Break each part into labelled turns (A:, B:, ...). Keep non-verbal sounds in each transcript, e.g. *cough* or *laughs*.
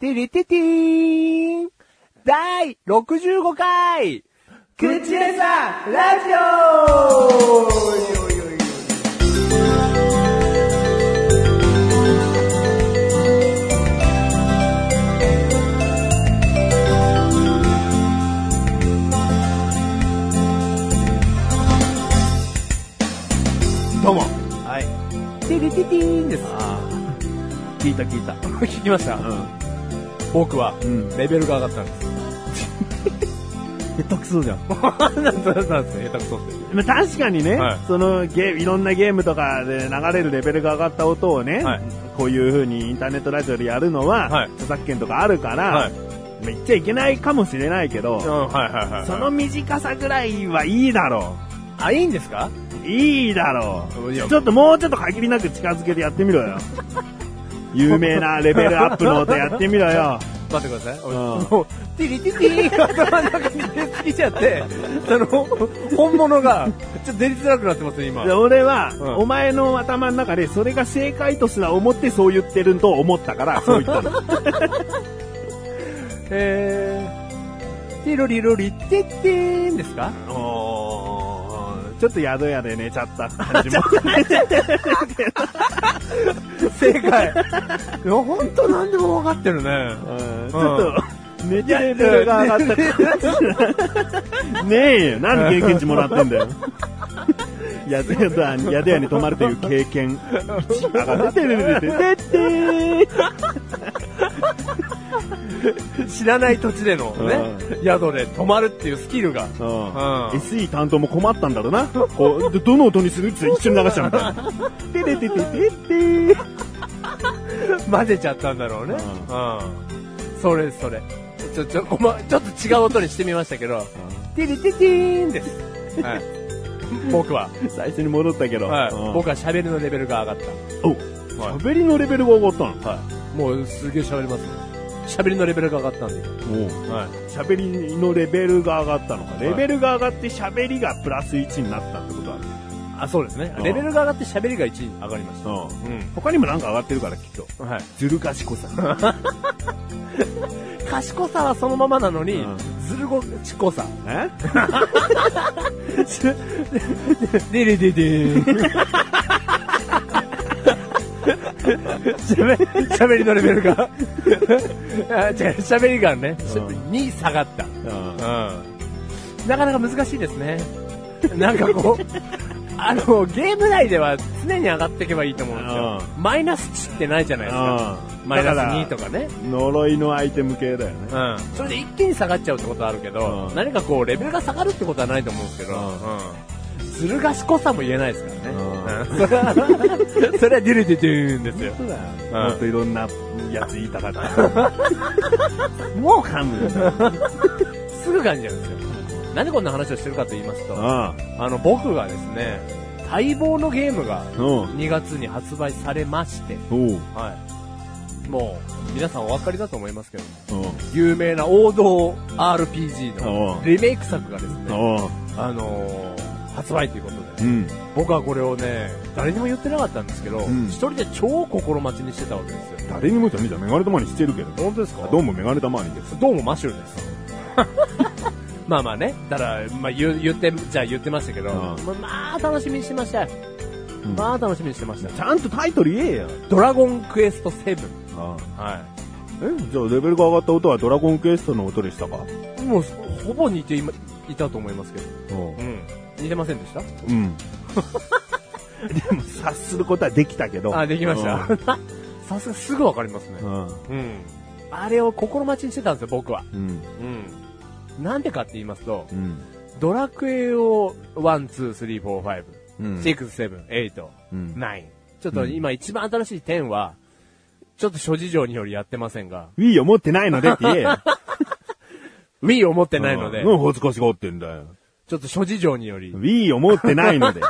A: てれててーん第65回口レサラジオ
B: どうも。はい。
A: てれててーんです。
B: ああ。聞いた聞いた。 *laughs*
A: 聞きました
B: う
A: 僕は、
B: ん。うん。
A: レベルが上がったんです。
B: 下手くそじゃん。
A: *laughs* なんとなんですね、下手くそって。
B: まあ確かにね、
A: はい
B: そのゲーいろんなゲームとかで流れるレベルが上がった音をね、
A: はい
B: こういう風にインターネットラジオでやるのは、
A: はい
B: 著作権とかあるから、
A: はい
B: まあ言っちゃいけないかもしれないけど、
A: うん、はいはいはい。
B: その、短さぐらいはいいだろ
A: あ、いいんですか
B: う。いいだろう。
A: いや
B: ちょっともうちょっと限りなく近づけてやってみろよ。有名なレベルアップの音やってみろよ。
A: 待ってください。俺
B: うん
A: もう、ティリティリーンが頭の中に出てきちゃって、あの、本物が、ちょっと出りづらくなってますね、今。
B: で俺は、
A: うん
B: お前の頭の中でそれが正解とすら思ってそう言ってると思った *laughs* から、そう言ったの。
A: えー、ティロリロリテッテーンですか
B: おーちょっと宿屋で寝ちゃった感 *laughs* じも。
A: 正解。いや、ほんと何でも分かってるね。
B: うんちょっと、寝てレベルが上がった感じ。ねえよ、なんで経験値もらってん *laughs* だよ。宿屋だ、宿屋に泊まるという経験。上がってるててててて
A: 知らない土地でのね、宿で泊まるっていうスキルが。
B: うん
A: ん
B: SE 担当も困ったんだろうな。こう、でどの音にするって一緒に流しちゃうんだよ。てれててててて *laughs*
A: 混ぜちゃったんだろうね。うん。それそれ。ちょ、ちょ、ごま、ちょっと違う音にしてみましたけど、ティリティティーンです。はい。僕は、
B: 最初に戻ったけど、
A: はい
B: うん。
A: 僕は喋りのレベルが上がっ
B: お
A: た。は
B: 喋りのレベルが上がったの。
A: い。はい。もうすげえ喋りますね。喋りのレベルが上がったんで。はい。
B: 喋りのレベルが上がったの
A: い
B: か。レベルが上がって喋りがプラス1になったってことある。
A: あ、そうですね
B: う。ん
A: レベルが上がって喋りが1に上がりました。う
B: 他にもなんか上がってるからきっと。
A: ん。はい。
B: ずる賢さ。
A: 賢さはそのままなのに、
B: うん
A: ずるごちこさ。
B: え
A: でれででーん。喋喋りのレベルが。あ違う、喋りがね、ちょっとに下がった。
B: うん
A: うん。なかなか難しいですね。なんかこう、あの、ゲーム内では常に上がっていけばいいと思うんですよ。マイナス値ってないじゃないですか。マイナス2と
B: か。
A: かね。
B: 呪いのアイテム系だよね。
A: うん。それで一気に下がっちゃうってことはあるけど、
B: うん
A: 何かこう、レベルが下がるってことはないと思うんですけど、
B: う
A: うんん。ずる賢さも言えないですからね。
B: う
A: うんそれは、それはデュルデュドゥーンですよ。
B: そうだよ
A: うん
B: もっといろんなやつ言いたかった。もう噛むんだよ。
A: すぐ感じちゃうんですよ。なんでこんな話をしてるかと言いますと、あの、僕がですね、待望のゲームが
B: うん。
A: 2月に発売されまして、
B: おう。
A: はい。もう、皆さんお分かりだと思いますけども、
B: おう。
A: 有名な王道 RPG
B: う
A: の
B: ん
A: リメイク作がですね、
B: おう。
A: あのー発売ということで、
B: うん。
A: 僕はこれをね、誰にも言ってなかったんですけど、
B: ん
A: 一人で超心待ちにしてたわけですよ。
B: 誰にもじゃねえじゃん。メガネ玉にしてるけど。
A: 本当ですか
B: どうもメガネ玉にです。
A: どうもマシュルです。 *laughs* まあまあね、ただ、まあ言う言って、じゃあ言ってましたけど、
B: うん
A: まあまあ楽しみにしてましたよ。
B: うん
A: まあ楽しみにしてましたよ。
B: ちゃんとタイトル言えよ。
A: ドラゴンクエスト7。は
B: えじゃあレベルが上がった音はドラゴンクエストの音でしたか
A: い。もう、ほぼ似てい,、いたと思いますけど。
B: うん
A: うん。似てませんでした
B: うん。でも察することはできたけど。
A: あ、できました。 *laughs* さすがすぐわかりますね
B: う。ん。
A: うん。あれを心待ちにしてたんですよ、僕は。
B: うん。
A: うん。なんでかって言いますと、
B: うん。
A: ドラクエを、1、2、3、4、5、
B: う
A: 6、
B: ん
A: 7、8、
B: うん
A: 9。ちょっと今一番新しい10は、ちょっと諸事情によりやってませんが、
B: Wii を持ってないのでって言えよ。
A: Wii を持ってないので
B: う、ん、恥ずかしがってんだよ。
A: ちょっと諸事情により、
B: Wii を持ってないので。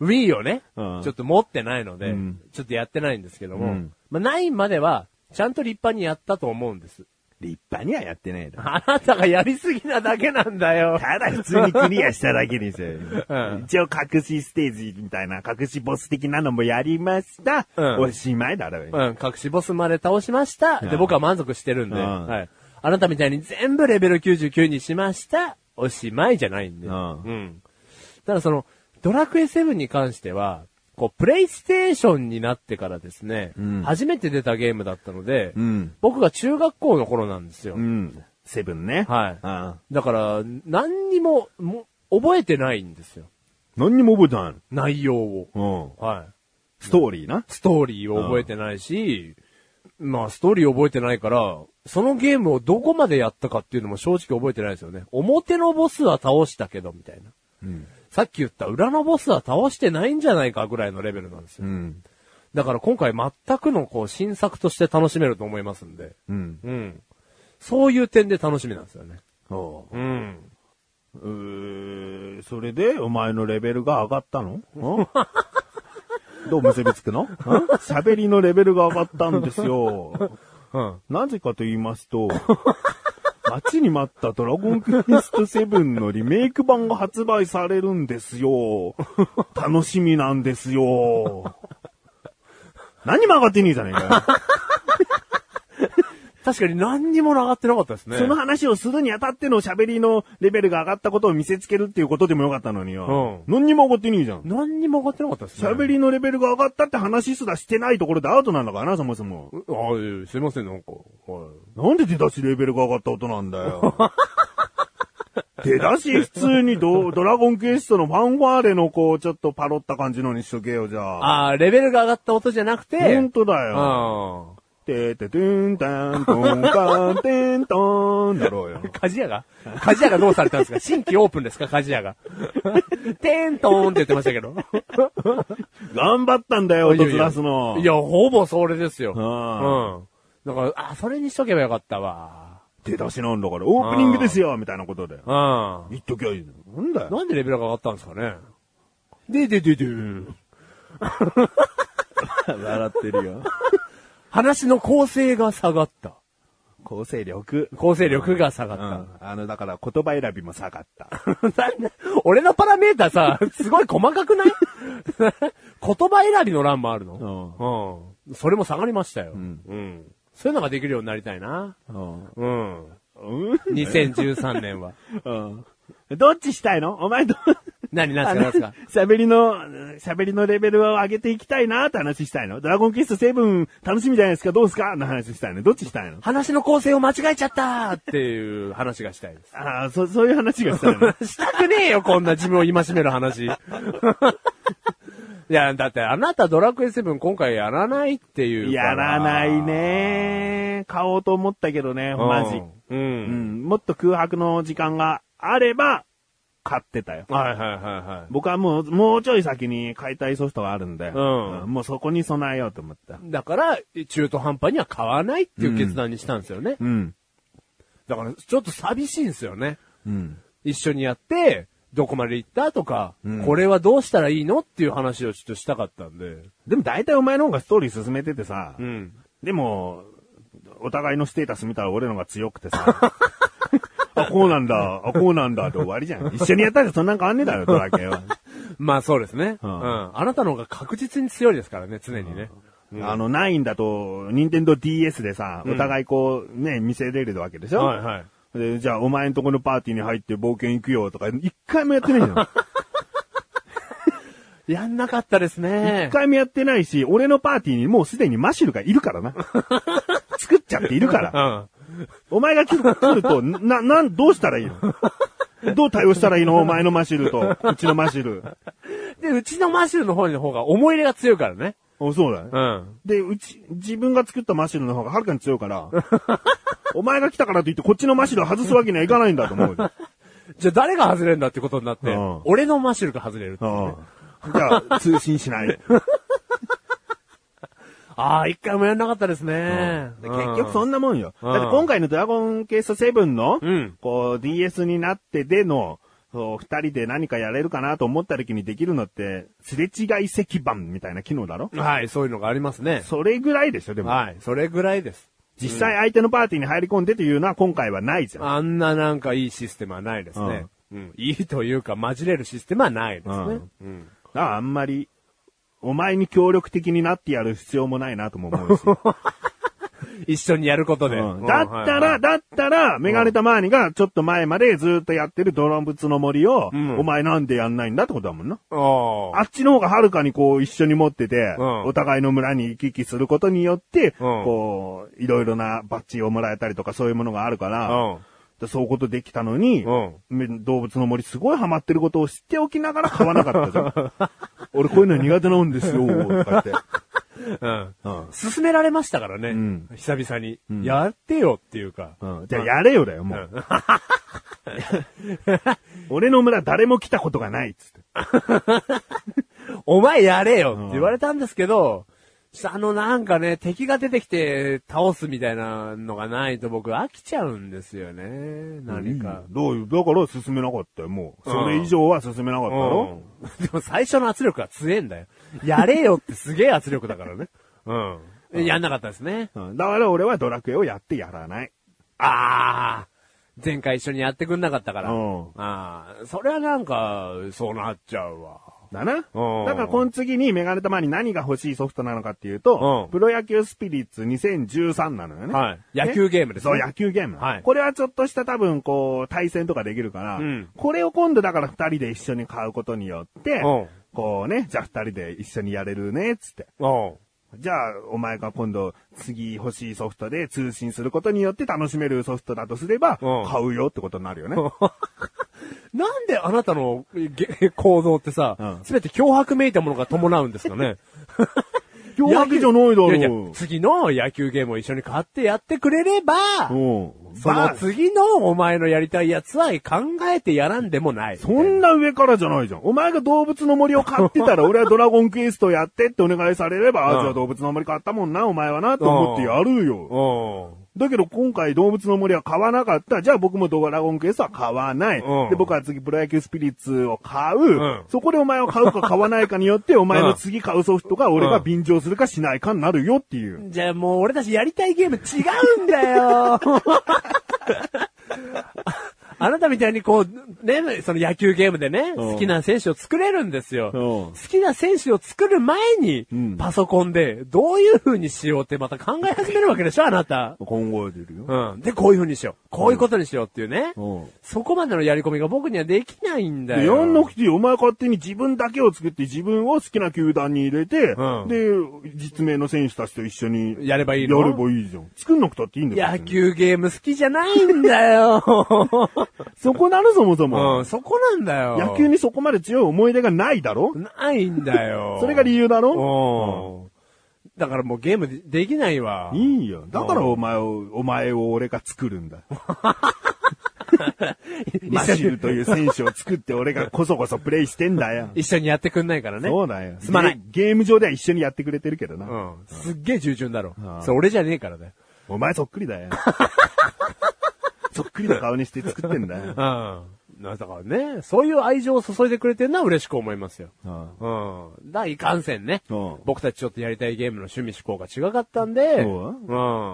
A: Wii をね、
B: うん
A: ちょっと持ってないので、
B: うん
A: ちょっとやってないんですけども、
B: うん
A: まあ9までは、ちゃんと立派にやったと思うんです。
B: 立派にはやってないだろ。
A: あなたがやりすぎなだけなんだよ。
B: ただ普通にクリアしただけですよ。
A: ん
B: 一応隠しステージみたいな、隠しボス的なのもやりました。
A: うん
B: おしまいだろ。
A: うん、隠しボスまで倒しました。
B: う
A: で、
B: ん
A: 僕は満足してるんで、
B: うん
A: はい。あなたみたいに全部レベル99にしました。おしまいじゃないんで。
B: うん
A: うん。ただその、ドラクエ7に関しては、こう、プレイステーションになってからですね、
B: うん
A: 初めて出たゲームだったので、
B: うん。
A: 僕が中学校の頃なんですよ。
B: うん。セブンね。
A: はい
B: ああ
A: だから、何にも、も、覚えてないんですよ。
B: 何にも覚えてない
A: 内容を。
B: の。うん。
A: はい。
B: ストーリーな。
A: ストーリーを覚えてないし、まあストーリーを覚えてないから、そのゲームをどこまでやったかっていうのも正直覚えてないですよね。表のボスは倒したけど、みたいな。
B: うん。
A: さっき言った裏のボスは倒してないんじゃないかぐらいのレベルなんですよ。
B: うん。
A: だから今回全くのこう新作として楽しめると思いますんで。
B: うん。
A: うん。そういう点で楽しみなんですよね。
B: おう
A: うん。
B: うーそれで、お前のレベルが上がったのん
A: *laughs*
B: どう結びつくのん喋りのレベルが上がったんですよ。
A: うん。
B: なぜかと言いますと、 *laughs* 待ちに待ったドラゴンクエスト7のリメイク版が発売されるんですよ。楽しみなんですよ。何も上がってねえじゃねえかよ。
A: 確かに何にも上がってなかったですね。
B: その話をするにあたっての喋りのレベルが上がったことを見せつけるっていうことでもよかったのによ。
A: う
B: 何にも上がってねえじゃん。
A: 何にも上がってなかったですね。
B: 喋りのレベルが上がったって話すらしてないところでアウトなんだからな、そもそも。
A: あいやすいません、なんか。はい。
B: なんで出だしレベルが上がった音なんだよ。出だし普通にドドラゴンクエストのファンファーレのこう、ちょっとパロった感じのにしとけよ、じゃあ。
A: ああ、レベルが上がった音じゃなくて、
B: ほんとだよ。
A: あ
B: てててんたん、とんかんてんとんだろうよ。
A: あ。鍛冶屋が鍛冶屋がどうされたんですか新規オープンですか鍛冶屋が。 *laughs* テントーンって言ってましたけど。
B: 頑張ったんだよ、音ずらすの。
A: いや、ほぼそれですよ。
B: あ
A: うん。だから、あ、それにしとけばよかったわ。
B: 出だしなんだから、オープニングですよ、みたいなことだよ。
A: う
B: 言っときゃいいの。なんだ
A: ん。
B: よ。
A: なんでレベルが上がったんですかねででででーん
B: 笑ってるよ。
A: 話の構成が下がった。
B: 構成力。
A: 構成力が下が
B: う
A: っ
B: ん。あの、だから言葉選びも下がった。
A: た。なんで俺のパラメーターさ、すごい細かくない言葉選びの欄もあるのうん。それも下がりましたよ。うん。そういうのができるようになりたいな。
B: うん。
A: うん。
B: うん。
A: 2013年は。
B: どっちしたいのお前ど、
A: *laughs* 何、何
B: あ
A: すか、
B: の
A: 何すか。
B: 喋りの、喋りのレベルを上げていきたいなって話したいのドラゴンクエスト7楽しみじゃないですかどうすかの話したいのどっちしたいの
A: 話の構成を間違えちゃったっていう話がしたいです。
B: ああ、そ、そういう話がし
A: *laughs*
B: たいの
A: したくねえよ、こんな自分を戒める話。いや、だってあなたドラクエ7今回やらないっていうか
B: やらない。ね買おうと思ったけどね、
A: うん
B: マジ。。
A: う。
B: うんん、もっと空白の時間があれば、買ってたよ。
A: はいはいはいは
B: 僕はもう、もうちょい先に解体ソフトがあるんで、
A: うん
B: もうそこに備えようと思った。
A: い。だから、中途半端には買わないっていう決断にしたんですよね。
B: うん。
A: だから、ちょっと寂しいんですよね。
B: うん。
A: 一緒にやって、どこまで行ったとか、
B: うん
A: これはどうしたらいいのっていう話をちょっとしたかったんで。
B: でも大体お前の方がストーリー進めててさ、
A: うん。
B: でも、お互いのステータス見たら俺の方が強くてさ、 *laughs* あ、こうなんだ、あ、こうなんだって終わりじゃん。一緒にやったらそんなん変わんねえだろ、ドラケンは。
A: まあそうですね、う。
B: うんん
A: あなたの方が確実に強いですからね、常にね。
B: あの、9だと、任天堂 DS でさ、お互いこう、ね、見せれるわけでしょ、
A: はいはい。
B: でじゃあ、お前んとこのパーティーに入って冒険行くよとか、一回もやってない
A: *laughs*
B: じゃん。
A: やんなかったですね
B: 一。回もやってないし、俺のパーティーにもうすでにマシュルがいるか
A: *laughs*
B: らな。作っちゃっているから。
A: うん。
B: お前が来る来ると、 *laughs* な、なん、どうしたらいいのどう対応したらいいのお前のマシュルと、うちのマシュル。 *laughs* あ、
A: で、うちのマシュルの方の方が思い入れが強いからね。
B: そうだね。
A: うん。
B: で、うち、自分が作ったマシュルの方がはるかに強いから、 *laughs* お前が来たからといってこっちのマシュルを外すわけにはいかないんだと *laughs* 思うよ。
A: じゃあ誰が外れるんだってことになって、
B: うん
A: 俺のマシュルが外れるっていうね、
B: うん。じゃあ、通信しない。
A: ああ、一回もやんなかったですね。
B: で結局そ
A: ん
B: んなもんよ。
A: うん
B: だって今回のドラゴンケースト7の、
A: うん
B: こう DS になってでの、そう二人で何かやれるかなと思った時にできるのって、すれ違い石板みたいな機能だろ
A: はい、そういうのがありますね。
B: それぐらいでしょ、でも。
A: はい、それぐらいです。
B: 実際相手のパーティーに入り込んでというのは今回はないじゃん。
A: あんななんかいいシステムはないですね。うん。いいというか、混じれるシステムはないですね。うん。
B: だからあんまり、お前に協力的になってやる必要もないなとも思うし。
A: 一緒にやることで。
B: うんだっ
A: *laughs* う
B: た
A: んはいは
B: ら、
A: い
B: だったら、メガネたまーにがちょっと前までずっとやってるドラムブツの森を、
A: うん
B: お前なんでやんないんだってことだもんな。
A: ああ
B: あっちの方がはるかにこう一緒に持ってて、
A: うん
B: お互いの村に行き来することによっ
A: うん
B: て、こう、いろいろなバッジをもらえたりとかそういうものがあるから、でそういうことできたのに、
A: うん
B: め動物の森すごいハマってることを知っておきながら買わなかったじゃん。 *laughs* 俺こういうの苦手なんですよ、とかって。
A: うん。
B: うん
A: 勧められましたからね。
B: ん
A: 久々に、
B: ん
A: やってよっていうか。
B: うんじゃあやれよだよ、もう。
A: *laughs*
B: 俺の村誰も来たことがないっつって。
A: お前やれよって言われたんですけど、あのなんかね、敵が出てきて倒すみたいなのがないと僕飽きちゃうんですよね。何か。
B: どういう、だから進めなかったよ、もう。
A: うん
B: それ以上は進めなかった
A: う
B: ろ、
A: ん *laughs* でも最初の圧力は強えんだよ。やれよってすげえ圧力だ
B: *laughs*
A: からね。うん。やんなかったですね。
B: うんだから俺はドラクエをやってやらない。
A: ああ前回一緒にやってくんなかったから。
B: うん
A: ああそれはなんか、そうなっちゃうわ。
B: だな。だ
A: うん
B: からこの次にメガネたまに何が欲しいソフトなのかっていうと
A: う、ん
B: プロ野球スピリッツ2013なのよね。
A: はい
B: ね
A: 野球ゲームですね
B: そう、野球ゲーム。
A: はい
B: これはちょっとした多分こう、対戦とかできるから、
A: うん
B: これを今度だから二人で一緒に買うことによって、
A: うん
B: こうね、じゃあ二人で一緒にやれるね、つって。
A: うん。
B: じゃあ、お前が今度、次欲しいソフトで通信することによって楽しめるソフトだとすれば、
A: うん
B: 買うよってことになるよね。
A: *laughs* なんであなたのげ行動ってさ
B: う、ん
A: すべて脅迫めいたものが伴うんですかね
B: *laughs* 脅
A: *laughs*
B: 迫じゃないだろう
A: いやいや次の野球ゲームを一緒に買ってやってくれれば、
B: うん。
A: そ
B: ま
A: の
B: あ
A: 次のお前のやりたいやつは考えてやらんでもない。
B: そんな上からじゃないじゃん。お前が動物の森を買って
A: *laughs*
B: たら、俺はドラゴンクエストやってってお願いされれば、
A: うん
B: あ、じゃあ動物の森買ったもんな、お前はな、と思ってやるよ。
A: うん。
B: だけど今回動物の森は買わなかった。じゃあ僕もドラゴンクエストは買わない。
A: うん
B: で、僕は次プロ野球スピリッツを買う。
A: ん
B: そこでお前を買うか買わないかによって、お前の次買うソフトが俺が
A: うん
B: 便乗するかしないかになるよっていう。
A: じゃあもう俺たちやりたいゲーム違うんだよ *laughs* あなたみたいにこう、ね、その野球ゲームでね、
B: うん
A: 好きな選手を作れるんですよ。
B: うん
A: 好きな選手を作る前に
B: うん、
A: パソコンでどういう風にしようってまた考え始めるわけでしょ、あなた。
B: 今後出るよ。
A: うん。で、こういう風にしよう。こういうことにしようっていうね。
B: うん
A: そこまでのやり込みが僕にはできないんだ
B: で
A: よ。
B: やんなくていい。お前勝手に自分だけを作って自分を好きな球団に入れて、
A: うん
B: で、実名の選手たちと一緒に
A: やればいいの
B: やればいいじゃん。作んなくたっていいんだよ。
A: 野
B: 別に。
A: 球ゲーム好きじゃないんだよ。
B: そこなのそもそうも。
A: ん、そこなんだよ。
B: 野球にそこまで強い思い出がないだろ。
A: ないんだよ
B: それが理由だろ
A: 由。うん。だからもうゲームでできないわ。
B: いいよ。だから
A: うん
B: お前を、お前を俺が作るんだ。 *laughs* マ
A: 一緒
B: シュ
A: に
B: ルという選手を作って俺がこそこそプレイしてんだ *laughs* よ。
A: 一緒にやってくんないからね。
B: そうだよ。
A: すまない
B: ゲ。ゲーム上では一緒にやってくれてるけどな。
A: うん。すっげえ従順だろ
B: うん。
A: それ俺じゃねえからだよ。
B: お前そっくりだ *laughs* よ。そっくりの顔にして作ってんだよ。
A: うん。だからね、そういう愛情を注いでくれてるのは嬉しく思いますよ。
B: うん
A: うん。だからいかんせんね
B: うん。
A: 僕たちちょっとやりたいゲームの趣味思考が違かったんで。
B: そう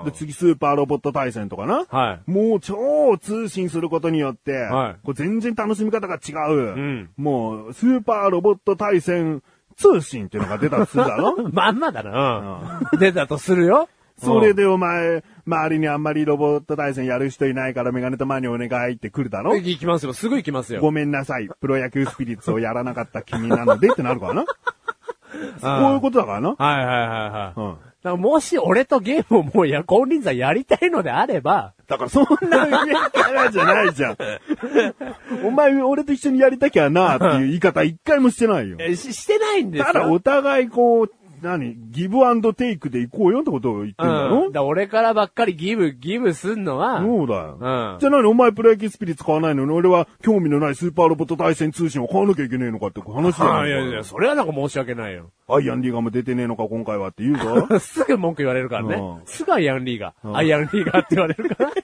A: うん
B: で、。次スーパーロボット対戦とかな。
A: はい。
B: もう超通信することによって、
A: はい
B: こう全然楽しみ方が違う。
A: ん
B: もう、スーパーロボット対戦通信っていうのが出たとするだろ
A: *laughs* まんまだな。うん。出たとする *laughs* よ。
B: それでお前、周りにあんまりロボット対戦やる人いないからメガネと前にお願いって来るだ
A: う
B: ろ
A: ん。行きますよ。すぐ行きますよ。
B: ごめんなさい、プロ野球スピリッツをやらなかった君なのでってなるからな。こういうことだからな。
A: はいはいはいはい。
B: うん
A: だからもし俺とゲームをもうや、金輪際やりたいのであれば、
B: だからそんな上からじゃな
A: *laughs*
B: いじゃん。お前、俺と一緒にやりたきゃなっていう言い方一回もしてないよ。
A: えししてないんです
B: た
A: よ。
B: だお互いこう、何ギブアンドテイクで行こうよってことを言ってんだ
A: う
B: ろ
A: ん。だから俺からばっかりギブ、ギブすんのは、
B: そうだよ。
A: うん
B: じゃあ何お前プロ野球スピリッツ買わないのに俺は興味のないスーパーロボット対戦通信を買わなきゃいけねえのかって話だよ。
A: あいやいや、そ *laughs* れはなんか申し訳ないよ。 *laughs*
B: アイアンリーガーも出てねえのか今回はって言うぞ。
A: すぐ文句言われるからね
B: う。ん
A: すぐアイアンリーガー。アイアンリーガーって言われるから。だ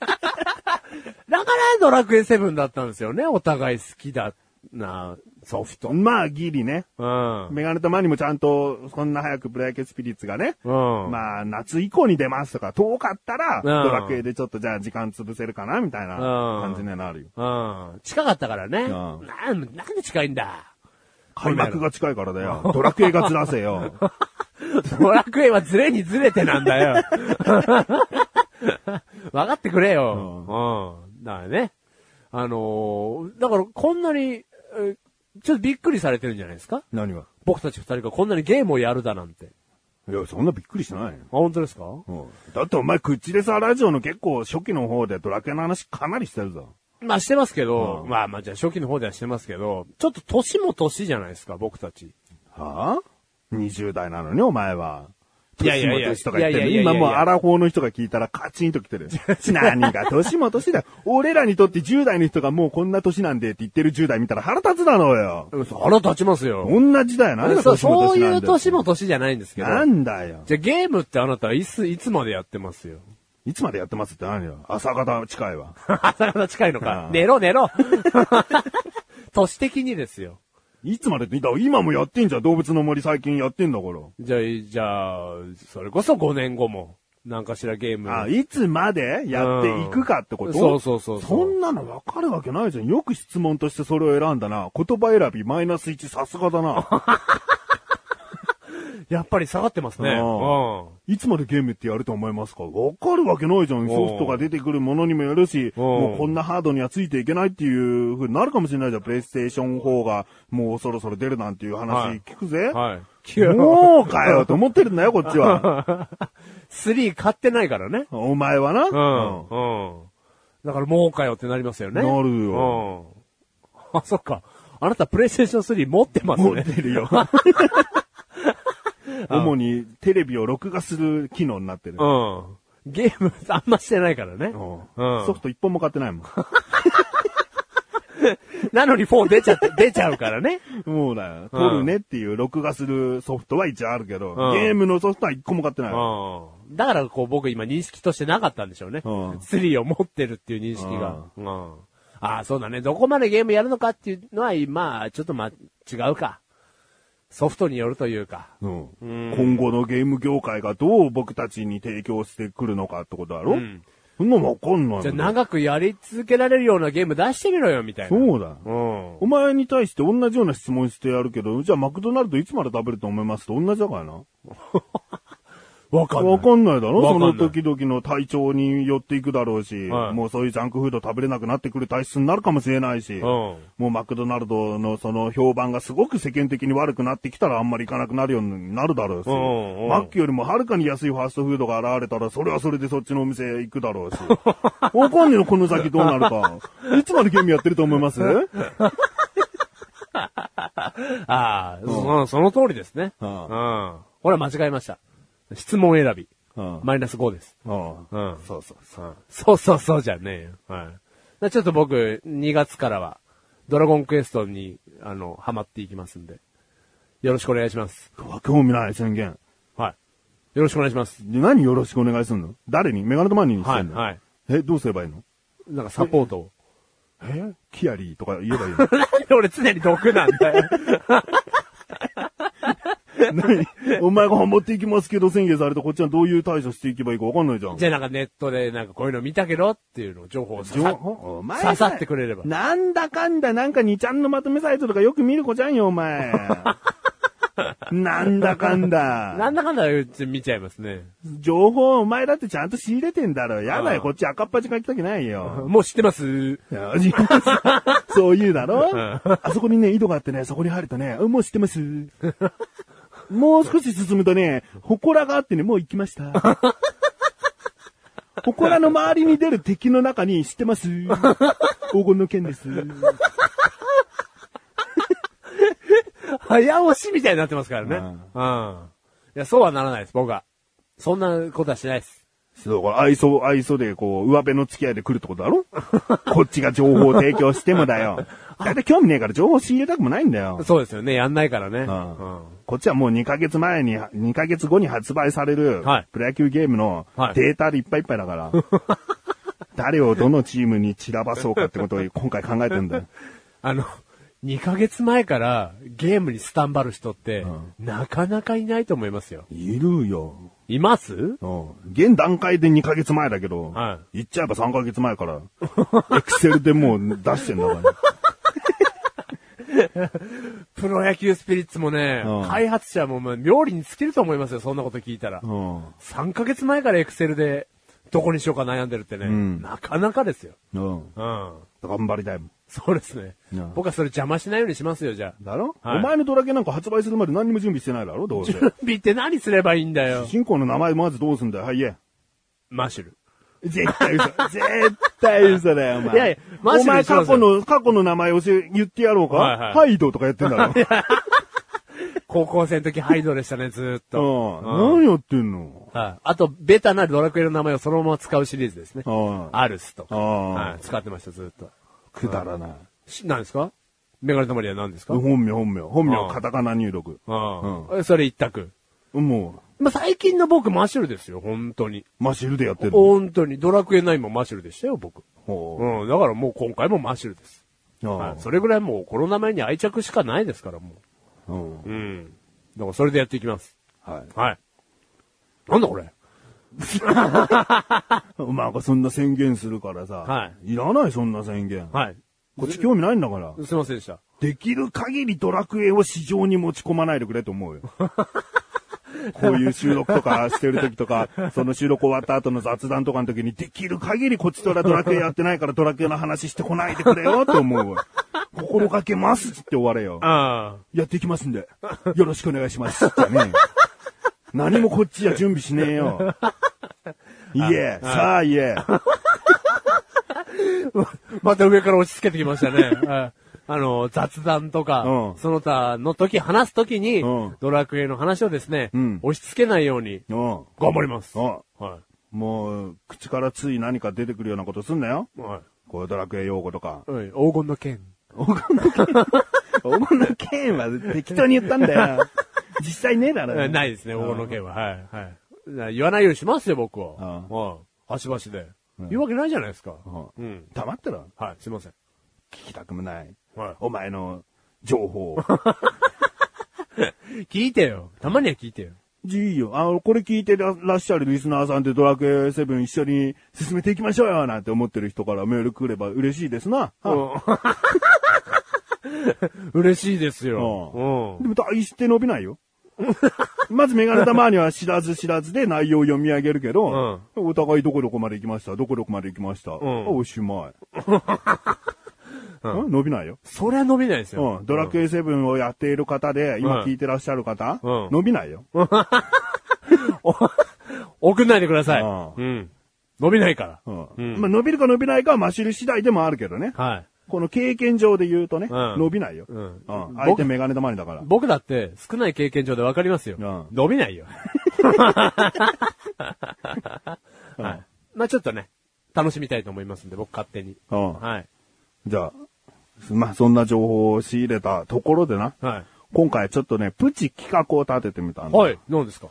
A: からドラクエ7だったんですよね。お互い好きだ。
B: な
A: ソフ
B: あ、
A: ト。
B: まあギリね。
A: うん。
B: メガネとマにもちゃんと、そんな早くプロ野球スピリッツがね、
A: うん。
B: まあ夏以降に出ますとか、遠かったら、ドラクエでちょっとじゃあ時間潰せるかな、みたいな感じにはなるよ。
A: うん。近かったからね。
B: ん
A: なん、なんで近いんだ。
B: 開幕が近いから
A: *laughs*
B: だよ。ドラクエがずらせよ。
A: ドラクエはずれにずれてなんだよ。 *laughs* 分かってくれよ。うん。だからね。あのーだからこんなに、えちょっとびっくりされてるんじゃないですか
B: 何が
A: 僕たち二人がこんなにゲームをやるだなんて。
B: いや、そんなびっくりしてないよ
A: あ、本当ですか
B: うんだってお前、口でさ、ラジオの結構初期の方でドラクエの話かなりしてるぞ。
A: まあしてますけど、
B: うん
A: まあまあじゃあ初期の方ではしてますけど、ちょっと年も年じゃないですか、僕たち。
B: はぁ、20代なのにお前は。
A: いやいやいや
B: 年も年とか言って
A: いや
B: る
A: いやいやいや
B: 今もうアラフォーの人が聞いたらカチンと来
A: *laughs*
B: てる。何が年も年だよ。俺らにとって10代の人がもうこんな年なんでって言ってる10代見たら腹立つだろうよ。
A: 腹立ちますよ。
B: 同じだよ。何が
A: そう
B: 年も
A: そう
B: 年なんだ
A: い
B: よ
A: う年も年じゃないんですけど。
B: なんだよ。
A: じゃあゲームってあなたいつ、いつまでやってますよ。
B: いつまでやってますって何よ。朝方近いわ。
A: *laughs* 朝方近いのか
B: う。ん
A: 寝ろ寝 *laughs* ろ。都市的にですよ。
B: いつまでって、だから今もやってんじゃん。動物の森最近やってんだから。
A: じゃあ、じゃあ、それこそ5年後も、なんかしらゲーム。
B: あ、いつまでやっていくかってこ
A: う
B: と、
A: んそうそうそうそう
B: そんなの分かるわけないじゃん。よく質問としてそれを選んだな。言葉選びマイナス1さすがだな。
A: *laughs* やっぱり下がってますね。
B: う
A: うんん。
B: いつまでゲームってやると思いますか分かるわけないじゃん。ソフトが出てくるものにもよるし、
A: うん
B: もうこんなハードにはついていけないっていう風になるかもしれないじゃん。プレイステーション4がもうそろそろ出るなんていう話聞くぜ。
A: はい。
B: もうかよと思ってるんだよ、こっ
A: *laughs*
B: ちは。
A: 3買ってないからね。
B: お前はな。
A: うん。うん。だからもうかよってなりますよね。
B: なるよ。
A: うん。あ、そっか。あなたプレイステーション3持ってますね。
B: 持って
A: *laughs*
B: るよ。 *laughs* 主にテレビを録画する機能になってる。
A: うん。ゲームあんましてないからね。
B: うん
A: うん
B: ソフト一本も買っ
A: *laughs*
B: てないもん。
A: なのに4出ちゃって、出ちゃうからね。
B: もうだよ。
A: うん
B: 撮るねっていう録画するソフトは一応あるけど、
A: うん
B: ゲームのソフトは一個も買ってない。
A: うん。だからこう僕今認識としてなかったんでしょうね。
B: うん
A: 3を持ってるっていう認識が。うん。ああ、そうだね。どこまでゲームやるのかっていうのは、まあ、ちょっとまあ、違うか。ソフトによるというか。
B: うん
A: うん
B: 今後のゲーム業界がどう僕たちに提供してくるのかってことだろ、
A: うん
B: そんなのわかんないもん
A: じゃあ長くやり続けられるようなゲーム出してみろよ、みたいな。
B: そうだよ。
A: うん。
B: お前に対して同じような質問してやるけど、じゃあマクドナルドいつまで食べると思いますと同じだからな。
A: わかんない。
B: わかんないだろ
A: わか
B: そ
A: んない
B: の時々の体調によっていくだろうし、
A: はい
B: もうそういうジャンクフード食べれなくなってくる体質になるかもしれないし、
A: うん。
B: もうマクドナルドのその評判がすごく世間的に悪くなってきたらあんまり行かなくなるようになるだろうし、
A: うんうん
B: マックよりもはるかに安いファーストフードが現れたらそれはそれでそっちのお店行くだろ
A: *laughs*
B: うし、わかんねえのこの先どうなるか。 *laughs* いつまでゲームやってると思い
A: *laughs*
B: ます
A: ああ、うん、その通りですね。
B: う
A: うんん。これは間違えました。質問選び。
B: うん
A: マイナス5です。
B: うん
A: うん。
B: そうそうそう。
A: そうそうそうじゃねえよ。はい。だからちょっと僕、2月からは、ドラゴンクエストに、あの、ハマっていきますんで。よろしくお願いします。
B: 興味ない宣言。
A: はい。よろしくお願いします。
B: で何よろしくお願いするの誰にメガネとマニーにしてんの、
A: はいはい
B: え、どうすればいいの
A: なんかサポートを。
B: えキアリーとか言えばいい
A: なんで *laughs* 俺常に毒なんだよ。
B: の何お前がハマっていきますけど宣言されたこっちはどういう対処していけばいいかわかんないじゃん。
A: じゃあなんかネットでなんかこういうの見たけどっていうのを情報をさ
B: 情報お前さ
A: 刺さってくれれば。
B: なんだかんだ、なんか2ちゃんのまとめサイトとかよく見る子じゃんよ、お
A: *laughs*
B: 前。なんだかん
A: な
B: だ。
A: んだかんだうち見ちゃいますね。
B: 情報お前だってちゃんと仕入れてんだろ。やだ
A: う
B: よ、
A: ん
B: こっち赤っ端書きたくないよ。
A: もう知ってます
B: いや違いますそう言うだろ
A: ん
B: あそこにね、井戸があってね、そこに入るとね、うんもう知ってます。もう少し進むとね、祠があってね、もう行きました。祠の周りに出る敵の中に知ってます。黄金の剣です。
A: 早押しみたいになってますからね。
B: う
A: うんん。いや、そうはならないです、僕は。そんなことはしないです。
B: そう、これ、愛想、愛想で、こう、上辺の付き合いで来るってことだろこっちが情報を提供してもだよ。だって興味ねえから情報仕入れたくもないんだよ。
A: そうですよね、やんないからね。う
B: うん
A: ん。
B: こっちはもう2ヶ月前に、2ヶ月後に発売される
A: はい、
B: プロ野球ゲームの
A: はい
B: データでいっぱいいっぱい
A: *laughs*
B: だから、誰をどのチームに散らばそうかってことを今回考えてんだよ。
A: あの、 *laughs* 2ヶ月前からゲームにスタンバる人って、
B: うん
A: なかなかいないと思いますよ。
B: いるよ。
A: います
B: うん。現段階で2ヶ月前だけど、
A: は
B: 言っちゃえば3ヶ月前から、エクセルでもう出してんだから。
A: プロ野球スピリッツもね、
B: うん
A: 開発者ももう妙利に尽きると思いますよ、そんなこと聞いたら。
B: うん。
A: 3ヶ月前からエクセルでどこにしようか悩んでるってね、
B: ん
A: なかなかですよ。
B: うん。
A: うん。
B: 頑張りたいもん。
A: そうですね
B: うん。
A: 僕はそれ邪魔しないようにしますよ、じゃあ。
B: だろ、
A: はい
B: お前のドラケなんか発売するまで何にも準備してないだ
A: *laughs*
B: ろどうせ
A: 準。備って何すればいいんだよ。
B: 進行の名前まずどうすんだよ。はい、言え。
A: マシュル。
B: 絶対嘘。絶対嘘だよ、お前。
A: いやいやマ
B: お
A: ジで
B: 前
A: 嘘なん
B: 過
A: ですよ
B: 去の、過去の名前教え、言ってやろうか、
A: はいはい
B: ハイドとかや
A: *laughs*
B: ってんだろ。
A: 高校生の時ハイドでしたね、ずーっ
B: う
A: と。
B: ん。何やってんの
A: はい。あと、ベタなドラクエの名前をそのまま使うシリーズですね。
B: ああ
A: アルスとか。
B: ああ
A: はい。使ってました、ずーっと。
B: くだらない。
A: し何ですかメガネたまりは何ですかうん。
B: 本名、本名。本名
A: う、ん
B: カタカナ入力。う
A: えそれ一択。
B: も
A: まあ、最近の僕マシュルですよ、本当に。
B: う、マシルでやってるの。
A: 本当に。ドラクエ9もマシュルでしたよ、僕。
B: ほ
A: うん。だからもう今回もマシュルです。
B: うあ
A: はい。それぐらいもうコロナ前に愛着しかないですから、もう。
B: あうん
A: うん。だからそれでやっていきます。
B: はい。
A: はい。なんだこれ
B: お前がそんな宣言するからさ。。
A: はい
B: らない、そんな宣言。
A: はい。
B: こっち興味ないんだから。
A: すいませんでした。
B: できる限りドラクエを市場に持ち込まないでくれと
A: *laughs*
B: 思うよ。こういう収録とかしてる時とか、その収録終わった後の雑談とかの時に、できる限りこっちとらドラクエやってないからドラクエの話してこないでくれよと思う
A: *laughs*
B: わ。心がけますっつって終われよ。
A: あ
B: やっていきますんで、よろしくお願いしますってね。何もこっちは準備しねえよ。いえ、さあい
A: *laughs*
B: え。
A: あ。 *laughs* また上から押し付けてきましたね。
B: *laughs*
A: はいあの、雑談とか、
B: うん
A: その他の時、話す時に、
B: うん
A: ドラクエの話をですね、
B: うん
A: 押し付けないように、
B: うん
A: 頑張ります。は
B: うんもう、口からつい何か出てくるようなことすんなよ。
A: い。はい。
B: こういうドラクエ用語とか。
A: うん黄金の剣。
B: お前の剣は適当に言ったんだ *laughs* よ。実際ねえだろ。
A: えないですね、黄金の剣は。はい。はいな。言わないようにしますよ、僕は。
B: あ
A: はい。端々で。言うわけないじゃないですか。
B: う
A: うん。
B: 黙ってろ。
A: はい、すいません。
B: 聞きたくもない。
A: はい。
B: お前の情 *laughs* 報。
A: 聞いてよ。たまには聞いてよ。
B: いいよ。あの、これ聞いてらっしゃるリスナーさんでドラクエ7一緒に進めていきましょうよなんて思ってる人からメール来れば嬉しいですな。はい
A: うん *laughs* 嬉しいですよ。
B: う
A: うん。
B: でも大して伸びないよ。 *laughs* まずメガネたまには知らず知らずで内容を読み上げるけど、お互いどこどこまで行きました、どこどこまで行きました、
A: ん
B: あおし
A: *laughs*
B: まい、うん伸びないよ、
A: そりゃ伸びないですよ。
B: うん。ドラクエ7をやっている方で、今
A: うん
B: 聞いてらっしゃる方、
A: うん
B: 伸びないよ。
A: *laughs* 送んないでください。
B: うん
A: うん。伸びないから。
B: うん
A: うん
B: まあ、伸びるか伸びないかはマシル次第でもあるけどね。
A: はい。
B: この経験上で言うとね、
A: うん
B: 伸びないよ。
A: うん
B: うん相手メガネたまにだから。
A: 僕だって少ない経験上でわかりますよ。
B: うん
A: 伸び *laughs* ないよ。はい。まあちょっとね、楽しみたいと思いますんで、僕勝手に。
B: うん
A: はい。
B: じゃあ、まあ、そんな情報を仕入れたところでな。
A: は
B: 今回ちょっとね、プチ企画を立ててみたん
A: い。
B: だ。
A: はい。何ですか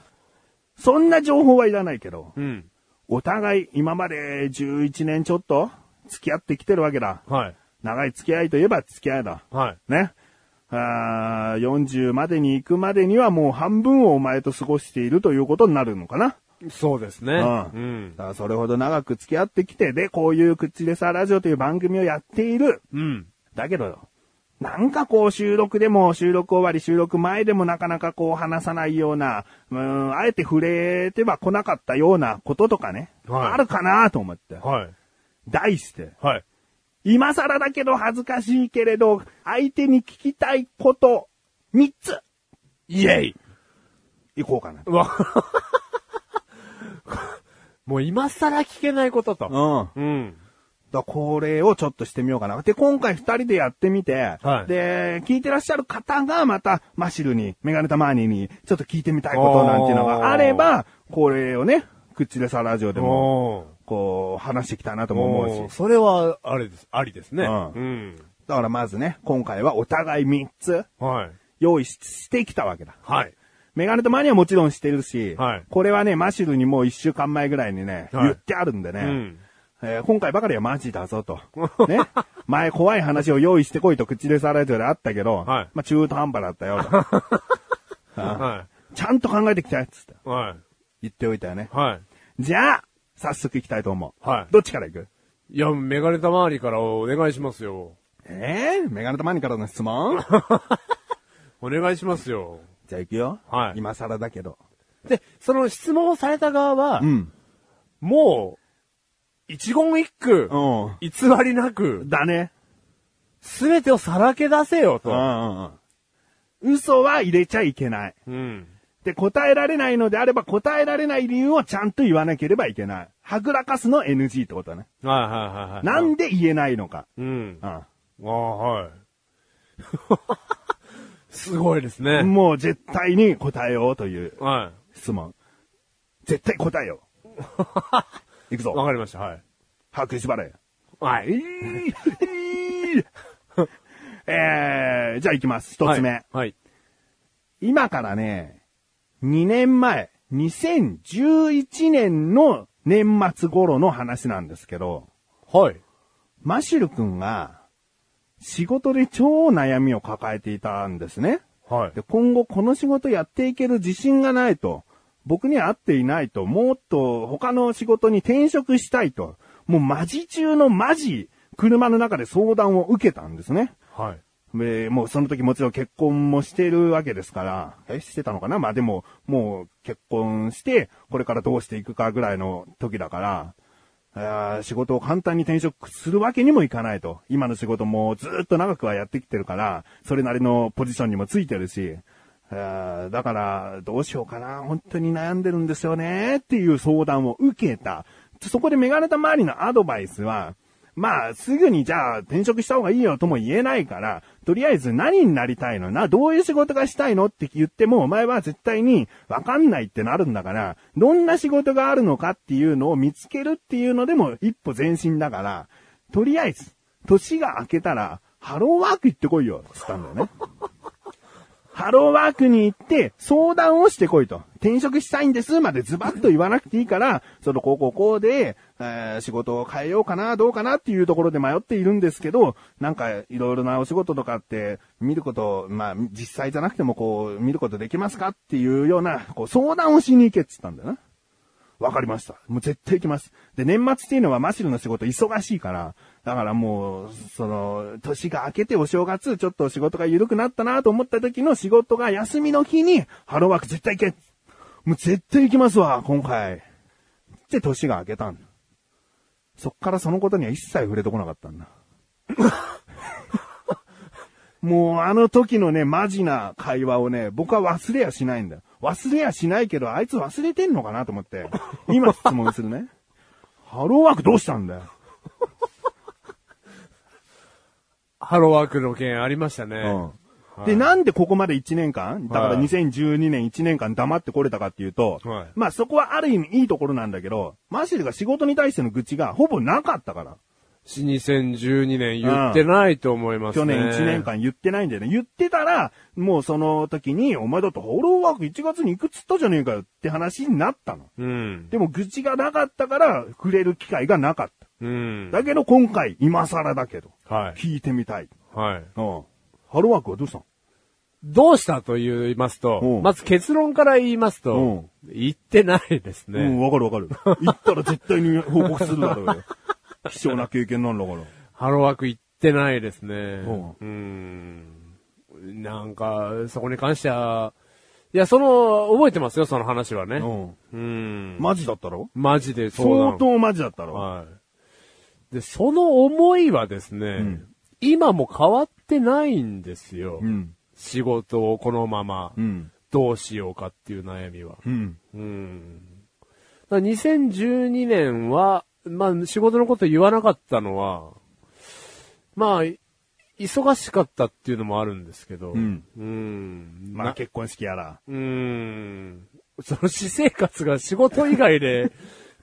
B: そんな情報はいらないけど、
A: うん。
B: お互い今まで11年ちょっと付き合ってきてるわけだ。
A: はい。
B: 長い付き合いといえば付き合いだ。
A: はい。
B: ね。あー40までに行くまでにはもう半分をお前と過ごしているということになるのかな。
A: そうですね。
B: う
A: うんん。
B: だからそれほど長く付き合ってきて、で、こういう口でさラジオという番組をやっている。
A: うん。
B: だけど、なんかこう収録でも収録終わり収録前でもなかなかこう話さないような、うーん、あえて触れては来なかったようなこととかね、
A: はい
B: あるかなと思って。
A: はい。
B: 題して、
A: はい。
B: 今更だけど恥ずかしいけれど、相手に聞きたいこと、3つ、
A: イエイ
B: いこうかな。
A: うわ。 *laughs* もう今更聞けないことと。
B: う
A: う
B: ん。
A: ん。
B: だこれをちょっとしてみようかな。で、今回二人でやってみて、
A: はい
B: で、聞いてらっしゃる方がまた、マシルに、メガネタマーニーに、ちょっと聞いてみたいことなんていうのがあれば、これをね、口でさラジオでも、
A: お
B: こう、話していきたいなと
A: ー
B: も
A: お
B: 思
A: ー
B: うし。
A: それは、あれです。ありですね。
B: うん
A: ん。
B: だからまずね、今回はお互い三つ、
A: はい。
B: 用意ししてきたわけだ。
A: はい。
B: メガネタマーニーはもちろんしてるし、
A: はい
B: これはね、マシルにもう一週間前ぐらいにね、
A: はい
B: 言ってあるんでね、
A: うん
B: ええー今回ばかりはマジだぞと。
A: *laughs*
B: ね。前怖い話を用意してこいと口でさられてあったけど、
A: はい
B: まあ中途半端だったよと。あ
A: は
B: ちゃんと考えてきたいっつって
A: い。はい。
B: 言っておいたよね。
A: はい。
B: じゃあ、早速行きたいと思う。
A: はい
B: どっちから行く
A: いや、メガネた周りからお願いしますよ。
B: えー、メガネたまにからの
A: *laughs*
B: 質問
A: お願いしますよ。
B: じゃあ行くよ。
A: はい
B: 今更だけど。
A: で、その質問をされた側は、
B: うん。
A: もう、一言一句、
B: う
A: 偽りなく
B: ん。、だね。
A: すべてをさらけ出せよ
B: う
A: と。
B: んうんうん。嘘は入れちゃいけない。
A: うん。
B: で、答えられないのであれば、答えられない理由をちゃんと言わなければいけない。はぐらかすの NG ってことだね。
A: はいはいはいはい。
B: なんで言えないのか。
A: うん。あ
B: う
A: あ、はい。 *laughs* すごいです
B: ん。
A: ね。
B: もう絶対に答えようという
A: は
B: 質問。絶対答えよ
A: *laughs*
B: う。いく
A: い。わ
B: ぞ。
A: かりました、はい。
B: 把握しばれ。
A: はい。
B: えー、じゃあ行きます。一つ目。
A: はい。はい。
B: 今からね、2年前、2011年の年末頃の話なんですけど、
A: はい。
B: マシュル君が仕事で超悩みを抱えていたんですね。
A: はい
B: で今後この仕事やっていける自信がないと、僕には合っていないと、もっと他の仕事に転職したいと、もうマジ中のマジ、車の中で相談を受けたんですね。
A: はい。
B: で、もうその時もちろん結婚もしてるわけですから、え、してたのかなまあでも、もう結婚して、これからどうしていくかぐらいの時だから、あー仕事を簡単に転職するわけにもいかないと。今の仕事もずっと長くはやってきてるから、それなりのポジションにもついてるし、あーだから、どうしようかな、本当に悩んでるんですよね、っていう相談を受けた。そこでメガネた周りのアドバイスは、まあ、すぐにじゃあ転職した方がいいよとも言えないから、とりあえず何になりたいのな、どういう仕事がしたいのって言っても、お前は絶対にわかんないってなるんだから、どんな仕事があるのかっていうのを見つけるっていうのでも一歩前進だから、とりあえず、年が明けたら、ハローワーク行ってこいよ、つったんだよね。ハローワークに行って相談をしてこいと。転職したいんですまでズバッと言わなくていいから、そのこうこうこうで、えー仕事を変えようかな、どうかなっていうところで迷っているんですけど、なんかいろいろなお仕事とかって見ること、まあ実際じゃなくてもこう見ることできますかっていうような、こう相談をしに行けって言ったんだよな。わかりました。もう絶対行きます。で、年末っていうのはマシルの仕事忙しいから、だからもう、その、年が明けてお正月、ちょっと仕事が緩くなったなと思った時の仕事が休みの日に、ハローワーク絶対行けもう絶対行きますわ、今回。って年が明けたんだ。そっからそのことには一切触れてこなかったんだ。もうあの時のね、マジな会話をね、僕は忘れやしないんだよ。忘れやしないけど、あいつ忘れてんのかなと
A: *laughs*
B: 思って、今質問するね。ハローワークどうしたんだよ。
A: ハローワークの件ありましたね。
B: で、なんでここまで1年間だから
A: はい
B: 2012年1年間黙ってこれたかっていうと、
A: はい
B: まあそこはある意味いいところなんだけど、マシルが仕事に対しての愚痴がほぼなかったから。
A: し2012年言ってないと思いますね。
B: 去年1年。間言ってないんだよね。言ってたら、もうその時に、お前だってハローワーク1月に行くっつったじゃねえかよって話になったの。
A: うん。
B: でも愚痴がなかったから、触れる機会がなかった。
A: うん。
B: だけど今回、今更だけど、
A: はい。
B: 聞いてみたい。
A: はい。
B: うん。ハローワークはどうしたの
A: どうしたと言いますと、
B: うん
A: まず結論から言いますと、言ってないです
B: う
A: ね。
B: ん、わかるわ
A: *laughs*
B: かる。行ったら絶対に報告するだろうよ。貴重な経験なんだから。
A: ハローワーク言ってないですね。
B: う
A: うん。なんか、そこに関しては、いや、その、覚えてますよ、その話はね。
B: うん。
A: うん。
B: マジだったろ
A: マジでそうな
B: 相
A: の
B: 当マジだったろ
A: はい。で、その思いはですね、
B: ん
A: 今も変わってないんですよ。
B: うん。
A: 仕事をこのまま、
B: うん。
A: どうしようかっていう悩みは。
B: うん。
A: うん。だから2012年は、まあ、仕事のこと言わなかったのは、まあ、い忙しかったっていうのもあるんですけど、
B: うん。
A: うん。
B: まあ結婚式やら。
A: うーん。その私生活が仕事以外で、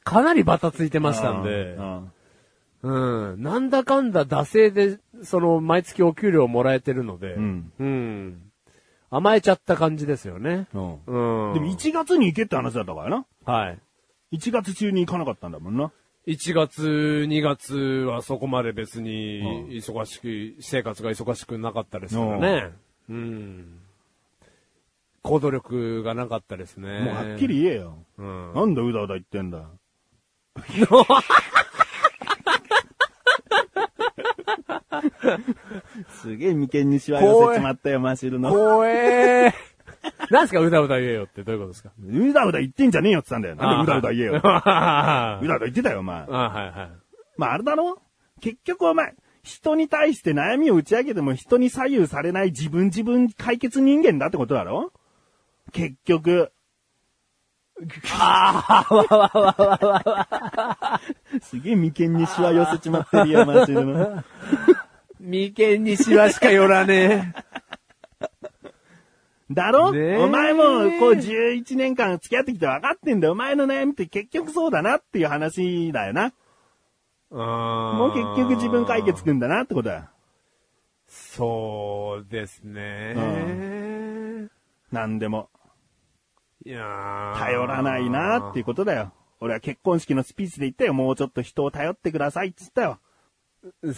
A: かなりバタついてましたんで
B: う、ん。
A: うん。なんだかんだ惰性で、その、毎月お給料もらえてるので、
B: うん。
A: うん。甘えちゃった感じですよね。
B: うん。
A: うん。
B: でも1月に行けって話だったからな。
A: はい。
B: 1月中に行かなかったんだもんな。
A: 1月、2月はそこまで別に忙しく、私生活が忙しくなかったですからね。うん。行動力がなかったですね。
B: もうはっき。り言えよ。
A: うん。
B: なんでうだうだ言ってんだ。 *laughs* すげえ眉間にしわ寄せちまったよ、マシルの。
A: 怖えー。 *laughs* なんすか、うだうだ言えよってどういうことですか
B: うだうだ言ってんじゃねえよって言ったんだよ。なんでうだうだ言えよ。
A: あ
B: うだうだ言ってたよ、お前。
A: はいはい。
B: まああれだろ結局お前、人に対して悩みを打ち上げても人に左右されない自分自分解決人間だってことだろ結局。ああ、わわわわわわすげえ眉間にシワ寄せちまってるよ、マジで。
A: 眉間にしわしか寄らね *laughs* え。
B: だろ、
A: ねえ
B: お前も、こう、11年間付き合ってきて分かってんだよ。お前の悩みって結局そうだなっていう話だよな。も
A: も
B: う結局自分解決くんだなってことだよ。
A: そうですね。
B: なんでも。
A: いやー
B: 頼らないなっていうことだよ。俺は結婚式のスピーチで言ったよ。もうちょっと人を頼ってくださいって言ったよ。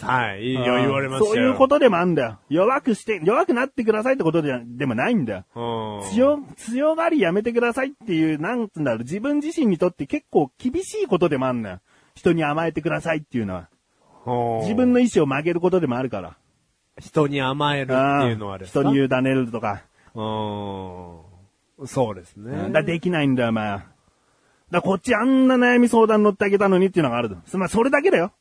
A: はい、いいよ、言われましたよ。
B: そういうことでもあんだよ。弱くして、弱くなってくださいってことじゃ、でもないんだよ。
A: と
B: 強、強がりやめてくださいっていう、なんつうんだろう、自分自身にとって結構厳しいことでもあんだよ。人に甘えてくださいっていうのは。自分の意思を曲げることでもあるから。
A: 人に甘えるっていうのはですか
B: 人に委ねるとか。
A: うんそうですね。
B: だからできないんだよ、お前は。だからこっちあんな悩み相談乗ってあげたのにっていうのがあると。まあ、それだけだよ。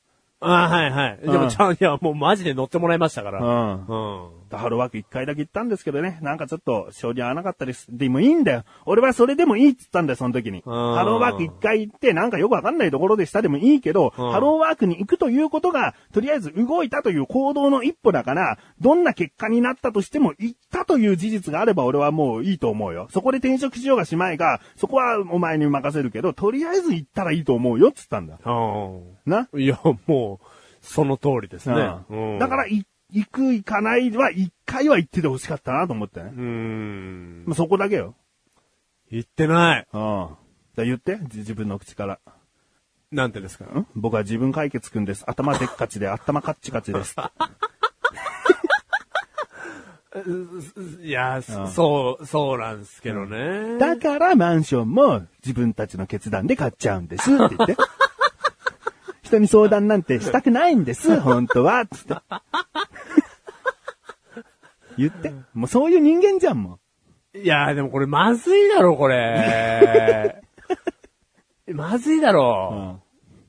A: あはいはい。で
B: う
A: も、
B: ん
A: ちゃん、いや、もうマジで乗ってもらいましたか
B: う
A: ら。
B: ん。
A: うん。
B: 春枠一回だけ行ったんですけどね。なんかちょっと、性に合わなかったです。でもいいんだよ。俺はそれでもいいっつったんだよ、その時に。
A: うん
B: ハローワーク一回行って、なんかよくわかんないところでしたでもいいけど、
A: うん
B: ハローワークに行くということが、とりあえず動いたという行動の一歩だから、どんな結果になったとしても行ったという事実があれば俺はもういいと思うよ。そこで転職しようがしまいが、そこはお前に任せるけど、とりあえず行ったらいいと思うよっつったんだ。
A: うん
B: な。
A: いや、もう、その通りですね。
B: う
A: うんん
B: だから、、い行く、行かないは、一回は行っててほしかったなと思ってね。
A: うん
B: ま。あ、そこだけよ。
A: 言ってない。
B: うん。じゃあ言って、じ自分の口から。
A: なんてですか
B: ん僕は自分解決くんです。頭でっかちで、頭カッチカチです。
A: いや、
B: うん
A: そそう、そうなんですけどね。
B: だからマンションも自分たちの決断で買っちゃうんですって言って。人に相談なんてしたくないんです、本当は。つって。言って。もうそういう人間じゃん、も
A: いやーでもこれまずいだろ、こ *laughs* れ。まずいだ
B: う。う
A: ろ。
B: ん。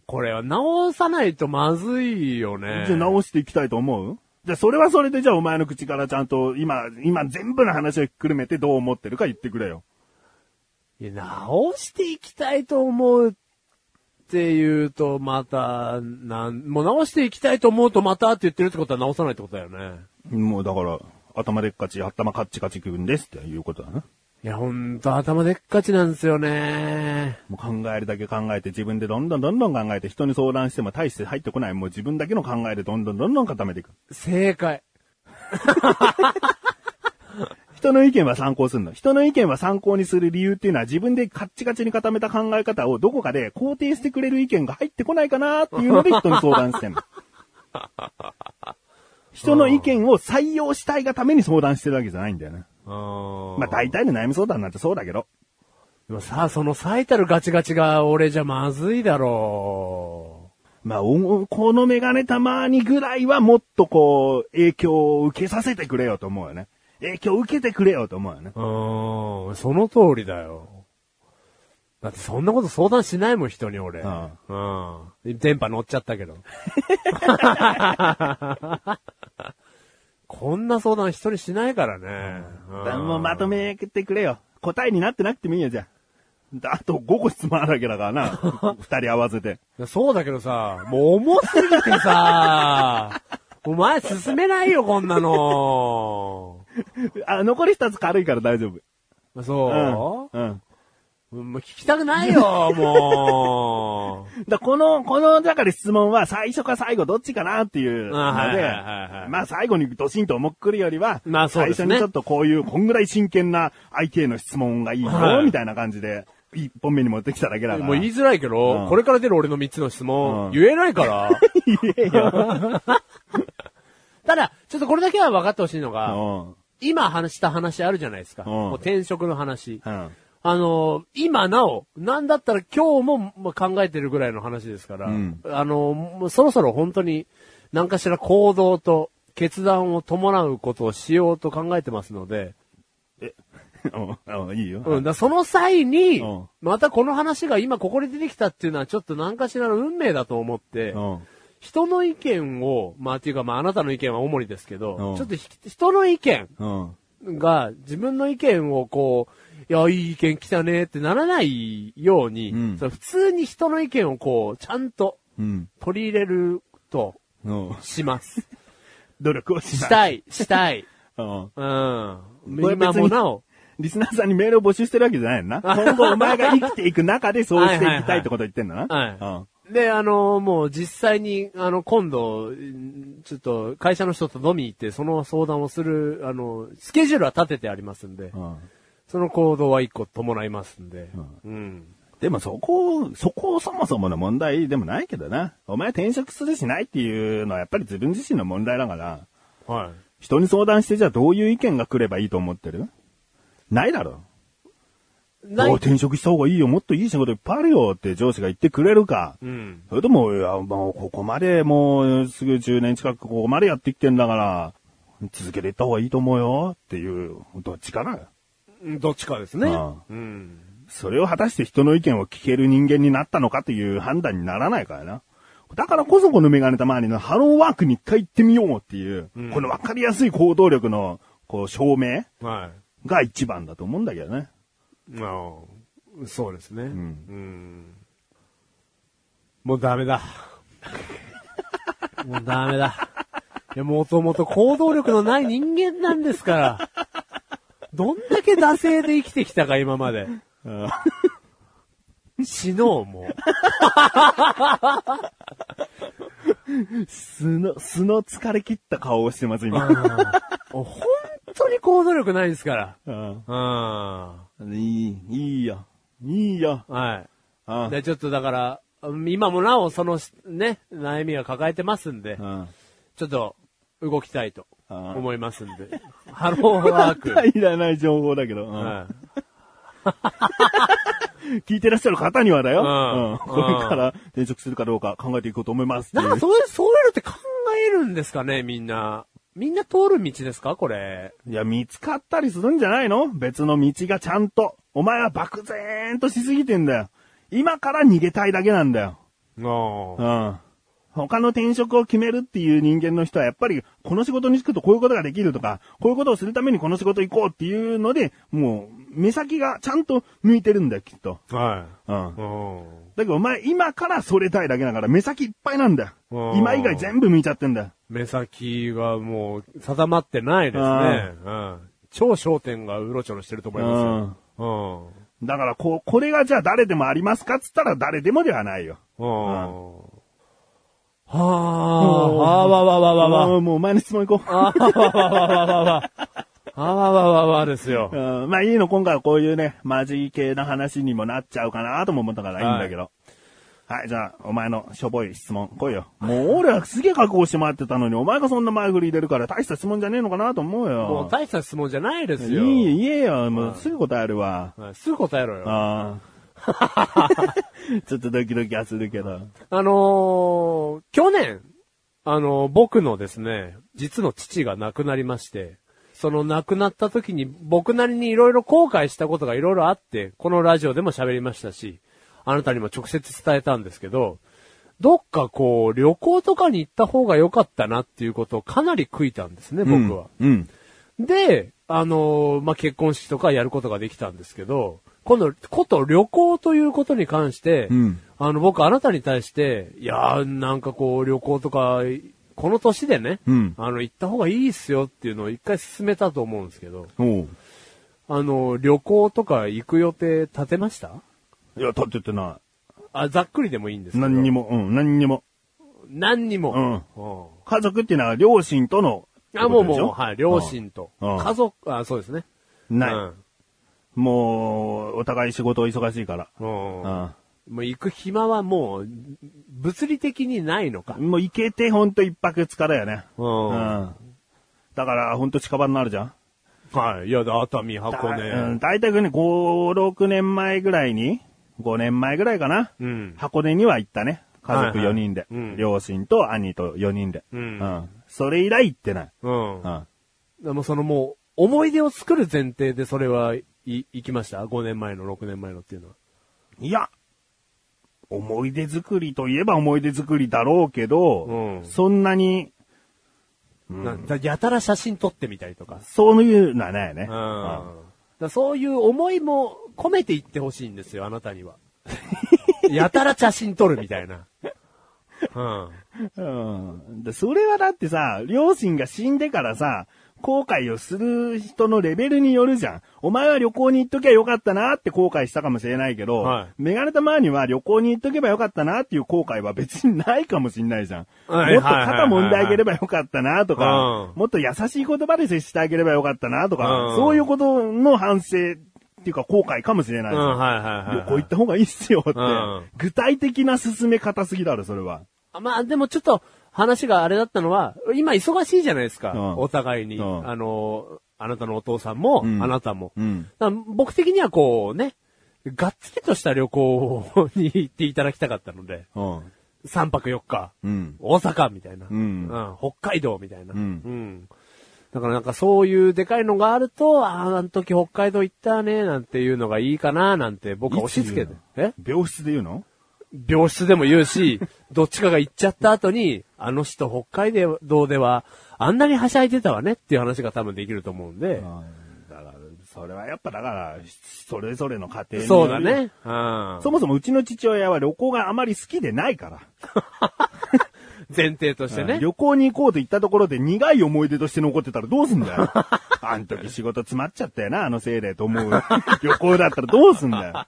A: これは直さないとまずいよね。
B: じゃあ直していきたいと思うじゃあそれはそれでじゃあお前の口からちゃんと今、今全部の話をひっくるめてどう思ってるか言ってくれよ。
A: いや直していきたいと思うっていうと、また、なん、もう直していきたいと思うとまたって言ってるってことは直さないってことだよね。
B: もうだから、頭でっかち、頭カッチカチくんですっていうことだな。
A: いや、ほんと頭でっかちなんですよね。
B: もう考えるだけ考えて、自分でどんどんどんどん考えて、人に相談しても大して入ってこない。もう自分だけの考えでどんどんどんどん固めていく。
A: 正解。
B: 人の意見は参考するの。人の意見は参考にする理由っていうのは自分でカッチカチに固めた考え方をどこかで肯定してくれる意見が入ってこないかなっていうので人に相談してんの。人の意見を採用したいがために相談してるわけじゃないんだよね。
A: ま
B: まあ大体の悩み相談なんてそうだけど。
A: でもさ、その最たるガチガチが俺じゃまずいだろ
B: まあ、おこのメガネたまにぐらいはもっとこう、影響を受けさせてくれよと思うよね。影響を受けてくれよと思うよね。
A: う。うーん、その通りだよ。だってそんなこと相談しないもん、人に俺。
B: あ
A: うん。電波乗っちゃったけど。こんな相談一人しないからね。
B: だもうまとめてくれよ。答えになってなくてもいいよ、じゃあ。あと5個質問あるわけだからな。二人合わせて。
A: め。そうだけどさ、もう重すぎてさ、お前進めないよ、こんなの。
B: あ、残り2つ軽いから大丈夫。
A: そう、
B: うん。うん。
A: うんもう聞きたくない *laughs* よ、も
B: *laughs* だこの、この中で質問は最初か最後どっちかなっていうので、
A: あはいはいはいはい
B: まあ最後にドシンと重くくるよりは、
A: まあそうですね
B: 最初にちょっとこういう、こんぐらい真剣な相手への質問がいいよ、
A: はい
B: みたいな感じで、一本目に持ってきただけだから。
A: もう言いづらいけど、
B: うん
A: これから出る俺の三つの質問、
B: うん
A: 言えないから。
B: *laughs* 言えよ。
A: *laughs* ただ、ちょっとこれだけは分かってほしいの
B: う
A: が、
B: ん。
A: 今話した話あるじゃないですか。
B: うん
A: もう転職の話。
B: うん。
A: あのー今なお、なんだったら今日もまあ考えてるぐらいの話ですから、
B: うん
A: あのーもうそろそろ本当に何かしら行動と決断を伴うことをしようと考えてますので、
B: うんうんいいよ。
A: うん、だからその際に
B: うん、
A: またこの話が今ここで出てきたっていうのはちょっと何かしらの運命だと思って、
B: うん。
A: 人の意見を、まあっていうかまああなたの意見は主にですけ
B: う
A: ど
B: ん、
A: ちょっとひ人の意見
B: うん。
A: が自分の意見をこう、いや、いい意見来たねってならないように、
B: うん
A: その普通に人の意見をこう、ちゃんと
B: うん。
A: 取り入れると
B: うん。
A: し
B: *laughs*
A: ます。
B: 努力をし
A: した
B: い。
A: い、したい。
B: うん。
A: うん。
B: これ別
A: 今
B: に
A: もなお。
B: リスナーさんにメールを募集してるわけじゃな
A: *laughs*
B: いのな。今後お前が生きていく中でそうしていきたいってことを言ってんだな。
A: はいで、あのもう実際に、あの、今度、んちょっと、会社の人と飲みに行って、その相談をする、あの、スケジュールは立ててありますんで、
B: うん。うん。
A: その行動は一個伴いますんで、うん。
B: でもそこ、そこそもそもの問題でもないけどな。お前転職するしないっていうのはやっぱり自分自身の問題だから、
A: はい。
B: 人に相談してじゃあどういう意見が来ればいいと思ってるないだろ。
A: な
B: お
A: い。
B: 転職した方がいいよ、もっといい仕事いっぱいあるよって上司が言ってくれるか。
A: うん。
B: それとも、いやもうここまでもうすぐ10年近くここまでやってきてんだから、続けていった方がいいと思うよっていう、どっちかな。
A: どっちかですね。
B: あ
A: うん。
B: それを果たして人の意見を聞ける人間になったのかという判断にならないからな。だからこそこのメガネたまわりのハローワークに一回行ってみようっていう、
A: うん
B: このわかりやすい行動力の、こう、証明
A: は
B: が一番だと思うんだけどね。
A: い。ああ、そうですね。うんもうダメだ。 *laughs* もうダメだ。いや、もともと行動力のない人間なんですから。どんだけ惰性で生きてきたか、今まで。死のう、も
B: 素の、素の疲れ切った顔をしてます、
A: う。
B: 今。
A: うん本当に行動力ないですから。
B: *laughs* うん
A: う
B: いい、いいよ。いいよ。
A: ん。はい。
B: うん
A: で、ちょっとだから、うん今もなおそのね、悩みは抱えてますんで
B: う、ん。
A: ちょっと動きたいと
B: ああ
A: 思いますんで。 *laughs* ハローワーク。
B: *laughs*
A: はい
B: いらない情報だけど、うん聞いてらっしゃる方にはだよ、
A: うん
B: うんこれから転職するかどうか考えていこうと思いますってい
A: な
B: うん
A: かそういう、そういうのって考えるんですかね、みんな。みんな通る道ですかこれ。
B: いや、見つかったりするんじゃないの別の道がちゃんと。お前は漠然としすぎてんだよ。今から逃げたいだけなんだよ。う
A: あ
B: ん。他の転職を決めるっていう人間の人はやっぱりこの仕事に就くとこういうことができるとか、こういうことをするためにこの仕事行こうっていうので、もう目先がちゃんと向いてるんだよ、きっと。
A: あ。は
B: うん
A: い。う。ん。
B: だけどお前今からそれたいだけだから目先いっぱいなんだよ。
A: うん
B: 今以外全部向いちゃってんだよ。
A: 目先がもう定まってないですね。うん。超焦点がうろちょろしてると思いますよ。
B: だからこう、これがじゃあ誰でもありますかっつったら誰でもではないよ。
A: うん。うん。はあ、
B: うん
A: あわわわわわ。
B: うんもうお前の質問行こう。
A: あわわわわわわ。あわわわわですよ。
B: *laughs* うんまあいいの、今回はこういうね、マジ系な話にもなっちゃうかなとも思ったからいいんだけど。はい、じゃあ、お前のしょぼい質問、来いよ。もう俺はすげえ覚悟して待ってたのに、お前がそんな前振り入れるから大した質問じゃねえのかなと思う
A: もう
B: よ。
A: 大した質問じゃないです
B: い
A: よ。
B: い、言えよ。もうすぐ答えるわ。
A: はいすぐ答えろよ。あ、
B: ああ。 *laughs* ちょっとドキドキはするけど。
A: のー、去年、あのー僕のですね、実の父が亡くなりまして、その亡くなった時に僕なりにいろいろ後悔したことがいろいろあって、このラジオでも喋りましたし、あなたにも直接伝えたんですけど、どっかこう旅行とかに行った方が良かったなっていうことをかなり悔いたんですね、僕は。
B: うん。うん。
A: で、あのーまあ、結婚式とかやることができたんですけど、今度、こと旅行ということに関して、
B: うん
A: あの、僕あなたに対して、いやー、なんかこう、旅行とか、この年でね、
B: うん
A: あの、行った方がいいっすよっていうのを一回進めたと思うんですけど、
B: おう
A: あの、旅行とか行く予定立てました
B: いや、立っててな
A: あ、ざっくりでもいいんです
B: い。
A: けど。
B: 何に
A: も。
B: も、うん、何にも。
A: 何にも。
B: うん
A: うん
B: 家族っていうのは両親との。
A: あ、もう
B: ってことでし
A: もう、
B: ょ
A: はい、両。親と、
B: うん
A: 家族、あ、そうですね。。
B: うんないう
A: ん
B: もう、お互い仕事忙しいから。
A: うん
B: あ
A: もう行く暇はもう、物理的にないのか
B: あ。もう行けてほんと一泊二日だよね。
A: うん
B: うんだから、ほんと近場になるじゃん。
A: はい。いやだ、熱海、箱
B: だ
A: 根。
B: うん、大体ね、5、6年前ぐらいに、5年前ぐらいかな。
A: うん。
B: 箱根には行ったね。家族
A: はいはい
B: 4人で。
A: うん
B: 両親と兄と4人で、
A: うん
B: それ以来行ってない。
A: うん。
B: うん
A: でもそのもう、思い出を作る前提でそれは、い、行きました ?5 年前の、6年前のっていうのは。
B: いや、思い出作りといえば思い出作りだろうけど、
A: うん
B: そんなに、
A: なんだやたら写真撮ってみたりとか。
B: そういうのはないね。
A: うん。だからそういう思いも込めていってほしいんですよ、あなたに *laughs* は。やたら写真撮るみたいな。うん。
B: うんでそれはだってさ、両親が死んでからさ、後悔をする人のレベルによるじゃん。お前は旅行に行っときゃよかったなって後悔したかもしれないけど、
A: はい
B: メガネたまには旅行に行っとけばよかったなっていう後悔は別にないかもしれないじゃん。
A: はい
B: もっと肩揉んであげればよかったなと
A: はいはいはい
B: か
A: う、ん
B: もっと優しい言葉で接してあげればよかったなとか、
A: うん
B: そういうことの反省っていうか後悔かもしれな
A: う
B: い
A: ん、
B: じゃん。
A: はいはいはい。
B: 旅行行った方がいいっすよって
A: うん。
B: 具体的な進め方すぎだろ、それは。
A: あまあでもちょっと話があれだったのは、今忙しいじゃないですか。
B: うん
A: お互いに、
B: うん
A: あの、あなたのお父さんも、
B: うん
A: あなたも。
B: うん
A: だから僕的にはこうね、がっつりとした旅行に行っていただきたかったので、
B: うん。
A: 3泊4日、
B: うん。
A: 大阪みたいな、
B: うん
A: 北海道みたいな、
B: うん
A: んだからなんかそういうでかいのがあると、ああ、あの時北海道行ったね、なんていうのがいいかな、なんて僕は押し付けて
B: いつ。
A: え
B: 病室で言うの
A: 病室でも言う
B: *laughs*
A: し、どっちかが行っちゃった後に、あの人北海道では、あんなにはしゃいでたわねっていう話が多分できると思うんで。
B: だから、それはやっぱだから、それぞれの家庭に
A: そうだ。ね。うん。
B: そもそもうちの父親は旅行があまり好きでないから。
A: 前提としてね。
B: 旅行に行こうと言ったところで苦い思い出として残ってたらどうすんだよ。 *laughs* あん時仕事詰まっちゃったよな、あのせいでと思
A: *laughs*
B: う。旅行だったらどうすんだよ。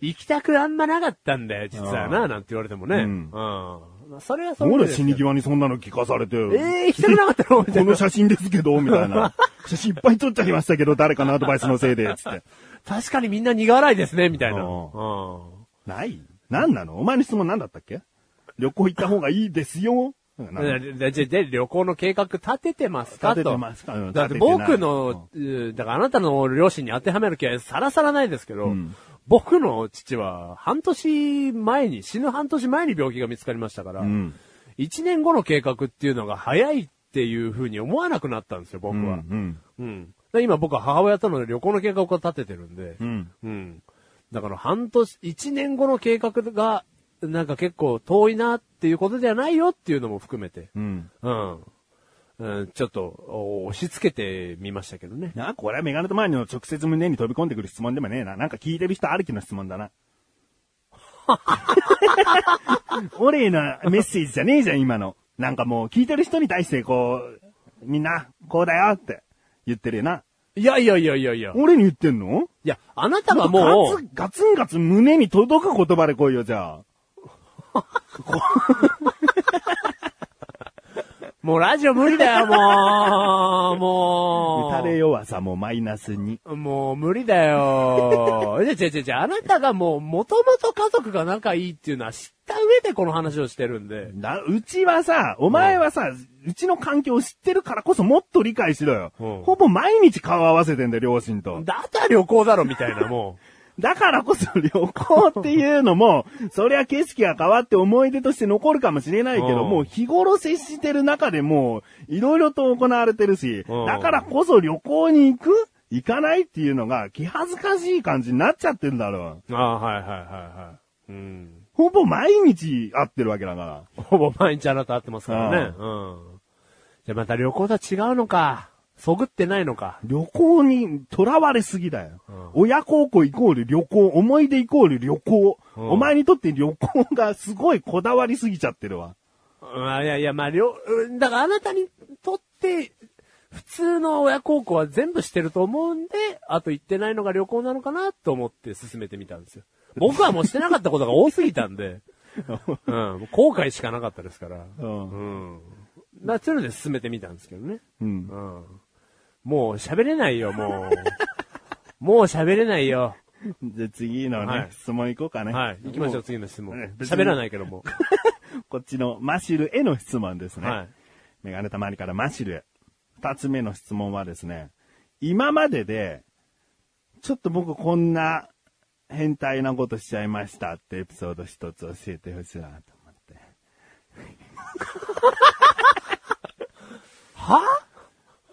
A: 行きたくあんまなかったんだよ、実はな、なんて言われてもね。
B: う
A: うんん。まあそれはそう
B: ほ
A: で
B: ら
A: す
B: 死
A: けど
B: に際にそんなの聞かされて。
A: ええー、行きたくなかった
B: *laughs*
A: のみた
B: こ
A: い
B: の
A: な。
B: 写真ですけど、みたいな。写真いっぱい撮っちゃいましたけど、誰かのアドバイスのせいで、つって。
A: 確かにみんな苦笑いですね、みたいな。
B: う
A: うんん。
B: ないなんなのお前の質問なんだったっけ旅行行った方がいいですよ。なんか
A: でででで旅行の計画立ててますかと。
B: 立ててますかうん
A: だって
B: 立ててない
A: 僕の、うんだからあなたの両親に当てはめる気はさらさらないですけど、僕の父は半年前に、死ぬ半年前に病気が見つかりましたから、
B: ん
A: 1年後の計画っていうのが早いっていうふうに思わなくなったんですよ、僕
B: うんう
A: は。
B: ん。
A: うん。で今僕は母親との旅行の計画を立ててるんで、
B: うん。
A: うん。だから半年、一年後の計画が、なんか結構遠いなっていうことではないよっていうのも含めて、
B: うん。
A: うん。うん、ちょっと、お押し付けてみましたけどね。
B: なあ、これはメガネとマニの直接胸に飛び込んでくる質問でもねえな。なんか聞いてる人ありきの質問 *laughs* だな。俺へのメッセージじゃねえじゃん、今の。なんかもう聞いてる人に対してこう、みんな、こうだよって言ってるよな。
A: いやいやいやいやいや。い
B: 俺に言ってんの
A: や、あなたはも
B: ガ
A: う、
B: ツンガツンガツン胸に届く言葉で来いよ、じゃあ。
A: もうラジオ無理だよ、もう、
B: *laughs*
A: もう。
B: 打たれ弱さもマイナスに。
A: もう無理だよ。じゃじゃじゃじゃあなたがもう元々家族が仲いいっていうのは知った上でこの話をしてるんで。
B: な、うちはさ、お前はさ、うちの環境を知ってるからこそもっと理解しろよ。
A: うん
B: ほぼ毎日顔合わせてんだよ、両親と。
A: だったら旅行だろみたいなも
B: だからこそ旅行っていうのも、そりゃ景色が変わって思い出として残るかもしれないけど、
A: うん
B: もう日頃接してる中でもう、いろいろと行われてるし、
A: うん
B: だからこそ旅行に行く行かないっていうのが気恥ずかしい感じになっちゃってんだろ。
A: う。ああ、はいはいはいはい。うん。
B: ほぼ毎日会ってるわけだから。
A: *laughs* ほぼ毎日あなた会ってますからね。
B: う
A: うん。じゃあまた旅行とは違うのか。そぐってないのか。
B: 旅行に囚われすぎだよ。
A: うん
B: 親孝行イコール旅行、思い出イコール旅行。
A: うん
B: お前にとって旅行がすごいこだわりすぎちゃってるわ。
A: うんあいやいや、まあ両、うんだからあなたにとって、普通の親孝行は全部してると思うんで、あと行ってないのが旅行なのかなと思って進めてみたん *laughs* ですよ。僕はもうしてなかったことが多すぎたん *laughs* で、うん、後悔しかなかったですから。
B: うん
A: うん。まあ、つるで進めてみたんですけどね。
B: うん *laughs*
A: うん。もう喋れないよ、もう。もう喋れないよ。
B: じゃあ次のね、
A: はい
B: 質問行こうかね。
A: はい。行きましょう、
B: も
A: 次の質問
B: ええ。別に
A: 喋らないけども。
B: うこっちのマシルへの質問です *laughs* ね。
A: はい。
B: メガネたまりからマシルへ。二つ目の質問はですね、今までで、ちょっと僕こんな変態なことしちゃいましたってエピソード一つ教えてほしいなと思って。
A: は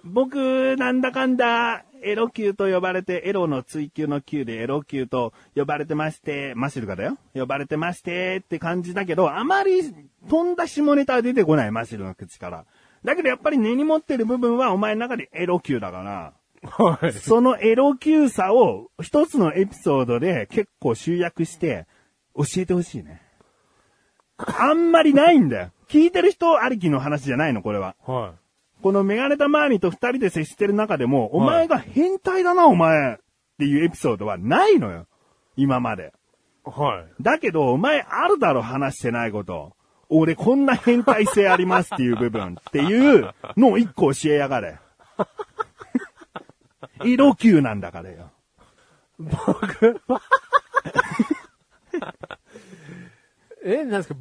B: 僕、なんだかんだ、エロ級と呼ばれて、エロの追求の級でエロ級と呼ばれてまして、マシルがだよ呼ばれてましてって感じだけど、あまり飛んだ下ネタは出てこない、マシルの口から。だけどやっぱり根に持ってる部分はお前の中でエロ級だから、
A: はい。
B: そのエロ級さを一つのエピソードで結構集約して教えてほしいね。あんまりないんだよ。聞いてる人ありきの話じゃないの、これは。
A: は
B: このメガネタマーニと二人で接してる中でも、お
A: はい
B: 前が変態だな、お前っていうエピソードはないのよ。今まで。
A: い。はい。
B: だけど、お前あるだろ、話してないこと。俺こんな変態性ありますっていう部分っていうのを一個教えやがれ。 *laughs* 色級なんだからよ。
A: 僕え、なんですか、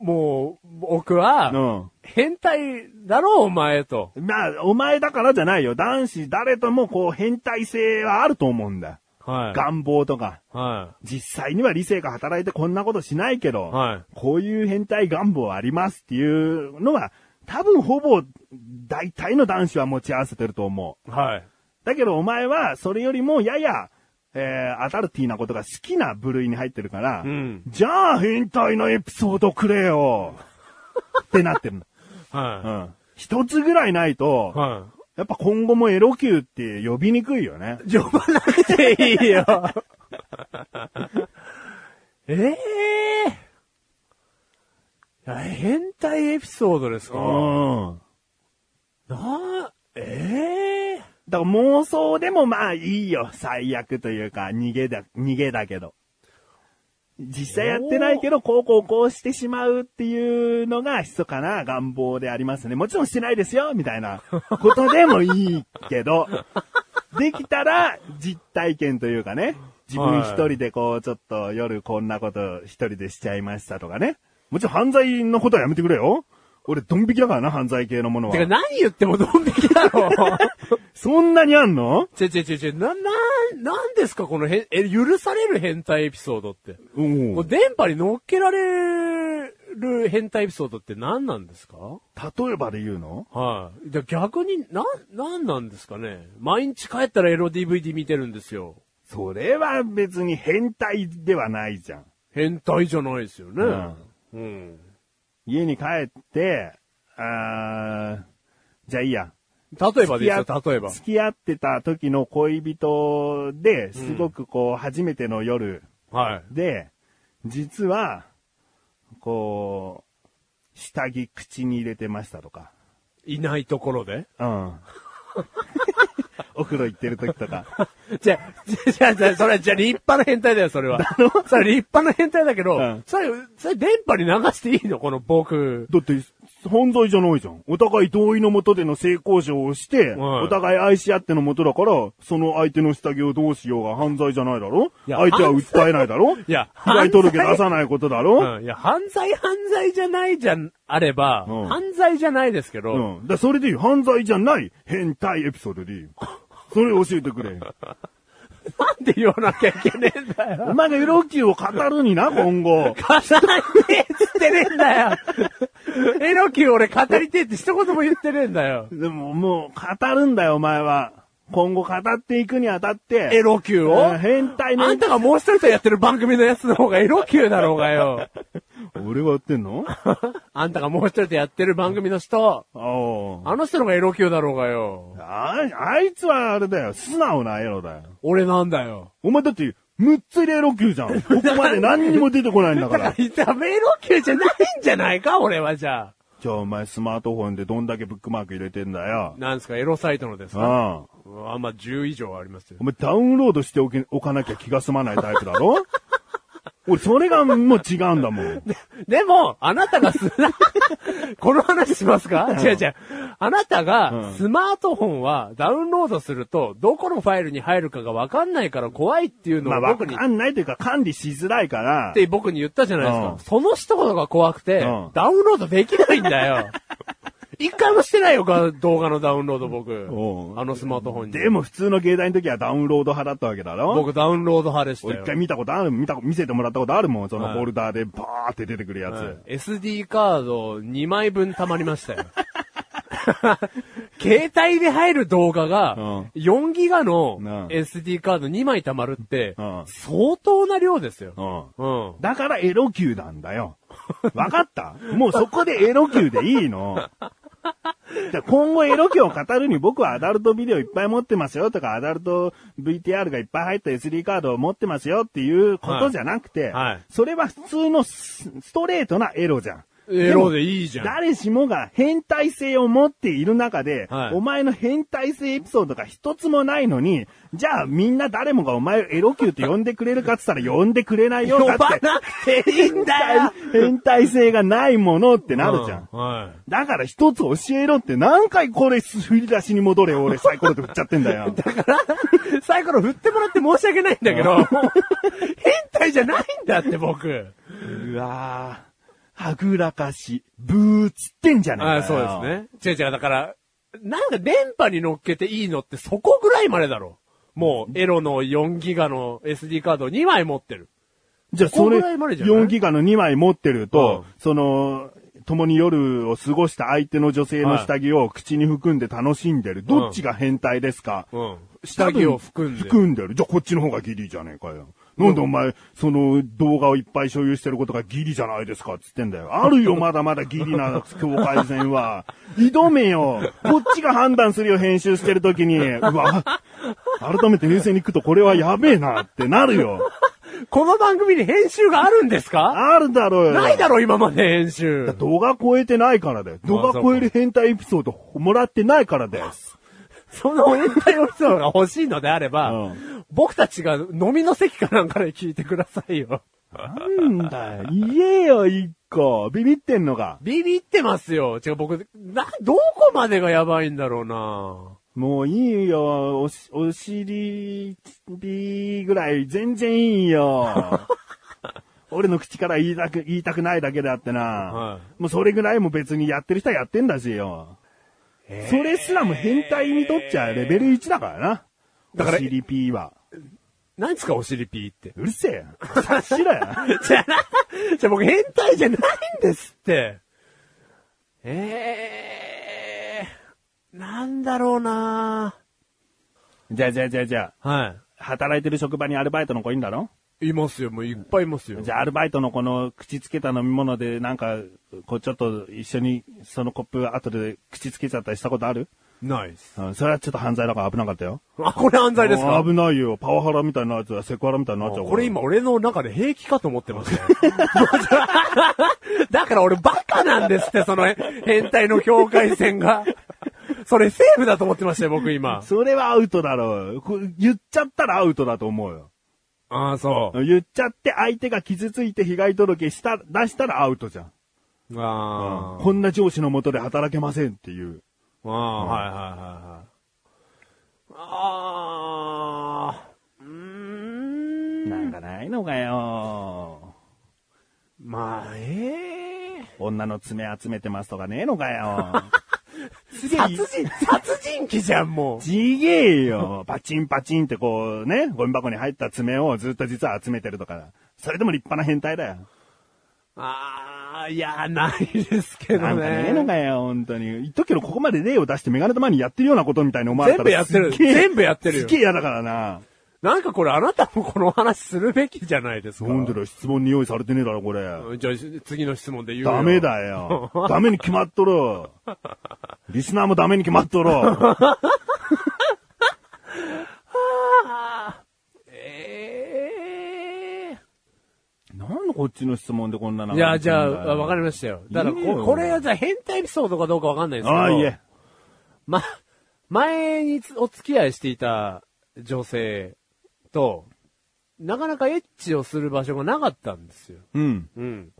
A: もう、僕は、
B: うん。
A: 変態だろ、お前と。
B: まあ、お前だからじゃないよ。男子誰ともこう変態性はあると思うんだ。
A: はい。
B: 願望とか。
A: は
B: 実際には理性が働いてこんなことしないけど、
A: はい
B: こういう変態願望ありますっていうのは、多分ほぼ大体の男子は持ち合わせてると思
A: い。はい。
B: う。だけどお前はそれよりもやや、えー、アダルティーなことが好きな部類に入ってるから、
A: うん
B: じゃあ変態のエピソードくれよ *laughs* ってなってるの。う
A: は
B: ん。一つぐらいないと
A: い。、は
B: やっぱ今後もエロ級って呼びにくいよね。
A: い。呼ばなく
B: *laughs*
A: ていいよ。ええいや変態エピソードですか
B: うん。
A: な、ええ
B: だから妄想でもまあいいよ。最悪というか、逃げだ、逃げだけど。実際やってないけど、こうこうこうしてしまうっていうのが、密かな願望でありますね。もちろんしてないですよ、みたいなことでもいいけど、できたら実体験というかね、自分一人でこう、ちょっと夜こんなこと一人でしちゃいましたとかね。もちろん犯罪のことはやめてくれよ。俺、ドン引きだからな、犯罪系のもの
A: てか
B: は。
A: 何言ってもドン引きだろ。
B: *laughs* そんなにあんの
A: ちょちょちょちょ、な、な、なんですかこのへん、え、許される変態エピソードって。
B: うん
A: もう電波に乗っけられる変態エピソードって何なんですか
B: 例えばで言うの
A: はい。で逆に、な、なんなんですかね毎日帰ったらエロ DVD 見てるんですよ。
B: それは別に変態ではないじゃん。
A: 変態じゃないですよね。うん。
B: 家に帰って、あーじゃあいいや。
A: 例えばです
B: 付き合
A: よ、例えば。
B: 付き合ってた時の恋人で、すごくこう、初めての夜
A: はい。
B: で、実は、こう、下着口に入れてましたとか。
A: いないところで。 *laughs*
B: うん。お風呂行ってる時とか。
A: *laughs* じゃ、じゃ、じゃ、それ、じゃ、立派な変態だよ、それは。それ立派な変態だけど、
B: うん
A: それ、それ電波に流していいのこの僕。
B: だって、犯罪じゃないじゃん。お互い同意のもとでの性交渉をして、
A: はい
B: お互い愛し合ってのもとだから、その相手の下着をどうしようが犯罪じゃないだろ
A: いや
B: 相手は訴えないだろ
A: いや
B: 被害届出さないことだろ
A: うん。いや、犯罪犯罪じゃないじゃん、あれば、
B: うん
A: 犯罪じゃないですけど、
B: うん。だからそれでいい。犯罪じゃない変態エピソードでいいよ。それ教えて
A: *laughs*
B: くれよ。
A: なんで言わなきゃいけねえんだよ。
B: お前がエロ級を語るにな、今後。
A: 語りてえっつってねえんだ
B: *laughs*
A: よ。エロキュー俺語りてえって一言も言ってねえんだよ。
B: でももう、語るんだよ、お前は。今後語っていくにあたって。
A: エロキュー
B: うん
A: を
B: 変態の
A: あんたがもう一人とやってる番組のやつの方がエロキューだろうがよ。 *laughs*
B: 俺がやってんのあ
A: あんたがもう一人とやってる番組の人、
B: あ。
A: あの人の方がエロキューだろうがよ。
B: あい、あいつはあれだよ。素直なエロだよ。
A: 俺なんだよ。
B: お前だって、6つ入れエロ級じゃん。ここまで何にも出てこないんだ
A: *laughs* だ
B: か
A: からら、。ダメエロキューじゃないんじゃないか俺はじゃあ。
B: じゃあお前スマートフォンでどんだけブックマーク入れてんだよ。
A: なんですか、エロサイトのです
B: う
A: か
B: ん。
A: あんま10以上ありますよ
B: お。前ダウンロードしておけ、おかなきゃ気が済まないタイプだ
A: *laughs*
B: ろ俺、それがもう違うんだもん。
A: *laughs* でも、あなたがす、この話しますか違う違う。あなた
B: う
A: が
B: ん
A: スマートフォンはダウンロードすると、どこのファイルに入るかがわかんないから怖いっていうの
B: まあ、
A: を
B: わ
A: 僕に、っ
B: かんないというか管理しづらいから、
A: て僕に言ったじゃないですか。
B: うん
A: その一言が怖くて、
B: うん
A: ダウンロードできないんだ
B: *laughs*
A: よ。一回もしてないよ、か動画のダウンロード僕
B: お。う
A: あのスマートフォンに。
B: でも普通の芸大の時はダウンロード派だったわけだろ
A: 僕ダウンロード派でした
B: 俺
A: よ
B: 一。回見たことある、見た、見せてもらったことあるもん、そ
A: は
B: の
A: い
B: ボルダーでバーって出てくるやつ。
A: はい SD カード2枚分溜まりました
B: *laughs*
A: よ。携帯で入る動画
B: う
A: が
B: ん
A: 4ギガの
B: うん
A: SD カード2枚溜まるって
B: うん
A: 相当な量ですよ。
B: うん。
A: うん。
B: だからエロ級なんだよ。わかったもうそこでエロ級でいいの。じゃあ今後エロ級を語るに僕はアダルトビデオいっぱい持ってますよとか、アダルト VTR がいっぱい入った SD カードを持ってますよっていうことじゃなくて、
A: はいはい
B: それは普通のスストレートなエロじゃん。
A: エロでいいじゃん。
B: 誰しもが変態性を持っている中で、
A: はい
B: お前の変態性エピソードが一つもないのに、じゃあみんな誰もがお前をエロ級って呼んでくれるかって言ったら呼んでくれないよ
A: 呼
B: だって。
A: ばなくていいんだよ
B: 変態変態性がないものってなるじゃん。
A: うは
B: だから一つ教えろって何回これ振り出しに戻れ俺サイコロで振っちゃってんだよ。
A: い。だから、サイコロ振ってもらって申し訳ないんだけど、もう変態じゃないんだって僕。
B: うわぁ。はぐらかし、ブーつってんじゃねえか
A: あ
B: よ。
A: あそうですね。違う違う、だから、なんか電波に乗っけていいのってそこぐらいまでだろ。もう、エロの4ギガの SD カードを2枚持ってる。
B: じゃあそ
A: こんぐ
B: れ、
A: らいまでじゃない
B: 4ギガの2枚持ってると、
A: う
B: その、共に夜を過ごした相手の女性の下着を口に含んで楽しんでる。どっちが変態ですか、
A: うん。下着を含んで。
B: 含んでる。じゃあこっちの方がギリじゃねえかよ。なんでお前、その動画をいっぱい所有してることがギリじゃないですかっつってんだよ。ある *laughs* よ、まだまだギリな境界線は。挑めよ。こっちが判断するよ、編集してる時に。うわ、改めて冷静に聞くとこれはやべえなってなるよ。
A: この番組に編集があるんですか
B: あるだろうよ。
A: ないだろ、今まで編集。
B: 動画超えてないからだよ。動
A: あ
B: 画超える変態エピソードもらってないからです。
A: その変態エピソードが欲しいのであれば、
B: うん
A: 僕たちが飲みの席かなんかで聞いてくださいよ。
B: なんだよ。言えよ、一個。ビビってんのが。
A: ビビってますよ。違う、僕、な、どこまでがやばいんだろうな
B: もういいよ。おし、お尻、ビーぐらい全然いいよ。 *laughs* 俺の口から言いたく、言いたくないだけであってな。
A: は
B: もうそれぐらいも別にやってる人はやってんだしよ。それすらも変態にとっちゃレベル1だからな。
A: だから
B: お尻ピーは。
A: 何ですか、お尻ピーって。 *laughs*
B: うるせえよ。察しろよ。
A: じゃな、じゃあ僕変態じゃないんですって。ええー、なんだろうな
B: *laughs* じゃあじゃあじゃあじゃあ。
A: は
B: 働いてる職場にアルバイトの子いんだろ
A: い。いますよ、もういっぱいいますよ。
B: じゃあアルバイトの子の口つけた飲み物でなんか、こうちょっと一緒にそのコップ後で口つけちゃったりしたことある
A: ナイス。
B: うん、それはちょっと犯罪だから危なかったよ。
A: あ、これ犯罪です
B: あ
A: か
B: 危ないよ。パワハラみたいなやつだ。セクハラみたいになっちゃうから
A: これ。今俺の中で平気かと思ってましたよ。 *laughs* だから俺バカなんですって、その変態の境界線が。それセーフだと思ってましたよ、僕今。
B: それはアウトだろう。こ言っちゃったらアウトだと思うよ。
A: ああ、そ
B: 言っちゃって相手が傷ついて被害届した、出したらアウトじゃん。
A: う。ああ。
B: こんな上司のもとで働けませんっていう。
A: ああ、はいはいはいはい。ああ、うーん。
B: なんかないのかよ。
A: まあ、え
B: 女の爪集めてますとかねえのかよ。す
A: え殺人、殺人鬼じゃん、も
B: ちげえよ。パチンパチンってこうね、ゴミ箱に入った爪をずっと実は集めてるとか。それでも立派な変態だよ。
A: う。ああ、いや、ないですけど
B: なんかねえの
A: ね。
B: かよ、本当に。言っとくけど、ここまで例を出してメガネと前にやってるようなことみたいに思われ
A: 全
B: た
A: 部
B: ら
A: やってる。
B: すげえ
A: 全部やってる
B: す
A: よ
B: げ。え嫌だからな。
A: なんかこれあなたもこの話するべきじゃないですか。
B: なんでだよ、質問に用意されてねえだろ、これ。
A: じゃあ、次の質問で言うよ
B: ダメ。だ
A: *laughs*
B: よ。ダメに決まっとろ。リスナーもダメに決まっ
A: *laughs*
B: とろ。
A: ああええ
B: なんでこっちの質問でこんな長
A: いや、じゃあ、わかり
B: る。
A: ましたよ。ただ
B: いいよ
A: こ、これはじゃあ変態エピソードかどうかわかんないですけど。
B: ああ、いえ。
A: ま、前につお付き合いしていた女性と、なかなかエッチをする場所がなかったんですよ。
B: うん。
A: うん。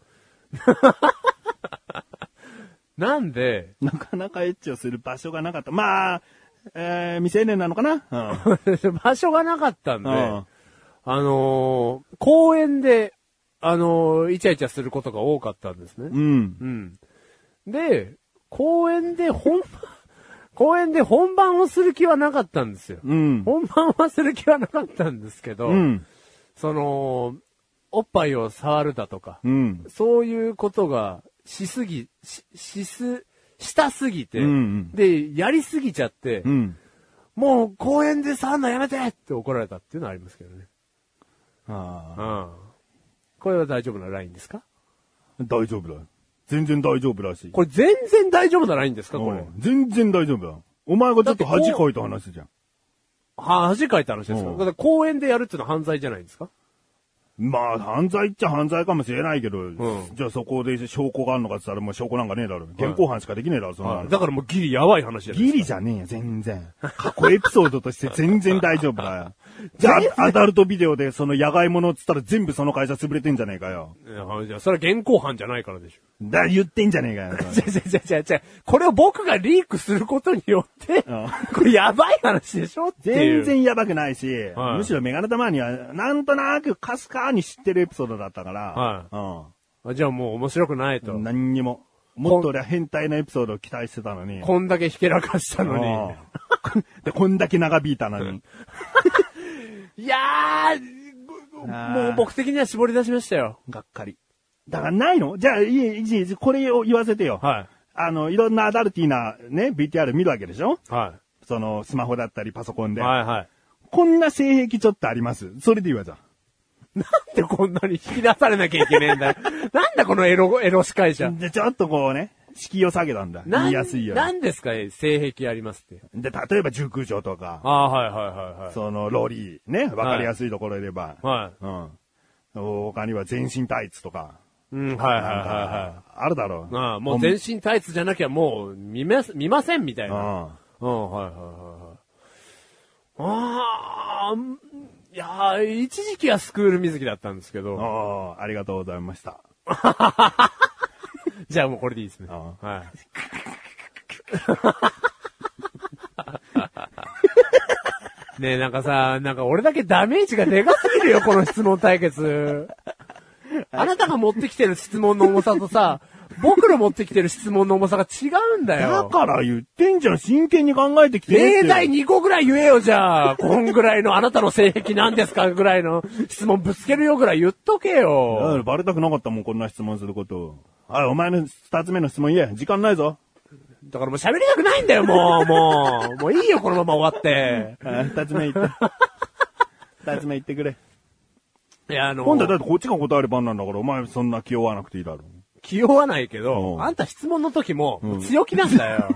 A: *laughs* なんで、 *laughs*
B: *laughs* なかなかエッチをする場所がなかった。まあ、えー、未成年なのかな、うん、
A: 場所がなかったんで、
B: うん
A: あのー公園で、あのーイチャイチャすることが多かったんですね。
B: うん。
A: うん。で、公園で本番、 *laughs* 公園で本番をする気はなかったんですよ。
B: うん。
A: 本番はする気はなかったんですけど、
B: うん。
A: その、おっぱいを触るだとか、
B: うん。
A: そういうことがしすぎ、し、しす、したすぎて、
B: うんうん
A: で、やりすぎちゃって、
B: うん。
A: もう公園で触るのやめてって怒られたっていうのはありますけどね。
B: ああ
A: うん。これは大丈夫なラインですか
B: 大丈夫だよ。全然大丈夫らしい。
A: これ全然大丈夫なラインですかこ
B: う
A: れ
B: ん。全然大丈夫だ。お前がちょっと恥かいた話じゃん。
A: は、恥かいた話ですか
B: う
A: だ
B: ん
A: から公園でやるっていうのは犯罪じゃないですか
B: まあ、犯罪っちゃ犯罪かもしれないけど、
A: ん
B: じゃあそこで証拠があるのかって言ったらもう証拠なんかねえだろ。現行犯しかできねえだろ、そんなの。
A: だからもうギリやばい話じゃない
B: ギリじゃねえよ、全然。過去エピソードとして全然大丈夫だ *laughs* よ。じゃあ、アダルトビデオでその野外ものっつったら全部その会社潰れてんじゃねえかよ。
A: いやじゃあそれは現行犯じゃないからでしょ。
B: だ、言ってんじゃねえかよ。
A: じゃじゃじゃじゃじゃこれを僕がリークすることによって、
B: う
A: これやばい話でしょっていう。
B: *laughs* 全。然やばくないし、
A: はい
B: むしろメガネ玉には、なんとなくかすかに知ってるエピソードだったから、
A: あじゃあもう面白くないと。
B: うん、何にも。もっと俺は変態なエピソードを期待してたのに。
A: こんだけひけらかしたの
B: うん *laughs* で、こんだけ長引いたのに。
A: に。いやー、
B: あー
A: もう僕的には絞り出しましたよ。
B: がっかり。だからないのじゃあ、いい、いいいい、これを言わせてよ。
A: は
B: あの、いろんなアダルティーなね、VTR 見るわけでしょ
A: い。は
B: その、スマホだったりパソコン
A: い。
B: で。
A: はいはい。
B: こんな性癖ちょっとあります。それでいいわじゃ
A: なんでこんなに引き出されなきゃいけねえん *laughs* だよ。なんだこのエロ、エロ司会者
B: ん。。で、ちょっとこうね、敷居を下げたんだ。
A: なん
B: 言いやすいよう
A: なんですか性癖ありますって。
B: に。で、例えば19条とか、
A: ああ、はいはいはいはい。
B: その、ロリー、ね、わかりやすいところで言えば。
A: は
B: うん。他には全身タイツとか。
A: い。うん、はいはいはい
B: なん
A: は
B: かあるだろ
A: い。ああ、もう全身タイツじゃなきゃもう見ます、見ませんみたいな。
B: うん。
A: うん、はいはいはいはい。ああ、うんいやー一時期はスクール水着だったんですけど、
B: ああ、ありがとうございました。
A: *laughs* じゃあもうこれでいいですね。
B: あ
A: はい。ねえ、なんかさ、なんか俺だけダメージがでかすぎるよ、この質問対決。あなたが持ってきてる質問の重さとさ、僕の持ってきてる質問の重さが違うんだ
B: だ
A: よ。
B: から言ってんじゃん、真剣に考えてきてねって
A: 例題2個ぐらい言えよ、じゃあ。こんぐらいのあなたの性癖なんですかぐらいの質問ぶつけるよぐらい言っとけ
B: だか
A: よ。
B: らバレたくなかったもん、こんな質問すること。あ、お前の二つ目の質問言え。時間ないぞ。
A: だからもう喋りたくないんだよ、もう、もう。もういいよ、このまま終わって。
B: あ二つ *laughs* 目言って。二つ目言ってくれ。
A: いや、あの、
B: 今度はだってこっちが答える番なんだから、お前そんな気負わなくていいだろ。
A: 気負わないけど、
B: うん
A: あんた質問の時も強気なんだ
B: *laughs*
A: よ。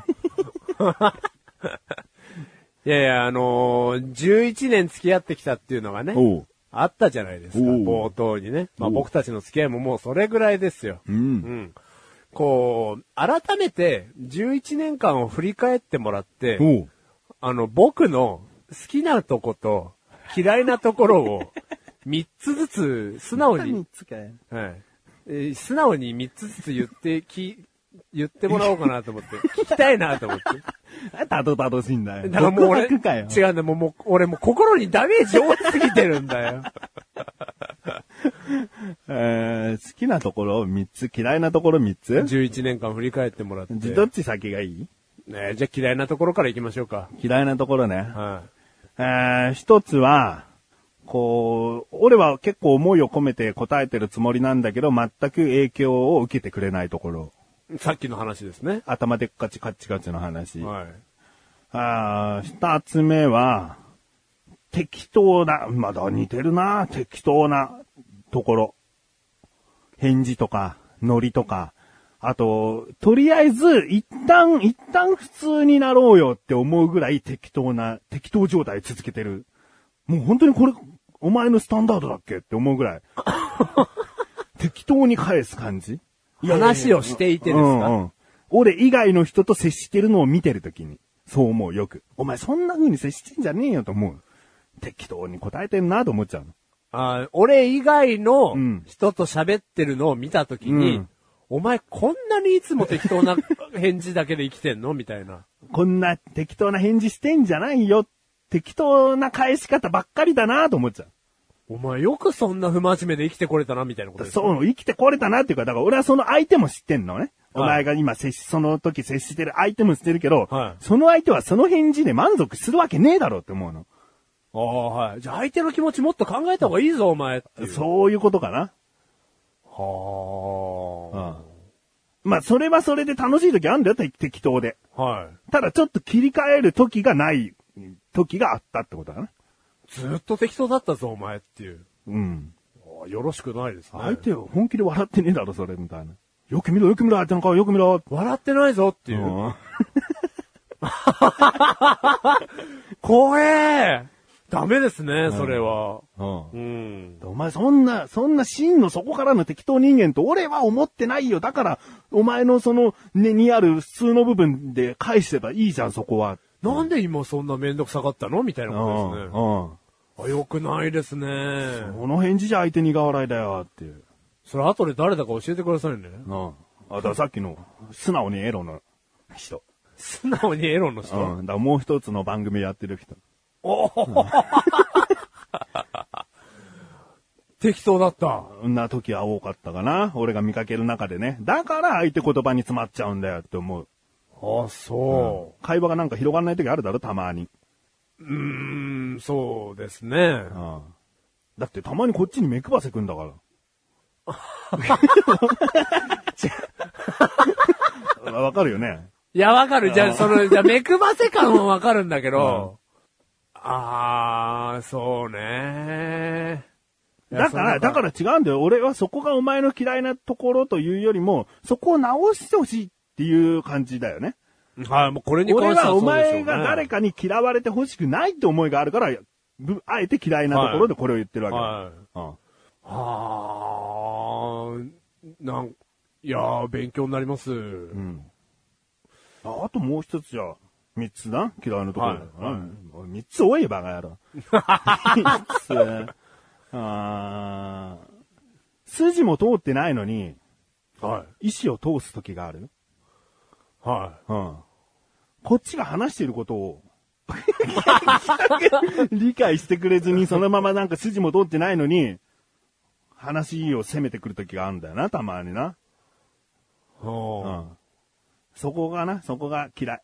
A: いやいや、あのー11年付き合ってきたっていうのがね、
B: おう。
A: あったじゃないですか、
B: おう
A: 冒頭にね。まあ
B: おう
A: 僕たちの付き合いももうそれぐらいですよ。
B: う。
A: うんん。こう、改めて11年間を振り返ってもらって、
B: おう。
A: あの、僕の好きなとこと嫌いなところを3つずつ素直に、
B: つかよ。
A: はいえー素直に3つずつ言ってき、言ってもらおうかなと思っ
B: *laughs*
A: て、聞きたいなと思って。
B: たどたどしいんだよ。
A: だからもう俺、
B: 独白 *laughs* かよ。
A: 違うんだ、もう、もう俺もう心にダメージ負いすぎてるんだ
B: *laughs*
A: よ。
B: えー好きなところ3つ、嫌いなところ3つ
A: 11年間振り返ってもらって。
B: どっち先がいい
A: ね、じゃあ嫌いなところから行きましょうか。
B: 嫌いなところね。
A: は
B: えー一つは、こう、俺は結構思いを込めて答えてるつもりなんだけど、全く影響を受けてくれないところ。
A: い。さっきの話ですね。
B: 頭でっかちカッチカチの話。
A: はい。
B: あー二つ目は、適当な、まだ似てるな、適当なところ。返事とか、ノリとか。あと、とりあえず、一旦、一旦普通になろうよって思うぐらい適当な、適当状態続けてる。もう本当にこれ、お前のスタンダードだっけって思う
A: *laughs*
B: ぐらい。適当に返す感じ
A: 話をしていてですか、
B: うんうん俺以外の人と接してるのを見てるときに、そう思うよく。お前そんな風に接してんじゃねえよと思う。適当に答えてんなと思っちゃうの。
A: あー俺以外の
B: うん
A: 人と喋ってるのを見たときに、
B: うん
A: お前こんなにいつも適当な返事だけで生きてんのみたいな。
B: こんな適当な返事してんじゃないよ。適当な返し方ばっかりだなと思っちゃう。
A: お前よくそんな不真面目で生きてこれたな、みたいなことです
B: そう、生きてこれたなっていうか、だから俺はその相手も知ってんのね。お
A: はい
B: 前が今接し、その時接してる相手も知ってるけど、
A: はい
B: その相手はその返事で満足するわけねえだろうって思うの。
A: ああ、はい。じゃあ相手の気持ちもっと考えた方がいいぞ、お前っていう。
B: そういうことかな。
A: はあ。
B: まあ、それはそれで楽しい時あるんだよ、て適当で。
A: はい。
B: ただちょっと切り替える時がない時があったってことだな。
A: ずっと適当だったぞ、お前っていう。
B: うん。
A: ああよろしくないですね。
B: 相手を本気で笑ってねえだろ、それ、みたいな。よく見ろ、よく見ろ、相手の顔、よく見ろ。
A: 笑ってないぞっていうう。
B: ん
A: 怖えダメですね、それは。
B: うん
A: うん。
B: お前そんな、そんな真の底からの適当人間と俺は思ってないよ。だから、お前のその、ね、にある普通の部分で返せばいいじゃん、そこは。
A: なんで今そんなめんどくさかったのみたいな
B: う
A: こと
B: ん。う
A: で
B: ん。
A: すね。
B: こ
A: あ、よくないですね。
B: の返事じゃ相手苦笑いだよ、っていう。
A: それ後で誰だか教えてくださいね。
B: うん。あ、だからさっきの、素直にエロの人。
A: 素直にエロの
B: う
A: 人。
B: ん。だからもう一つの番組やってる人。
A: おー *laughs* 適当だった。
B: そんな時は多かったかな。俺が見かける中でね。だから相手言葉に詰まっちゃうんだよって思う。
A: あ、そ
B: 会話がなんか広がらない時あるだろ、たまに。
A: う。うーん、そうですね。
B: うん。だってたまにこっちに目配せくん
A: *laughs*
B: だから。わかるよね。
A: いや、わかる。じゃあ、その、じゃあ、目くばせ感はわかるんだけど、あー、そうね。いや
B: だから、
A: そんな
B: だから違うんだよ。俺はそこがお前の嫌いなところというよりも、そこを直してほしいっていう感じだよね。
A: はい、もうこれに関
B: 俺
A: しては
B: は
A: そう
B: お
A: でしょう、ね。
B: 前が誰かに嫌われてほしくないって思いがあるから、ぶあえて嫌いなところでこれを言ってるわ
A: はい。
B: けだ。うん
A: あー、なん、いやー、勉強になります。
B: うん。ああともう一つじゃあ、三つだ嫌いなところだよな
A: はいはい
B: うん三つ多いよ、バカ野郎。三つ。あー筋も通ってないのに、
A: は
B: 意思を通す時がある。
A: い。は
B: うん。こっちが話していることを、 *laughs* 理解してくれずに、そのままなんか筋も通ってないのに、話を攻めてくる時があるんだよな、たまにな。
A: い。うん
B: そこがな、そこが嫌い。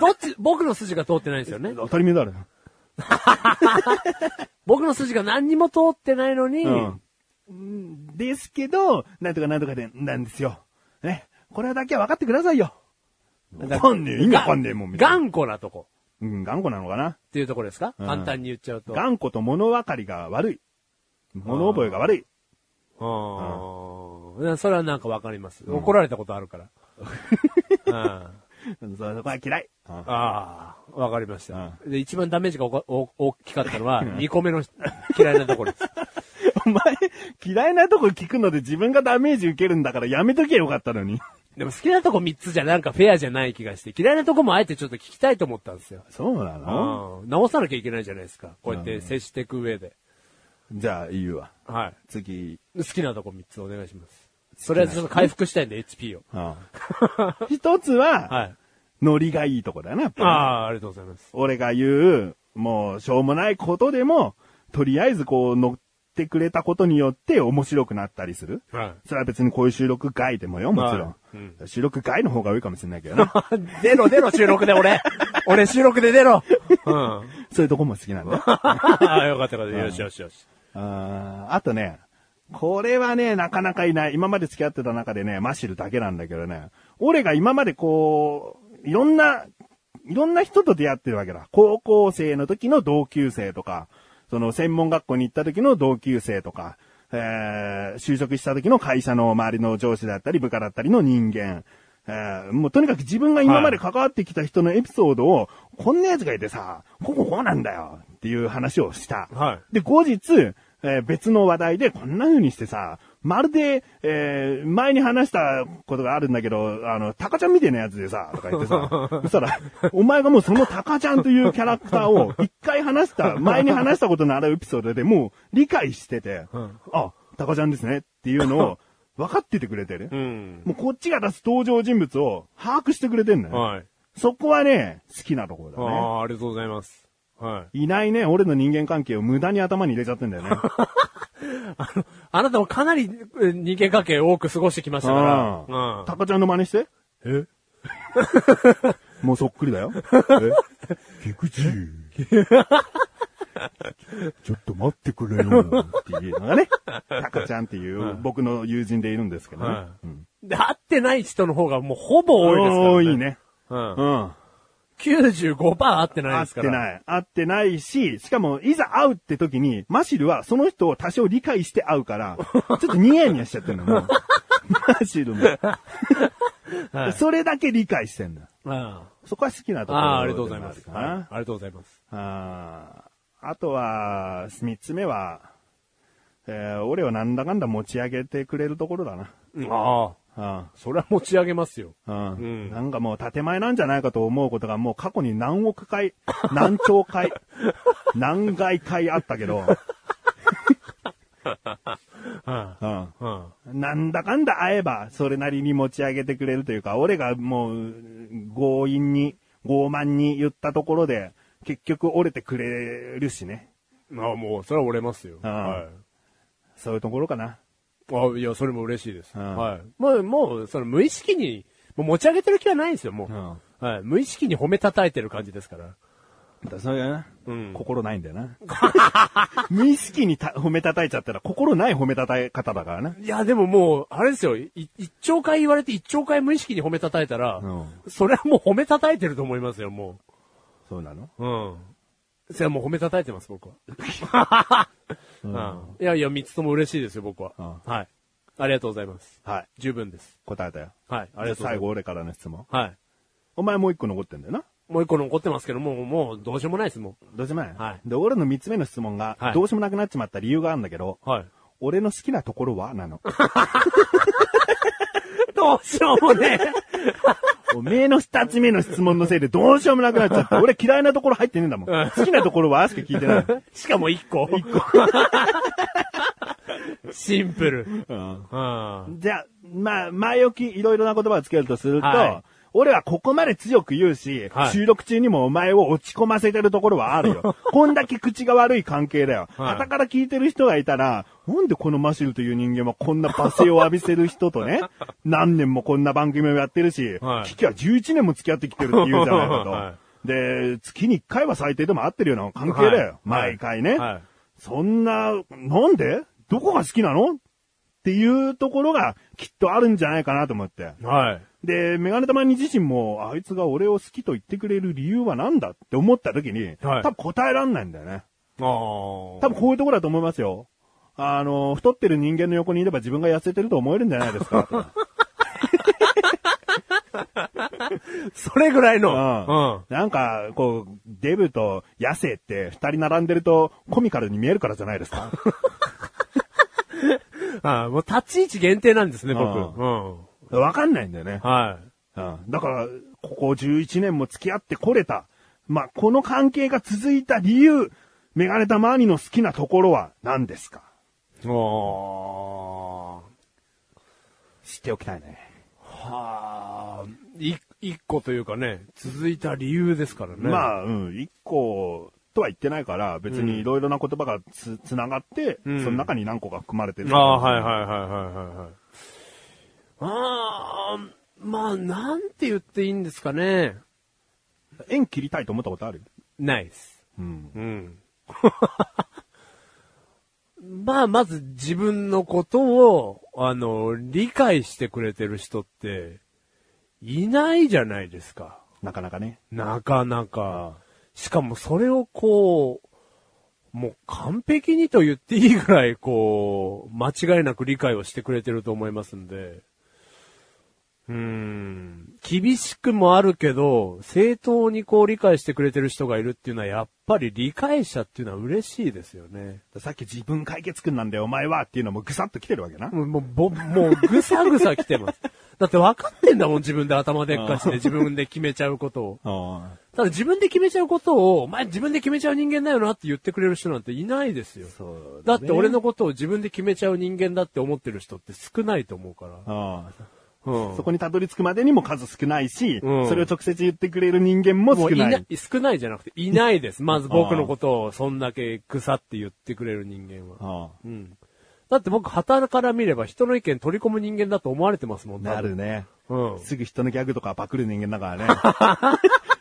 A: どっち、僕の筋が通ってないんですよね。
B: 当たり前だろ。
A: 僕の筋が何にも通ってないのに、
B: うんですけど、なんとかなんとかで、なんですよ。ね。これだけは分かってくださいよ。わかんねえ、意味わかんねえもん、みたいな。
A: 頑固なとこ
B: うん、頑固なのかな。
A: っていうところですか、
B: うん
A: 簡単に言っちゃうと。
B: 頑固と物分かりが悪い。物覚えが悪い。
A: うん。それはなんかわかります。怒られたことある
B: *laughs*
A: から。うん、あ
B: うんそそこは嫌い。
A: あ、わかりました。で、一番ダメージがおかお大きかったの
B: *laughs*
A: は、2個目の嫌いなところです。
B: お前、嫌いなとこ聞くので自分がダメージ受けるんだからやめときゃよかったのに。
A: でも好きなとこ3つじゃなんかフェアじゃない気がして、嫌いなとこもあえてちょっと聞きたいと思ったんですよ。
B: そうなの
A: うん直さなきゃいけないじゃないですか。こうやって接していく上で。
B: じゃあ、言うわ。
A: はい。
B: 次。
A: 好きなとこ3つお願いします。それはちょっと回復したいんで、HP を。
B: うん *laughs* 一つは、
A: はい。
B: ノリがいいとこだな、やっぱ
A: あ
B: り
A: あ、ありがとうございます。
B: 俺が言う、もう、しょうもないことでも、とりあえずこう、乗ってくれたことによって面白くなったりする。
A: は
B: それは別にこういう収録外でもよ、もちろん。
A: は
B: 収録外の方が多いかもしれないけど *laughs* ね。
A: い。 *laughs* 出ろ出ろ、収録で *laughs* 俺。俺収録で出ろ。 *laughs* うん。あ
B: そういうとこも好きなんだよ。あ
A: あ、よかったよかった。よしよしよし。
B: ーあとね、これはね、なかなかいない。今まで付き合ってた中でね、マシルだけなんだけどね。俺が今までこう、いろんな、いろんな人と出会ってるわけだ。高校生の時の同級生とか、その専門学校に行った時の同級生とか、えー、就職した時の会社の周りの上司だったり部下だったりの人間、えー、もうとにかく自分が今まで関わってきた人のエピソードを、こんな奴がいてさ、こここうなんだよっていう話をした。
A: はい
B: で、後日、えー別の話題でこんな風にしてさ、まるで、えー前に話したことがあるんだけど、あの、タカちゃんみたいなやつでさ、とか言ってさ、
A: *laughs*
B: そしたら、お前がもうそのタカちゃんというキャラクターを、一回話した、前に
A: *laughs*
B: 話したことのあるエピソードでもう理解してて、あ、タカちゃんですねっていうのを、分かっててくれてる。
A: うん。
B: もうこっちが出す登場人物を把握してくれてんのよ。
A: はい。
B: そこはね、好きなところ
A: あ
B: だね。
A: あ、ありがとうございます。はい。
B: いないね、俺の人間関係を無駄に頭に入れちゃってんだよね。
A: あの、あなたもかなりえ人間関係多く過ごしてきましたか
B: うん。
A: ら。
B: タカちゃんの真似して。
A: うん。え
B: もうそっくりだよ。え菊池。ちょっと待ってくれよ。っていうのがね、タカちゃんっていう僕の友人でいるんですけどね。
A: は
B: うん
A: い。で、会ってない人の方がもうほぼ多いですからね。
B: 多いね。
A: うん。
B: うん。
A: 95%会ってない
B: 合
A: で
B: っ
A: すか
B: て
A: ら。い。
B: ない。合ってないし、しかも、いざ会うって時に、マシルはその人を多少理解して会うから、ちょっとニヤニヤしちゃってるの、
A: *laughs*
B: もうマシルも。それだけ理解してんだ。
A: あ
B: そこは好きなところ
A: あー、ありがとうございます。
B: でも
A: はい
B: ある
A: ありがとうございます。
B: かなあーあとは、三つ目は、えー俺をなんだかんだ持ち上げてくれるところだな。
A: ああ、
B: あ
A: それは持ち上げますよ。
B: あ、う
A: うん
B: ん。なんかもう建前なんじゃないかと思うことがもう過去に何億
A: *laughs*
B: 回、何兆回、何外回あったけど、
A: はい。
B: うん。
A: は
B: なんだかんだ会えば、それなりに持ち上げてくれるというか、俺がもう、強引に、傲慢に言ったところで、結局折れてくれるしね。
A: い。ああ、もう、それは折れますよ。
B: ああ
A: はい。
B: そういうところかな。
A: あいや、それも嬉しいです。
B: うん
A: はい。もう、もう、その無意識に、もう持ち上げてる気はないんですよ、もう。はい。無意識に褒め叩いてる感じですから。
B: だそういうな、
A: うん
B: 心ないんだ
A: *laughs*
B: よな。無意識にた褒め叩いちゃったら、心ない褒め叩い方だからな。
A: いや、でももう、あれですよ、い一兆回言われて一兆回無意識に褒め叩いたら、
B: うん
A: それはもう褒め叩いてると思いますよ、も
B: そうなの
A: う。うん。それはもう褒め叩いてます、僕は。うんいやいや、三つとも嬉しいですよ、僕は。
B: うん
A: はい。ありがとうございます。
B: はい。
A: 十分です。
B: 答えたよ。
A: はい。ありがとうござい
B: 最後
A: ま
B: 俺からの質問。
A: す。はい。
B: お前もう一個残ってんだよな。
A: もう一個残ってますけど、もう、もう、どうしようもないです、も
B: どうしようもない。
A: はい
B: で、俺の三つ目の質問が、
A: はい
B: どうしようもなくなっちまった理由があるんだけど、
A: う。はい。
B: 俺の好きなところはなの。
A: *laughs* どうしようもね
B: *laughs* おめえの二つ目の質問のせいでどうしようもなくなっちゃった。俺嫌いなところ入ってねえんだもん。好きなところはしか聞いてない。
A: え。しかも一個。一個。 *laughs* シンプル。うん。
B: じゃあ、まあ、前置きいろいろな言葉をつけるとすると、
A: はい
B: 俺はここまで強く言うし、
A: はい
B: 収録中にもお前を落ち込ませてるところはある
A: *laughs*
B: よ。こんだけ口が悪い関係だよ。
A: はい
B: 傍から聞いてる人がいたら、なんでこのマシルという人間はこんな罵声を浴びせる人
A: *laughs*
B: とね、何年もこんな番組をやってるし、
A: はい
B: 聞きは11年も付き合ってきてるって言うじゃないかと。
A: *laughs* は
B: で、月に1回は最低でも会ってるような関係だよ。
A: はい
B: 毎回ね。
A: はい
B: そんな、なんでどこが好きなのっていうところがきっとあるんじゃないかなと思って。
A: はい。
B: で、メガネたまに自身も、あいつが俺を好きと言ってくれる理由は何だって思った時に、
A: はい
B: 多分答えらんないんだよね。
A: ああ。
B: 多分こういうところだと思いますよ。あの、太ってる人間の横にいれば自分が痩せてると思えるんじゃないですか。と
A: *laughs* それぐらいの。
B: うん
A: うん。
B: なんか、こう、デブと野生って二人並んでるとコミカルに見えるからじゃないです
A: *laughs*
B: か。
A: ああ、もう立ち位置限定なんですね、僕。
B: ああ
A: うん。
B: わかんないんだよね。
A: はい。
B: うんだから、ここ11年も付き合ってこれた。まあ、この関係が続いた理由、メガネたマーニの好きなところは何ですか
A: お
B: 知っておきたいね。
A: はあ、い一個というかね、続いた理由ですからね。
B: ま
A: あ、
B: あ、うん、一個とは言ってないから、別にいろいろな言葉がつ、つながって、
A: うん
B: その中に何個か含まれてる。
A: ああ、はいはいはいはいはいはい。ああ、まあ、なんて言っていいんですかね。
B: 縁切りたいと思ったことある
A: ないです。
B: うん。
A: うん。 *laughs* まあ、まず自分のことを、あの、理解してくれてる人って、いないじゃないですか。
B: なかなかね。
A: なかなか。しかもそれをこう、もう完璧にと言っていいぐらい、こう、間違いなく理解をしてくれてると思いますんで。うーん。厳しくもあるけど、正当にこう理解してくれてる人がいるっていうのは、やっぱり理解者っていうのは嬉しいですよね。
B: さっき自分解決君なんだよ、お前はっていうのもぐさっと来てるわけな。
A: もう、もうぼ、もうぐさぐさ来てます。だって分かってんだもん、自分で頭でっかちで自分で決めちゃうことを。
B: あ
A: ただ自分で決めちゃうことを、お前自分で決めちゃう人間だよなって言ってくれる人なんていないですよ。
B: そう
A: だって俺のことを自分で決めちゃう人間だって思ってる人って少ないと思うから。
B: ああ
A: うん
B: そこにたどり着くまでにも数少ないし、
A: うん
B: それを直接言ってくれる人間も
A: もう
B: 少
A: い
B: ない。
A: な少ないじゃなくて、いないです。まず僕のことをそんだけ腐って言ってくれる人間は。
B: あ
A: うん。だって僕、旗から見れば人の意見取り込む人間だと思われてますも
B: あ
A: ん
B: なる。ね。
A: 多分うん。
B: すぐ人のギャグとかパクる人間だからね。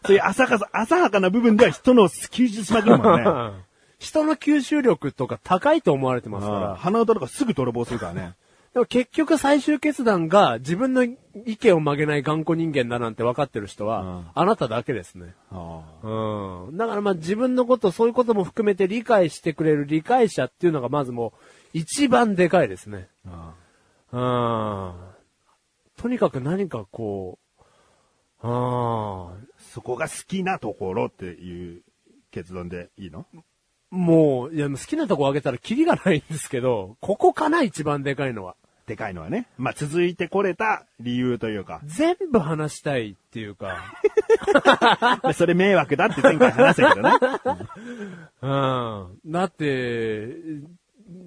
B: そういう浅かさ、浅はかな部分では人の吸収しまくるもんね。
A: *laughs* 人の吸収力とか高いと思われてますか
B: ああ
A: ら。
B: 鼻歌とかすぐ泥棒するからね。
A: でも結局最終決断が自分の意見を曲げない頑固人間だなんて分かってる人は、あなただけですね。
B: あ
A: うん。だからまあ自分のこと、そういうことも含めて理解してくれる理解者っていうのがまずもう一番でかいですね。
B: ああ
A: うん。とにかく何かこう、うん。
B: あそこが好きなところっていう結論でいいの
A: もう、いや、好きなとこあげたらキリがないんですけど、ここかな一番でかいのは。。
B: でかいのはね。まあ、続いてこれた理由というか
A: 全部話したいっていうか、
B: まあそれ迷惑だって前回話したけどね。
A: *laughs* うん。だって、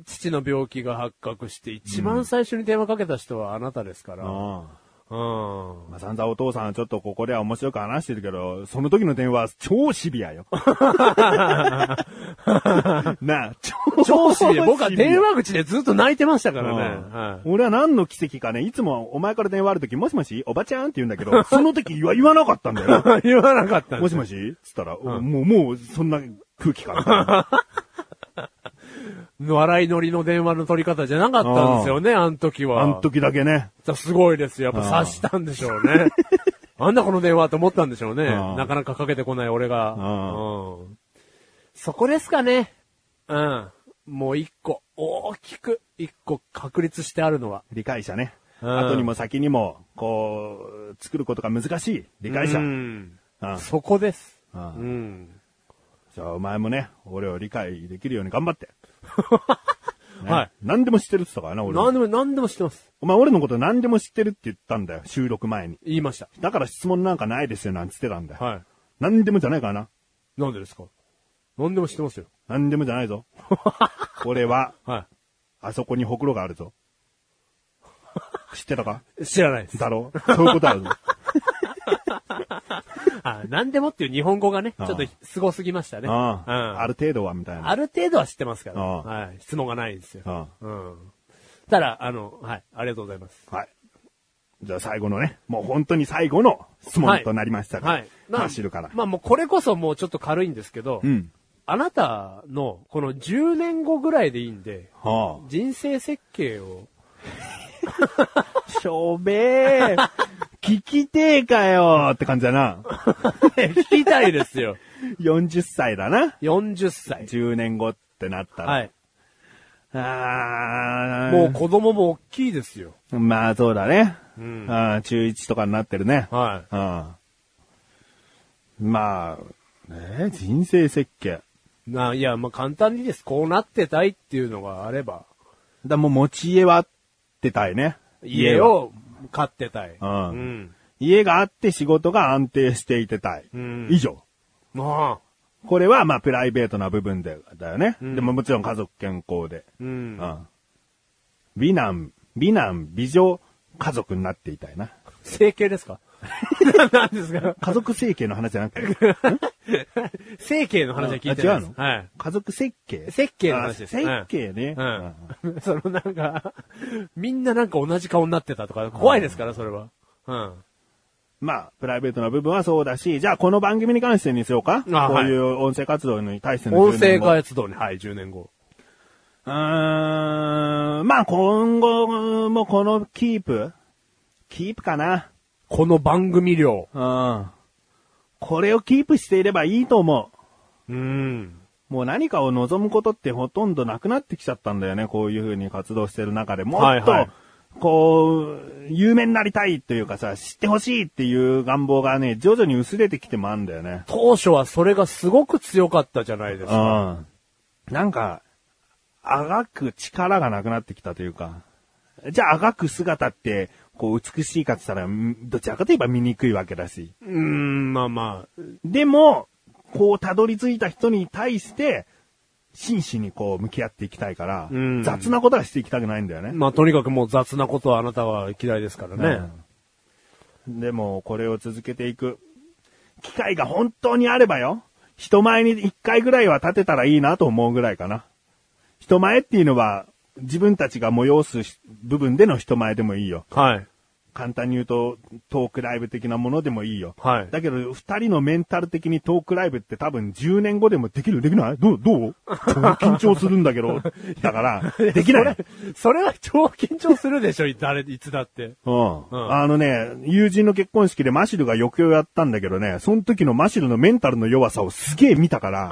A: 父の病気が発覚して一番最初に電話かけた人はあなたですから。うん。
B: ああまあ、散々お父さんはちょっとここでは面白く話してるけど、その時の電話は超シビ
A: *laughs*
B: アよ。なあ、超
A: 超シビア。僕は
B: シビア
A: 電話口でずっと泣いてましたか
B: う
A: ら
B: ん
A: ね。はい
B: 俺は何の奇跡かね、いつもお前から電話ある時、もしもしおばちゃんって言うんだけど、その時は言わなかったんだ
A: *laughs*
B: よ。
A: 言わなかったんで
B: も
A: す
B: し
A: よ
B: もしつったら、もう、もう、そんな空気感。
A: 笑い乗りの電話の取り方じゃなかったんですよね、あの時は。
B: あん時だけね。
A: だすごいですよ。やっぱ察したんでしょう
B: *laughs*
A: ね。なんだこの電話と思ったんでしょうね。
B: ああ
A: なかなかかけてこない俺が。
B: あ
A: うんそこですかね。うん。もう一個、大きく、一個確立してあるのは。
B: 理解者ね。
A: うん
B: 後にも先にも、こう、作ることが難しい理解者。
A: う
B: うん
A: ん
B: じ
A: そこです。う
B: ああ
A: ん。
B: ゃあ、お前もね、俺を理解できるように
A: *laughs*
B: 頑張って。ね
A: はい。
B: 何でも知ってるって言ったからな、俺。
A: 何でも、何でも知ってます。
B: お前、俺のこと何でも知ってるって言ったんだよ、収録前に。
A: 言いました。
B: だから質問なんかないですよ、なんつってたんだよ。
A: はい。
B: 何でもじゃないからな。
A: なんでですか何でも知ってますよ。
B: 何でもじゃな
A: *laughs*
B: いぞ。俺は、
A: は
B: あそこにほくろがあ
A: *laughs*
B: るぞ。知ってたか
A: い。知らないです。
B: だろそういうこ
A: *laughs*
B: とあるぞ。
A: あ、なんでもっていう日本語がね、ちょ
B: ああ
A: っと凄すぎましたね。
B: あ
A: う
B: あ
A: ん
B: ある程度は、みたいな。
A: ある程度は知ってますから。
B: ああ
A: はい。質問がないんですよ。
B: あ
A: うん。ただ、あの、はい。ありがとうございます。
B: はい。じゃあ最後のね、もう本当に最後の質問となりました
A: はい。
B: マッシュルから。
A: まあもうこれこそもうちょっと軽いんですけど、
B: うん。
A: あなたのこの10年後ぐらいでいいんで、
B: は
A: 人生設計
B: *laughs*
A: を、
B: あ。しょべー。聞きてえかよって感じだ *laughs* な。
A: 聞きたいですよ。
B: 40歳だな。
A: 40歳。
B: 10年後ってなったら。
A: はい。
B: あー
A: もう子供も大きいですよ。
B: まあそうだね。
A: うん
B: あー中1とかになってるね。
A: は
B: うん。まあ、ね、人生設計。
A: い。な、いや、まあ簡単にです。こうなってたいっていうのがあれば、
B: だもう持ち家はあってたいね。
A: 家
B: は。
A: を買ってたい。
B: うん
A: うん。
B: 家があって仕事が安定していてたい。
A: うん
B: 以上。
A: まあ、
B: これはまあプライベートな部分で、だよね。
A: ん
B: でももちろん家族健康で。
A: う。
B: うんん。美男、美男、美女、家族になっていたいな。
A: 整形ですか *laughs* 何ですか
B: 家族整形の話じゃ
A: *laughs*
B: なくて。
A: 整形の話は聞いて
B: あ
A: ない
B: 違う
A: です。
B: の
A: はい。
B: 家族設計
A: 設計の話です
B: あ設計ね。
A: うん。 *laughs* そのなんか、みんななんか同じ顔になってたとか、怖いですから、それは。うん。
B: まあ、プライベートな部分はそうだし、じゃあこの番組に関してにしようかこ
A: あ
B: ういう音声活動に対しての
A: 音声
B: 活動。
A: 活動に、はい、10年後。
B: うーん、まあ今後もこのキープキープかな
A: この番組量。
B: うん。これをキープしていればいいと思
A: うん。
B: う。もう何かを望むことってほとんどなくなってきちゃったんだよね。こういう風に活動してる中でもっと、
A: はいはい
B: こう、有名になりたいというかさ、知ってほしいっていう願望がね、徐々に薄れてきてもあるんだよね。
A: 当初はそれがすごく強かったじゃないですか。
B: うん。なんか、あがく力がなくなってきたというか、じゃああがく姿ってこう、美しいかって言ったら、んどちらかといえば醜いわけだし。
A: うーん、まあまあ。
B: でも、こう、たどり着いた人に対して、真摯にこう、向き合っていきたいから
A: う、ん
B: 雑なことはしていきたくないんだよね。
A: まあとにかくもう雑なことはあなたは嫌いですからね。
B: うんでも、これを続けていく。機会が本当にあればよ。人前に一回ぐらいは立てたらいいなと思うぐらいかな。人前っていうのは、自分たちが催すし部分での人前でもいいよ。
A: はい。
B: 簡単に言うと、トークライブ的なものでもいいよ。
A: はい
B: だけど、二人のメンタル的にトークライブって多分10年後でもできるできないどうどう緊張するんだ
A: *laughs*
B: けど。だから、できない。
A: それは超緊張するでしょ、誰、いつだって。
B: うん。
A: ん
B: あのね、友人の結婚式でマシルが余興やったんだけどね、その時のマシルのメンタルの弱さをすげえ見
A: *laughs*
B: たから、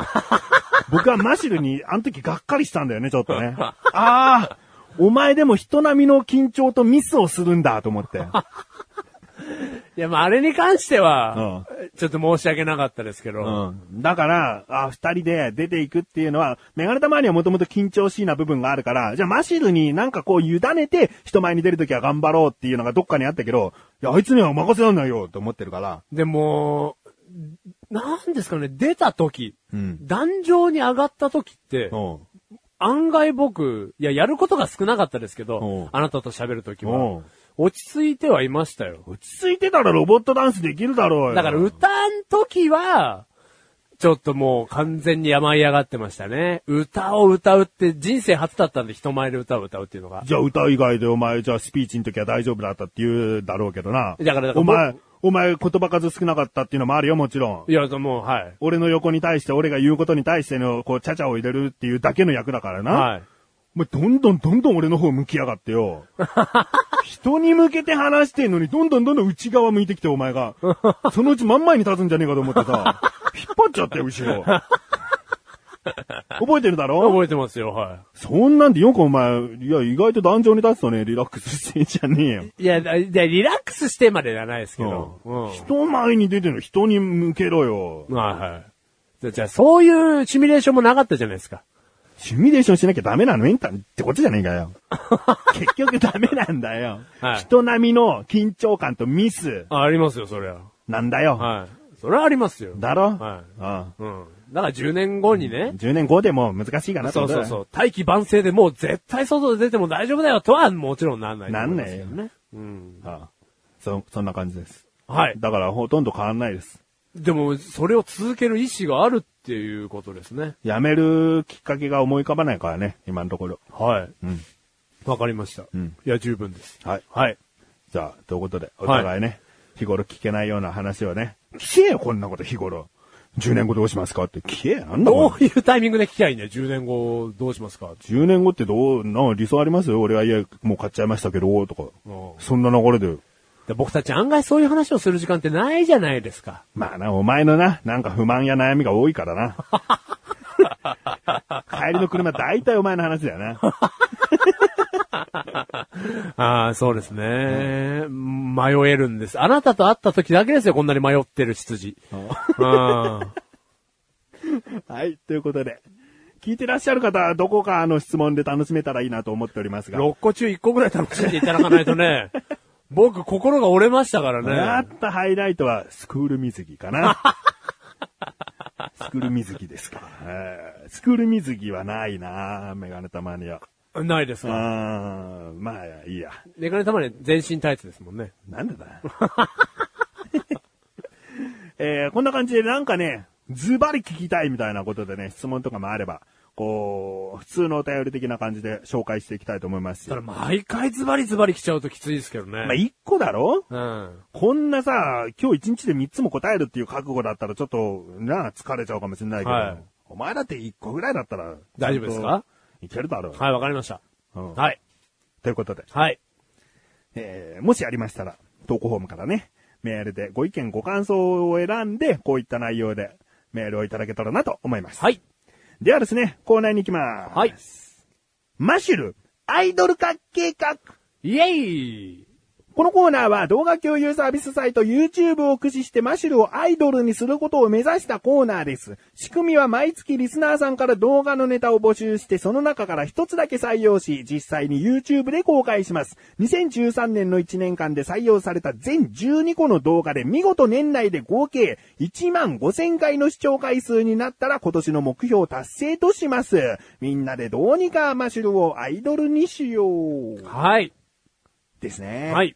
B: 僕はマシルに、あの時がっかりしたんだよね、ちょっとね。ああー、お前でも人並みの緊張とミスをするんだと思って。
A: いや、まああれに関しては、ちょっと申し訳なかったですけど、
B: うん。だから、あ、二人で出ていくっていうのは、メガネたまにはもともと緊張しいな部分があるから、じゃあマシルになんかこう委ねて、人前に出るときは頑張ろうっていうのがどっかにあったけど、いや、あいつには任せらんないよと思ってるから、
A: でも、なんですかね、出た時、
B: うん
A: 壇上に上がった時って、
B: うん。
A: 案外僕、いや、やることが少なかったですけ
B: うん
A: ど、あなたと喋る時
B: う
A: は
B: ん、
A: 落ち着いてはいましたよ。
B: 落ち着いてたらロボットダンスできるだろうよ。
A: だから歌ん時は、ちょっともう完全に病み上がってましたね。歌を歌うって人生初だったんで人前で歌を歌うっていうのが。
B: じゃあ歌以外でお前、じゃあスピーチの時は大丈夫だったって言うだろうけどな。
A: だからだから
B: お前、お前言葉数少なかったっていうのもあるよ、もちろん。
A: いや、もう、はい。
B: 俺の横に対して、俺が言うことに対しての、こう、ちゃちゃを入れるっていうだけの役だからな。
A: はい。
B: お前、どんどんどんどん俺の方向きやがっ
A: *laughs*
B: てよ。人に向けて話してんのに、どんどんどんどん内側向いてきて、お
A: *laughs*
B: 前が。そのうち真ん前に立つんじゃねえかと思ってさ、引っ張っちゃったよ、
A: *laughs*
B: 後ろ。覚えてるだろ
A: 覚えてますよ、は
B: そんなんでよくお前、いや、意外と壇上に立つとね、リラックスしてんじゃねえよ。
A: い。いや、だいやリラックスしてまでじゃないですけど。
B: う
A: うんん。
B: 人前に出てるの、人に向けろよ。
A: はいはいじゃ。じゃあ、そういうシミュレーションもなかったじゃないですか。
B: シミュレーションしなきゃダメなのメンタルってことじゃねえ
A: *laughs*
B: かよ。結局ダメなんだよ。
A: はい
B: 人並みの緊張感とミス
A: あ、ありますよ、そりゃ。
B: なんだよ。
A: はい。それはありますよ。
B: だろ、
A: は
B: あ
A: うん。だから10年後に
B: あ
A: ね、
B: 10年後でも難しいかなって
A: そ
B: こ
A: う
B: とだ
A: そ
B: よ
A: うそう、大器晩成でもう絶対外で出ても大丈夫だよとはもちろんなんないと
B: な
A: 思い
B: ん
A: ま
B: な
A: す
B: い
A: け
B: よ
A: ど。
B: ね。
A: うん。
B: ああそ、そんな感じです。
A: はい。
B: だからほとんど変わんないです。
A: でも、それを続ける意思があるっていうことですね。
B: やめるきっかけが思い浮かばないからね、今のところ。
A: はい。
B: うん。
A: わかりました。
B: うん
A: いや、十分です。
B: はい。
A: はい。
B: じゃあ、ということで、お互いね、日頃聞けないような話をね、聞けよ、こんなこと日頃。10年後どうしますかって聞けよ、なんだ
A: ど
B: こ
A: ういうタイミングで聞きゃいいんだよ。10年後どうしますか
B: れ。10年後ってどう、な、理想ありますよ俺は家もう買っちゃいましたけど、とか。
A: うん
B: そんな流れで。
A: で僕たち案外そういう話をする時間ってないじゃないですか。
B: まあな、お前のな、なんか不満や悩みが多いからな。帰りの車大体お前の話だよな。
A: ああ、そうですね、迷えるんです。あなたと会った時だけですよ、こんなに迷ってる羊。
B: *laughs*
A: うん。
B: はい、ということで。聞いてらっしゃる方はどこかの質問で楽しめたらいいなと思っておりますが。
A: 6個中1個ぐらい楽しんでいただかないとね、僕心が折れましたか
B: や
A: ら
B: っ
A: ね。
B: たハイライトは、スクール水着かな。スクール水着ですか。えースクール水着はないなメガネたまには。
A: ないですか。
B: あーまあ、いいや。
A: メガネたまに全身タイツですもんね。
B: なんでだ *laughs* よえーこんな感じでなんかね、ズバリ聞きたいみたいなことでね、質問とかもあれば、こう、普通のお便り的な感じで紹介していきたいと思いますし。
A: ただ
B: ま
A: 毎回ズバリズバリ来ちゃうときついですけどね。
B: あ、一個だろ
A: うん。
B: こんなさ、今日一日で三つも答えるっていう覚悟だったらちょっと、なあ、疲れちゃうかもしれないけど、
A: はい
B: お前だって一個ぐらいだったら、
A: 大丈夫ですか
B: いけるだろう。
A: はい、わかりました。
B: うん
A: はい。
B: ということで、
A: はい。
B: えーもしありましたら、投稿フォームからね、メールでご意見ご感想を選んで、こういった内容でメールをいただけたらなと思います。
A: はい。
B: ではですね、コーナーに行きます。
A: はい。
B: マシュル、アイドル化計画。
A: イェイ
B: ここのコーナーは動画共有サービスサイト YouTube を駆使してマシュルをアイドルにすることを目指したコーナーです。仕組みは毎月リスナーさんから動画のネタを募集してその中から一つだけ採用し、実際に YouTube で公開します。2013年の1年間で採用された全12個の動画で見事年内で合計1万5000回の視聴回数になったら今年の目標達成とします。みんなでどうにかマシュルをアイドルにしよう。
A: はい。
B: ですね。
A: はい。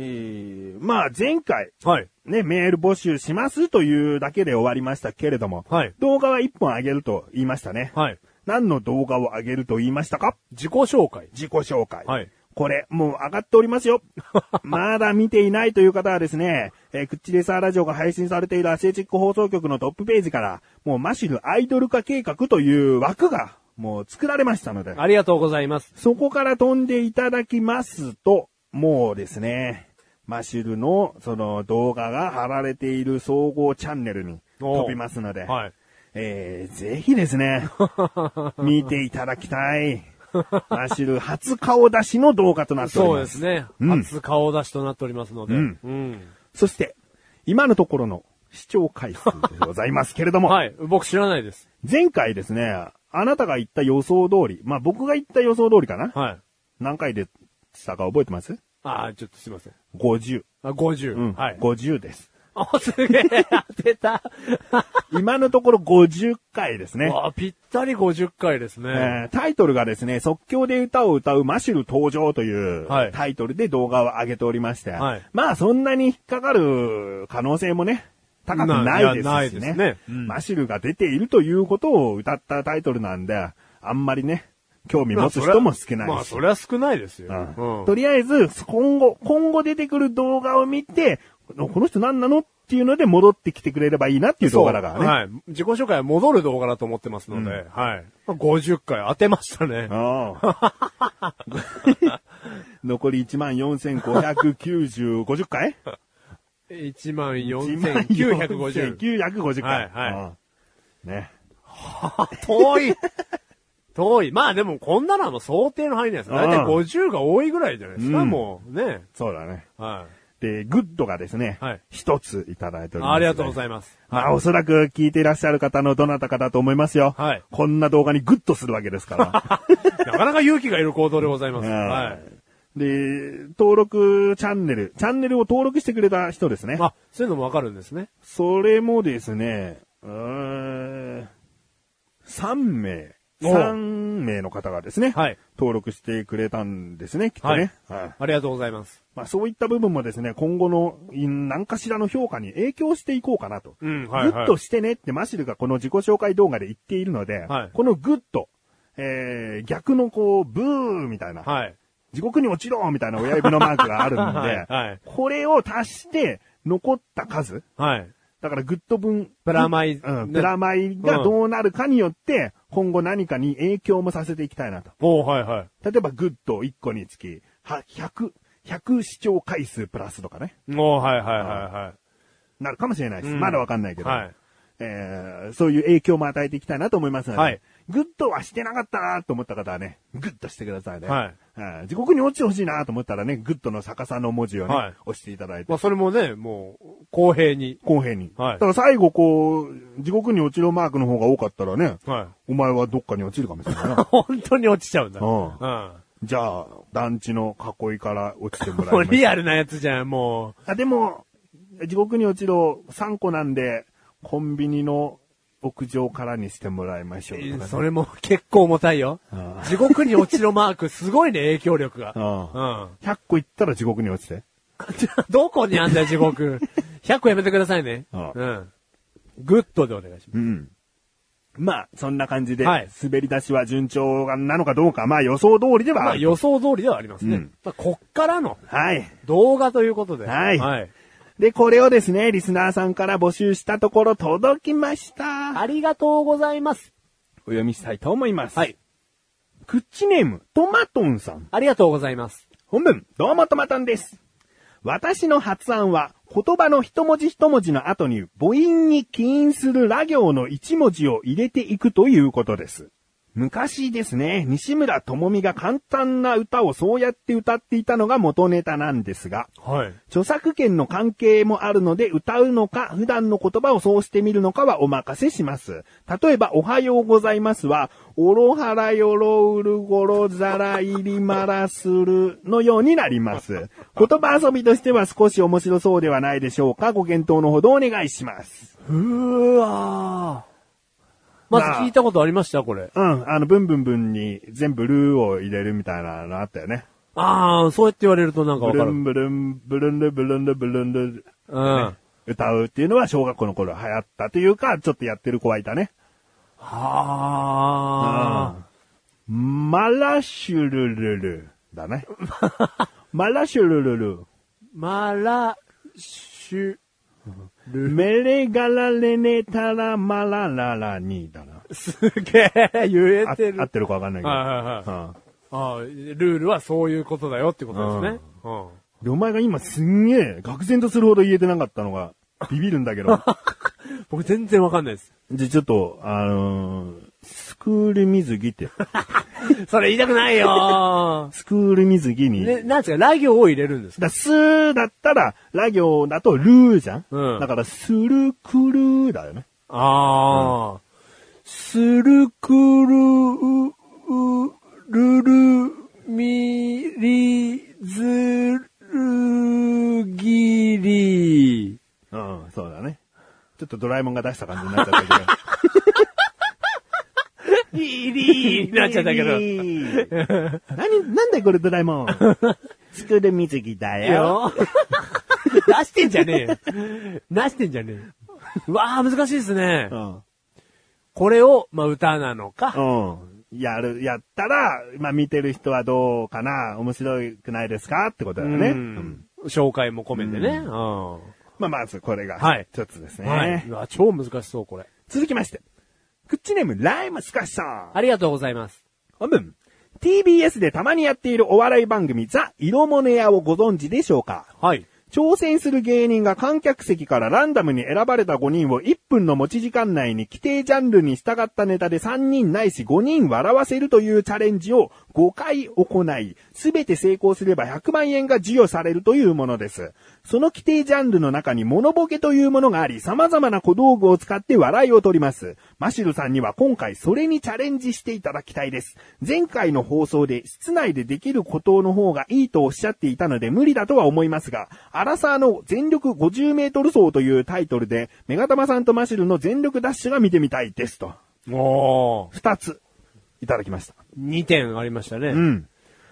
B: えー、まあ前回、
A: はい。
B: ね、メール募集しますというだけで終わりましたけれども、
A: はい
B: 動画は1本あげると言いましたね。
A: はい。
B: 何の動画をあげると言いましたか
A: 自己紹介。
B: 自己紹介。
A: はい
B: これ、もう上がっておりま
A: *laughs*
B: すよ。まだ見ていないという方はですね、えークッチレサーラジオが配信されているアスレチック放送局のトップページから、もうマシルアイドル化計画という枠が、もう作られましたので、
A: ありがとうございます。
B: そこから飛んでいただきますと、もうですね、マシュルのその動画が貼られている総合チャンネルに
A: おう
B: 飛びますので、
A: はい。
B: えー、ぜひで
A: *laughs*
B: すね、見ていただきたい。マシュル初顔出しの動画となっており
A: そう
B: ま。
A: ですすね。
B: うん
A: 初顔出しとなっておりますので。
B: うん
A: うん。
B: そして、今のところの視聴回数でございますけれども、
A: はい。僕知らないです。
B: 前回ですね、あなたが言った予想通り、まあ僕が言った予想通りかな、
A: はい。
B: 何回でしたか覚えてます
A: ああ、ちょっとすいません。
B: 50。
A: あ、50。
B: うん。
A: はい。
B: 50です。
A: あ、すげえ、当てた。
B: 今のところ50回ですね。
A: わあ、ぴったり50回ですね。
B: えータイトルがですね、即興で歌を歌うマシュル登場という
A: はい
B: タイトルで動画を上げておりまして、
A: はい
B: まあそんなに引っかかる可能性もね、高くないですしね。
A: なないですねうん
B: マシュルが出ているということを歌ったタイトルなんで、あんまりね、興味
A: ま
B: 持
A: あ
B: つ人も少
A: ま
B: な
A: あ、
B: いし
A: そ。れは少ないですよ。
B: うん
A: うん
B: とりあえず、今後、今後出てくる動画を見て、この人何なのっていうので戻ってきてくれればいいなっていう動画だからね。
A: はい。自己紹介は戻る動画だと思ってますので、はい。まあ、50回当てましたね。
B: ああ *laughs* 残り14,590、50回
A: 14,950。
B: 950回。
A: はいはい
B: ああね。
A: 遠い遠い。まあでもこんなのはもう想定の範囲です。だいたい
B: うん
A: 50が多いぐらいじゃないですか、
B: うん
A: もう。ね。
B: そうだね。
A: は
B: で、グッドがですね
A: はい、
B: 一、ついただいて
A: い。
B: おります、
A: ありがとうご
B: い
A: ざいます。
B: ます。まあ、おそらく聞いていらっしゃる方のどなたかだと思いますよ。
A: はい
B: こんな動画にグッドするわけで
A: *laughs*
B: すから。
A: なかなか勇気がいる行動でございます。
B: うん
A: はい。
B: で、登録チャンネル、チャンネルを登録してくれた人ですね。
A: あ、そういうのもわかるんですね。
B: それもですね、うーん、3名、
A: おう
B: 3名の方がですね、
A: はい
B: 登録してくれたんですね、きっとね。はい
A: ありがとうございます。
B: まあ、そういった部分もですね、今後のい何かしらの評価に影響していこうかなと。
A: うんはいはい
B: グッドしてねってマシルがこの自己紹介動画で言っているので、
A: はい
B: このグッド、えー、逆のこう、ブーみたいな、
A: はい。
B: 地獄に落ちろみたいな親指のマークがあるんで、
A: *laughs* はいはい
B: これを足して残った数、
A: はい。
B: だからグッド分。
A: プラマイ
B: うん。
A: ね
B: プラマイがどうなるかによって、今後何かに影響もさせていきたいなと。
A: おーはいはい。
B: 例えばグッド1個につき、は100、100視聴回数プラスとかね。
A: おーはいはいはいはい。
B: なるかもしれないです。
A: うん
B: まだわかんないけど。
A: はい
B: えーそういう影響も与えていきたいなと思いますので。
A: はい
B: グッドはしてなかったなと思った方はね、グッドしてくださいね。
A: はい
B: うん地獄に落ちてほしいなと思ったらね、グッドの逆さの文字をね、
A: はい
B: 押していただいて
A: まあ、それもね、もう、公平に。
B: 公平に。
A: はい
B: だから最後こう、地獄に落ちるマークの方が多かったらね、
A: は。
B: お前はどっかに落ちるかもしれないな
A: 本当に落ちちゃうんだ。
B: うん
A: うん。
B: じゃあ、団地の囲いから落ちて *laughs* もらい
A: もう
B: まし
A: リアルなやつじゃん、も
B: あ、でも、地獄に落ちる3個なんで、コンビニの屋上からにしてもらいましょうとかね、
A: う。それも結構重たいよ
B: あ。
A: 地獄に落ちのマーク、すごいね、影響力が。
B: あ
A: う
B: 100個いったら地獄に落ちて。
A: ん。 *laughs* どこにあんだよ、地獄。100個やめてくださいね。
B: あ
A: うん。グッドでお願いしま
B: うん。まあ、そんな感じで、
A: はい
B: 滑り出しは順調なのかどうか、まあ予想通りでは
A: す。ま
B: あ
A: あ
B: る
A: 予想通りではありますね。
B: うん
A: まあこっからの
B: はい。
A: 動画ということで。
B: はい
A: はい。
B: で、これをですね、リスナーさんから募集したところ届きました。
A: ありがとうございます。
B: お読みしたいと思います。
A: はい。
B: クッチネーム、トマトンさん。
A: ありがとうございます。
B: 本文、どうもトマトンです。私の発案は、言葉の一文字一文字の後に母音に起因するラ行の一文字を入れていくということです。昔ですね、西村智美が簡単な歌をそうやって歌っていたのが元ネタなんですが、
A: はい。
B: 著作権の関係もあるので歌うのか普段の言葉をそうしてみるのかはお任せします。例えば、おはようございますは、おろはらよろうるごろざらいりまらするのようになります。言葉遊びとしては少し面白そうではないでしょうか。ご検討のほどお願いします。
A: うーわーまず聞いたことありましたこれ。
B: うん、あの、ブンブンブンに全部ルーを入れるみたいなのあったよね。
A: ああ、そうやって言われるとなんか
B: ブ
A: わか
B: ル
A: る。
B: ンブルン、ブルンルブルンルブルンル
A: うん。
B: 歌うっていうのは小学校の頃流行ったというか、ちょっとやってる子はいたね。
A: は
B: マラシュルルルだね。マラシュルルル。
A: あ。マラ、シュ、
B: メレガラレネタラマラララニだな。
A: すげえ、言え
B: あ合って
A: る。
B: てるかわかんないけど。
A: はいはいはい。
B: うん
A: ああ、ルールはそういうことだよってことですね。うん。
B: でお前が今すんげえ、愕然とするほど言えてなかったのが、ビビるんだけ
A: *laughs*
B: ど。
A: 僕全然わかんないです。
B: じゃあちょっと、あのースクール水
A: *laughs*
B: 着って、
A: それ言いたくないよ
B: スクール水着
A: *laughs*
B: に、
A: ー。ね、なんですか、ラ行を入れるんですか
B: だ、すーだったら、ラ行だとルーじゃん、
A: うん
B: だから、スルクルーだよね。
A: ああ、スルクルう、う、ルル、ミリ、ズル、ギリ。
B: うん、そうだね。ちょっとドラえもんが出した感じになっちゃったけど。
A: ギリになっちゃったけど。
B: 何、なんだよこれドラえもん。スクール水着だよ。
A: よ出してんじゃねえよ。出してんじゃねえよ。わあ、難しいですね
B: う。ん。
A: これを、まあ、歌なのか。
B: うん。やる、やったら、まあ見てる人はどうかな面白くないですかってことだよね。
A: う
B: うん
A: ん紹介も込めてね。うん
B: まあまずこれが、
A: はい
B: 一つですね。
A: はい。うわ超難しそう、これ。
B: 続きまして。クッチネーム、ライムスカッション。
A: ありがとうございます。
B: 本文。TBS でたまにやっているお笑い番組、ザ・色モネ屋をご存知でしょうか
A: はい。
B: 挑戦する芸人が観客席からランダムに選ばれた5人を1分の持ち時間内に規定ジャンルに従ったネタで3人ないし5人笑わせるというチャレンジを5回行い、すべて成功すれば100万円が授与されるというものです。その規定ジャンルの中にモノボケというものがあり、様々な小道具を使って笑いを取ります。マシルさんには今回それにチャレンジしていただきたいです。前回の放送で室内でできることの方がいいとおっしゃっていたので無理だとは思いますが、アラサーの全力50メートル走というタイトルで、メガタマさんとマシルの全力ダッシュが見てみたいですと。
A: おー。
B: 二つ、いただきました。
A: 2点ありましたね。
B: うん。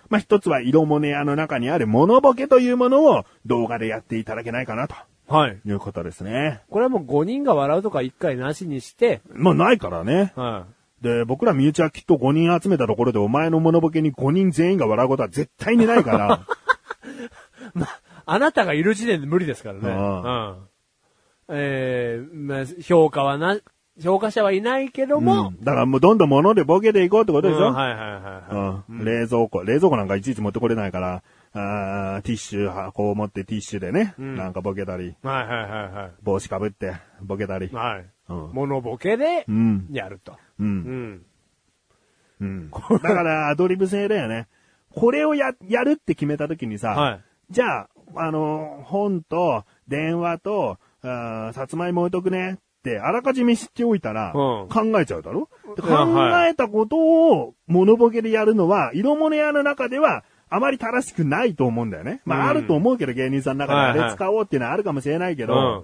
B: まあ、一つは色モネ屋の中にあるモノボケというものを動画でやっていただけないかなと
A: はい。
B: いうことですね。
A: これはもう5人が笑うとか1回なしにして、
B: まあ、ないからね。
A: は
B: で、僕ら身内はきっと5人集めたところでお前のモノボケに5人全員が笑うことは絶対にないから。
A: い。ま、あなたがいる時点で無理ですからね。
B: あ
A: うん。えー、まあ、評価はな、評価者はいないけど *laughs* も、
B: うんだからもうどんどん物でボケていこうってことでしょ、
A: うんはいはいはい、
B: う
A: はい
B: ん冷蔵庫、冷蔵庫なんかいちいち持ってこれないから、あーティッシュ箱を持ってティッシュでね、
A: ん
B: なんかボケたり、
A: はいはいはいは
B: 帽子かぶってボケたり
A: い。。はい。
B: うん
A: モノボケで
B: う、ん。
A: やると。
B: う。
A: うんん。
B: うん。だからアドリブ制だよね。これをや、やるって決めた時にさ、
A: はい
B: じゃあ、あのー本と電話と、あーさつまいも置いとくねって、あらかじめ知っておいたら、
A: うん
B: 考えちゃうだろで
A: うん
B: 考えたことを、モノボケでやるのは、色物屋の中では、あまり正しくないと思うんだよね。まあ、あ
A: うん
B: ると思うけど、芸人さんの中
A: はい
B: で
A: はい
B: あれ使おうっていうのはあるかもしれないけど、
A: うん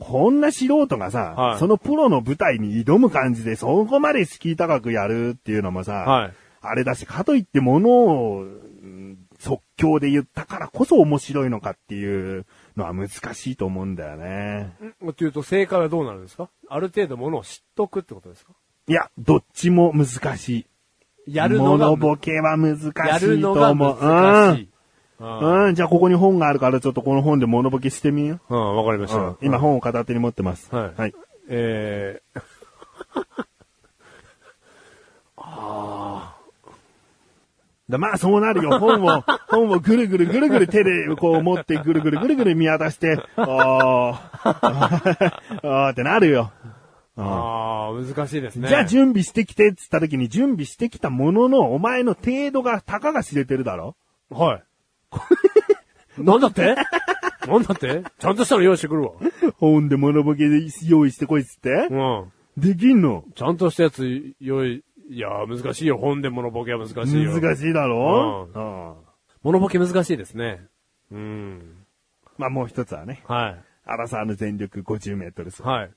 B: こんな素人がさ、
A: はい
B: そのプロの舞台に挑む感じで、そこまで敷居高くやるっていうのもさ、
A: はい
B: あれだし、かといってものをうん即興で言ったからこそ面白いのかっていうのは難しいと思うんだよね。
A: うんっていうと正解はどうなるんですかある程度ものを知っとくってことですか
B: いや、どっちも難しい。
A: やるの
B: モノ
A: が、
B: ボケは難しいと思う。
A: やるのが難しい。
B: う
A: うん
B: ん。うん、じゃあここに本があるからちょっとこの本でモノボケしてみよ
A: うん、わかりま
B: う。
A: した。
B: うん、今本を片手に持ってます。
A: はい
B: はい。
A: えー、あ
B: だまあそうなる
A: *laughs*
B: よ。本を、本をぐるぐるぐるぐる手でこう持ってぐ
A: *laughs*
B: るぐるぐるぐる見渡して、あーあーってなるよ。
A: あ、ああ、難しいですね。
B: じゃあ準備してきてっつった時に準備してきたものの、お前の程度が、たかが知れてるだろ
A: はい。 *laughs* なんだってなんだってちゃんとしたの用意してくるわ。
B: ほんで物ボケで用意してこいっつって
A: うん。
B: できんの
A: ちゃんとしたやつ用意、いやー、難しいよ。本でモノボケは難しいよ。
B: 難
A: い。
B: しいだろ
A: う
B: うん
A: モノボケ難しいですね。うん。
B: まあもう一つはね、
A: は
B: アラサーの全力50メートル走
A: い。はい。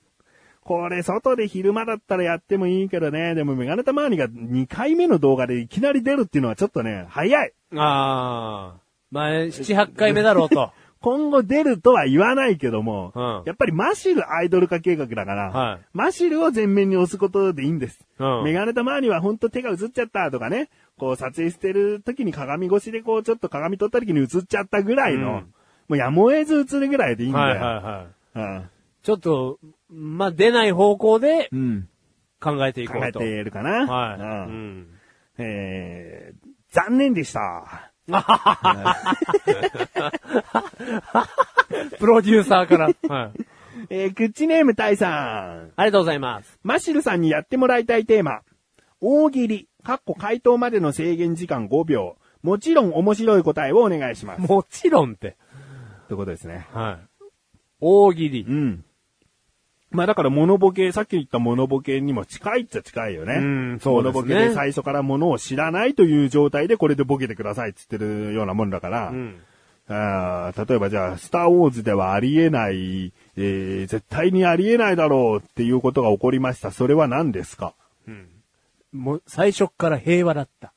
B: これ外で昼間だったらやってもいいけどね、でもメガネたまわりが2回目の動画でいきなり出るっていうのはちょっとね、早い
A: ああ、前、7、8回目だろうと。
B: 今後出るとは言わないけども、
A: うん
B: やっぱりマシルアイドル化計画だから、
A: はい
B: マシルを前面に押すことでいいんです。
A: うん
B: メガネたまわりはほんと手が映っちゃったとかね、こう撮影してる時に鏡越しでこうちょっと鏡撮った時に映っちゃったぐらいの、
A: うん
B: もうやむを得ず映るぐらいでいいんだ
A: はいはい
B: よ。
A: はい。
B: うん
A: ちょっと、まあ、出ない方向で
B: うん、
A: 考えていこ
B: 考え
A: うと。
B: ているかな。
A: はい。
B: うん
A: ん。
B: えー、残念でした。
A: プロデューサーから。はい。
B: えー、クッチネームタイさん。
A: ありがとうございます。
B: マシルさんにやってもらいたいテーマ。大喜利、かっこ回答までの制限時間5秒。もちろん面白い答えをお願いします。
A: もちろんって。
B: ってことですね。
A: はい。大喜利
B: う。ん。まあだからモノボケ、さっき言ったモノボケにも近いっちゃ近いよね。
A: うんそうですね
B: モノボケで最初からものを知らないという状態でこれでボケてくださいって言ってるようなもんだから。
A: うん。
B: あー例えばじゃあ、スターウォーズではありえない、えー絶対にありえないだろうっていうことが起こりました。それは何ですか
A: もう、最初から平和だった。
B: っ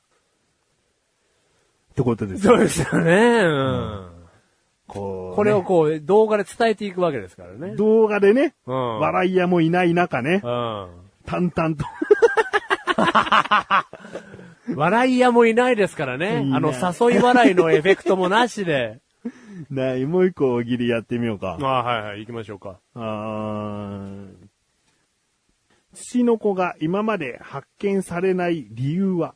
B: てことです
A: そ
B: よ
A: う
B: ね。
A: ですよね。うん。
B: こうね
A: これをこう、動画で伝えていくわけですからね。
B: 動画でね、
A: うん
B: 笑い屋もいない中ね、
A: う
B: 淡々と。
A: ん。笑い屋もいないですからね。
B: いな
A: あ
B: い
A: の、誘い笑いのエフェクトもなしで。
B: ない、もう一個大喜利やってみようか。
A: *laughs* あはいはい、行きましょうか。
B: あー土の子が今まで発見されない理由は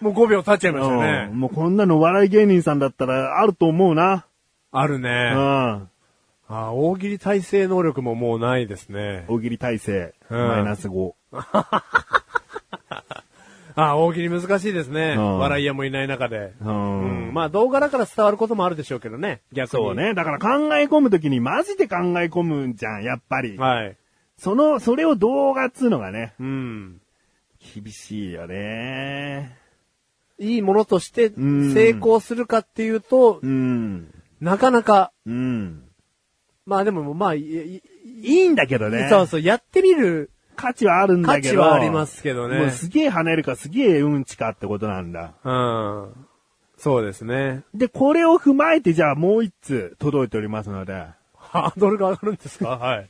A: もう5秒経っちゃいました
B: う
A: ね。
B: んもうこんなの笑い芸人さんだったらあると思うな。
A: ある
B: う
A: ね。
B: ん。
A: あ大喜利体制能力ももうないですね。
B: 大喜利体制、
A: うん
B: マイナス5。
A: あ大喜利難しいですね。
B: うん
A: 笑い屋もいない中で。
B: うん
A: うん。まあ動画だから伝わることもあるでしょうけどね。逆に。
B: そう。ね。だから考え込むときにマジで考え込むんじゃん、やっぱり。
A: はい。
B: その、それを動画っつうのがね、
A: うん。
B: 厳しいよね。
A: いいものとして
B: ん
A: 成功するかっていうと、
B: うん。
A: なかなか、
B: うん。
A: まあでもまあ、いい
B: いいんだけどね。
A: そうそう、やってみる
B: 価値はあるんだ
A: 価
B: けど。
A: 値はありますけどね。
B: もうすげえ跳ねるかすげえうんちかってことなんだ。
A: うん。そうですね。
B: で、これを踏まえてじゃあもう一通届いておりますので。
A: ハードルが上がるんですか *laughs* はい。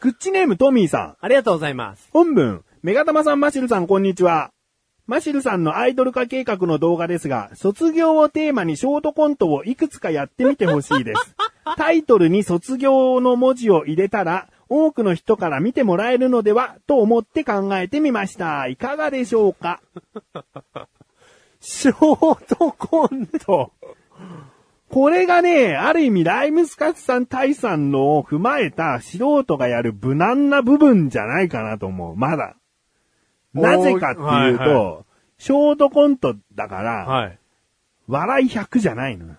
B: クッチネームトミーさん。
A: ありがとうございます。
B: 本文、メガタマさん、マシルさん、こんにちは。マシルさんのアイドル化計画の動画ですが、卒業をテーマにショートコントをいくつかやってみてほし
A: *laughs*
B: いです。タイトルに卒業の文字を入れたら、多くの人から見てもらえるのでは、と思って考えてみました。いかがでしょうか
A: *laughs* ショートコント。
B: これがね、ある意味、ライムスカツさん、タイさんのを踏まえた素人がやる無難な部分じゃないかなと思う。まだ。なぜかっていうと、
A: はい
B: ショートコントだから、
A: はい。
B: 笑い100じゃないのよ。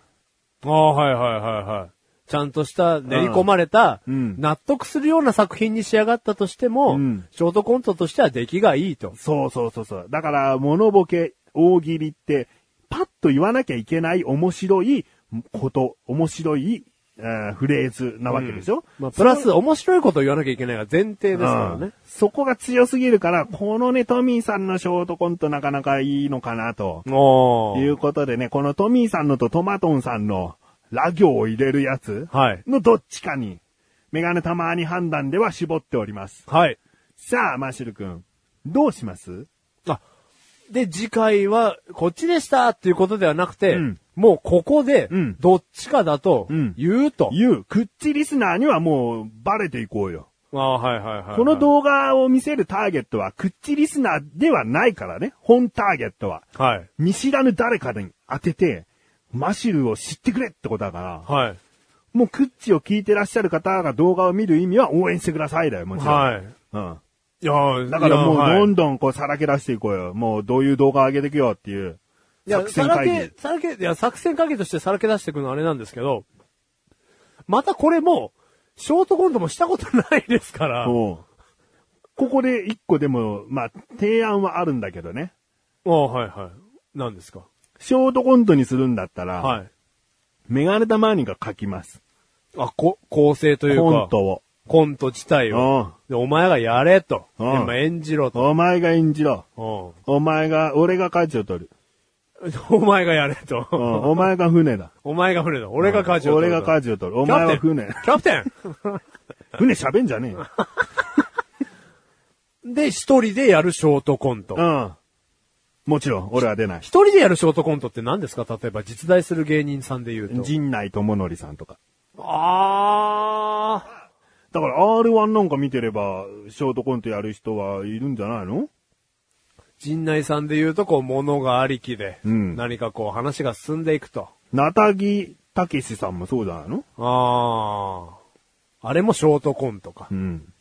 A: ああ、はいはいはいはい。ちゃんとした練り込まれた、
B: うん
A: 納得するような作品に仕上がったとしても、
B: うん
A: ショートコントとしては出来がいいと。
B: そうそうそうそう。だから、物ボケ、大喜利って、パッと言わなきゃいけない面白いこと、面白い、えーフレーズなわけでしょ、
A: まあ、プラス面白いことを言わなきゃいけないが前提ですから
B: う
A: ね
B: ん。そこが強すぎるから、このね、トミーさんのショートコントなかなかいいのかなと。
A: お
B: いうことでね、このトミーさんのとトマトンさんのラ行を入れるやつ
A: はい。
B: のどっちかに、メガネたまに判断では絞っております。
A: はい。
B: さあ、マッシュル君、どうします
A: あ、で、次回は、こっちでしたっていうことではなくて、
B: うん
A: もうここで
B: うん、
A: どっちかだと
B: うん、
A: 言うと。
B: 言う、クッチリスナーにはもうバレていこうよ。
A: ああ、はいはいはいはい。
B: この動画を見せるターゲットは、クッチリスナーではないからね。本ターゲットは。
A: はい。
B: 見知らぬ誰かに当てて、マシュルを知ってくれってことだから、
A: はい。
B: もうクッチを聞いてらっしゃる方が動画を見る意味は応援してくださいだよ、もちろん。
A: はい。
B: うん。
A: いやー
B: だからもう
A: いやーはい
B: どんどんこうさらけ出していこうよ。もうどういう動画上げていくよっていう。
A: いや、
B: 作戦会議。
A: さらけ、さらけ、いや、作戦会議としてさらけ出していくのはあれなんですけど、またこれも、ショートコントもしたことないですから、も
B: そうここで一個でも、まあ、提案はあるんだけどね。
A: うはいはい。なんですか
B: ショートコントにするんだったら、
A: はい。
B: メガネタマーニが書きます。
A: あ、こ、構成というか、
B: コントを。
A: コント自体を。
B: うん
A: でお前がやれと。
B: う
A: で
B: ん
A: まあ演じろと。
B: お前が演じろ。
A: う
B: お前が、俺が舵を取る。
A: ん *laughs* お前がやれ
B: う
A: と。
B: ん、お前が船だ。
A: *laughs* お前が船だ。俺が舵を取
B: 俺
A: る。
B: が舵を取る。お前は船。
A: キャプテン。キャプ
B: 船喋んじゃねえよ。
A: テンで、一人でやるショートコント。
B: うん。もちろん、俺は出ない。
A: 一人でやるショートコントって何ですか例えば実在する芸人さんで言うと。
B: 陣内智則さんとか。
A: あ
B: だから R1 なんか見てれば、ショートコントやる人はいるんじゃないの
A: ー。陣内さんで言うと、こう、物がありきで、
B: うん
A: 何かこう、話が進んでいくと。
B: なたぎたけしさんもそうじゃないの
A: ああ。あれもショートコントか。
B: うん。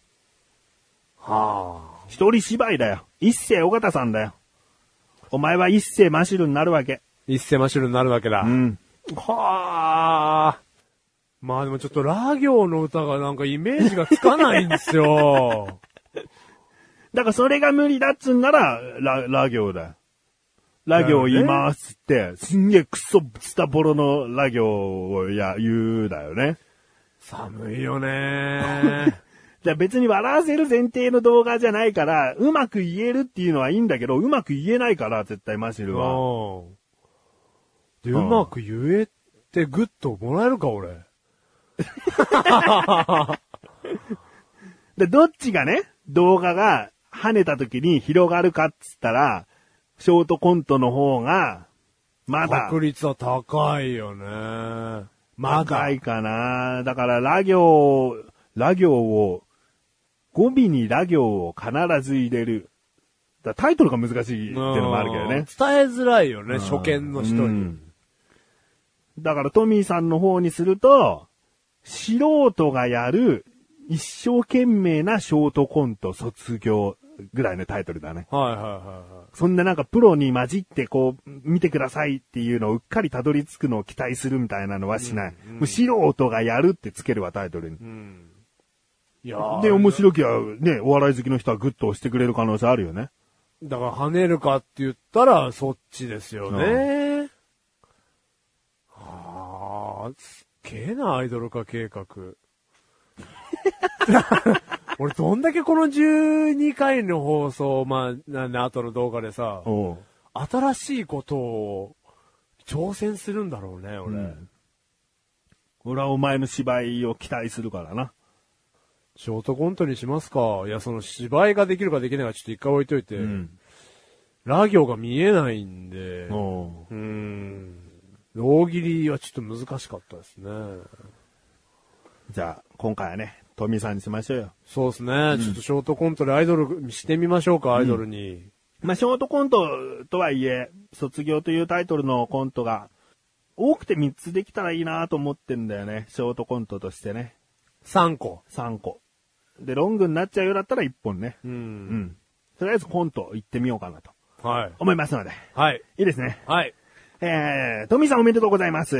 A: は
B: 一人芝居だよ。一世尾形さんだよ。お前は一世マシュルになるわけ。
A: あ。一世マシュルになるわけだ。
B: ん。
A: はあ。まあでもちょっとラ行の歌がなんかイメージがつかないんです
B: *laughs*
A: よ。
B: だからそれが無理だっつんなら、ラ、ラ行だよ。ラ行言いますって、すんげえクソスタボロのラ行をや、言うだよね。
A: 寒いよね。
B: じゃあ別に笑わせる前提の動画じゃないから、うまく言えるっていうのはいいんだけど、うまく言えないから、絶対マシルは。
A: うんで、
B: う
A: うんまく言えってグッともらえるか、俺。
B: で、どっちがね、動画が跳ねた時に広がるかっつったら、ショートコントの方が、まだ、
A: 確率は高いよね。ま
B: 高
A: だ。
B: いかな。だから、ラ行、ラ行を、語尾にラ行を必ず入れる。だからタイトルが難しいっていうのもあるけど
A: うん
B: ね。
A: 伝えづらいよね、初見の人
B: う
A: に。
B: んだからトミーさんの方にすると、素人がやる一生懸命なショートコント卒業ぐらいのタイトルだね。
A: はいはいはいはい。
B: そんななんかプロに混じってこう、見てくださいっていうのをうっかりたどり着くのを期待するみたいなのはしない。もう素人がやるってつけるわ、タイトルに。
A: うん。いやー
B: で、面白きはね、お笑い好きの人はグッと押してくれる可能性あるよね。
A: だから跳ねるかって言ったら、そっちですよね。はあ、すっげえな、アイドル化計画。 *laughs* 俺、どんだけこの12回の放送、まあ、なんで、後の動画でさ、
B: おう
A: 新しいことを挑戦するんだろうね、俺。
B: うん俺はお前の芝居を期待するからな。
A: ショートコントにしますか。いや、その芝居ができるかできないかちょっと一回置いといて、
B: うん。
A: ラ行が見えないんで、
B: お
A: うー
B: う
A: ん。大喜利はちょっと難しかったですね。
B: じゃあ、今回はね、トミーさんにしましょうよ。
A: そうですね。ちょっとショートコントでアイドルしてみましょうか、アイドルに。
B: まあ、ショートコントとはいえ、卒業というタイトルのコントが、多くて3つできたらいいなと思ってんだよね。ショートコントとしてね。
A: 3個。
B: 3個。で、ロングになっちゃうようだったら1本ね。
A: うん。
B: うん。とりあえずコント行ってみようかなと
A: はい。
B: 思いますので。
A: はい。
B: いいですね。
A: はい。
B: えー、トミーさんおめでとうございます。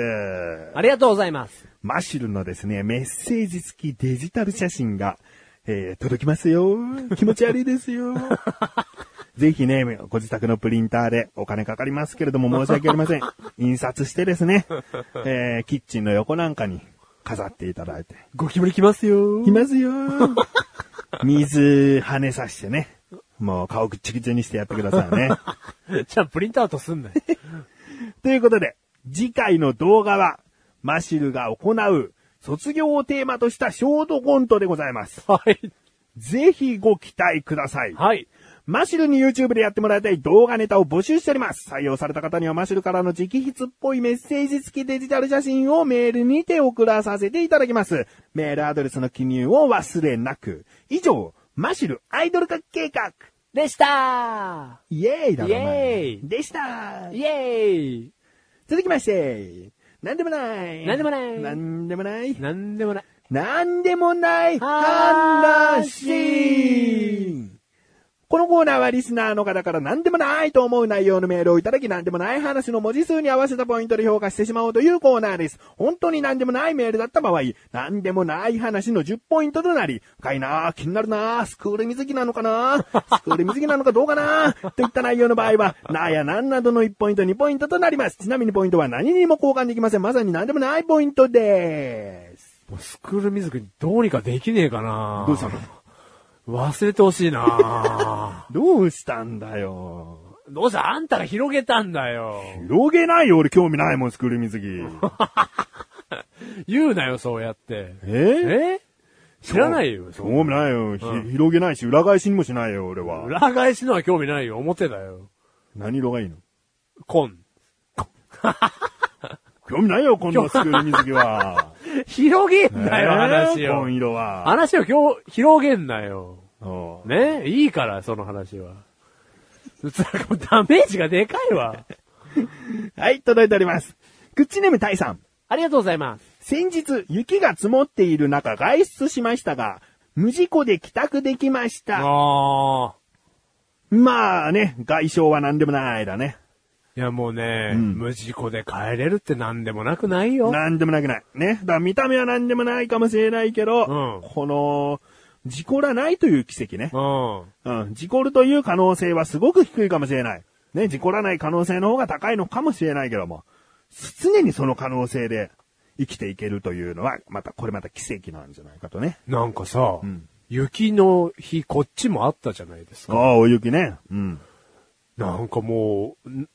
A: ありがとうございます。
B: マシュルのですね、メッセージ付きデジタル写真が、えー、届きますよ。気持ち悪いですよ。ぜひね、ご自宅のプリンターでお金かかりますけれども申し訳ありません。印刷してですね、えー、キッチンの横なんかに飾っていただいて。
A: ゴキブリ来ますよ *laughs*
B: いますよ。水跳ねさしてね。もう顔ぐっちぐちにしてやってくださいね。
A: じゃあプリントアウトすん *laughs* なよ。
B: ということで、次回の動画は、マシルが行う卒業をテーマとしたショートコントでございます。
A: はい。
B: ぜひご期待ください。
A: はい。
B: マシュルに YouTube でやってもらいたい動画ネタを募集しております。採用された方にはマシュルからの直筆っぽいメッセージ付きデジタル写真をメールにて送らさせていただきます。メールアドレスの記入を忘れなく。以上、マシュルアイドル化計画
A: でした
B: イエーイだろお前
A: イエーイ
B: でした
A: イエーイ
B: 続きまして、なんでもない。
A: なんでもない
B: なんでもない。
A: なんでもない。
B: なんでもない
A: はー
B: 話このコーナーはリスナーの方から何でもないと思う内容のメールをいただき何でもない話の文字数に合わせたポイントで評価してしまおうというコーナーです。本当に何でもないメールだった場合、何でもない話の10ポイントとなり、深いなぁ、気になるなぁ、スクール水着なのかなぁ、スクール水着なのかどうかなぁ、といった内容の場合は、なやなんなどの1ポイント2ポイントとなります。ちなみにポイントは何にも交換できません。まさに何でもないポイントです。
A: もうスクール水着どうにかできねえかな
B: どうしたの
A: 忘れてほしいな
B: どうしたんだよ。
A: *laughs* どうしたあんたが広げたんだよ。
B: 広げないよ、俺興味ないもん、スクール水着。
A: 言うなよ、そうやって。
B: え
A: え知らないよ、そんな
B: 興味ないよ、ひ広げないし、裏返しにもしないよ、俺は。
A: 裏返しのは興味ないよ、表だよ。
B: 何色がいいの
A: コン。
B: 興味ないよ、こんなスクール水着は。
A: 広げんなよ、
B: え
A: 話
B: ー紺
A: を。
B: 色は。
A: 話をひょ広げんなよ。
B: おう
A: ねいいから、その話は。もうダメージがでかいわ。
B: はい、届いております。クッチネームタイさん。
A: ありがとうございます。
B: 先日、雪が積もっている中、外出しましたが、無事故で帰宅できました。
A: ああ。
B: まあね、外傷は何でもないだね。
A: いやもうね、
B: うん
A: 無事故で帰れるって何でもなくないよ。
B: なんでもなくない。ね。だから見た目はなんでもないかもしれないけど、
A: うん
B: この、事故らないという奇跡ね
A: う。ん。
B: うん。事故るという可能性はすごく低いかもしれない。ね、事故らない可能性の方が高いのかもしれないけども、常にその可能性で生きていけるというのは、また、これまた奇跡なんじゃないかとね。
A: なんかさ、
B: うん
A: 雪の日こっちもあったじゃないです
B: あ
A: か。
B: あ、大雪ね。うん。
A: なんかもう、ん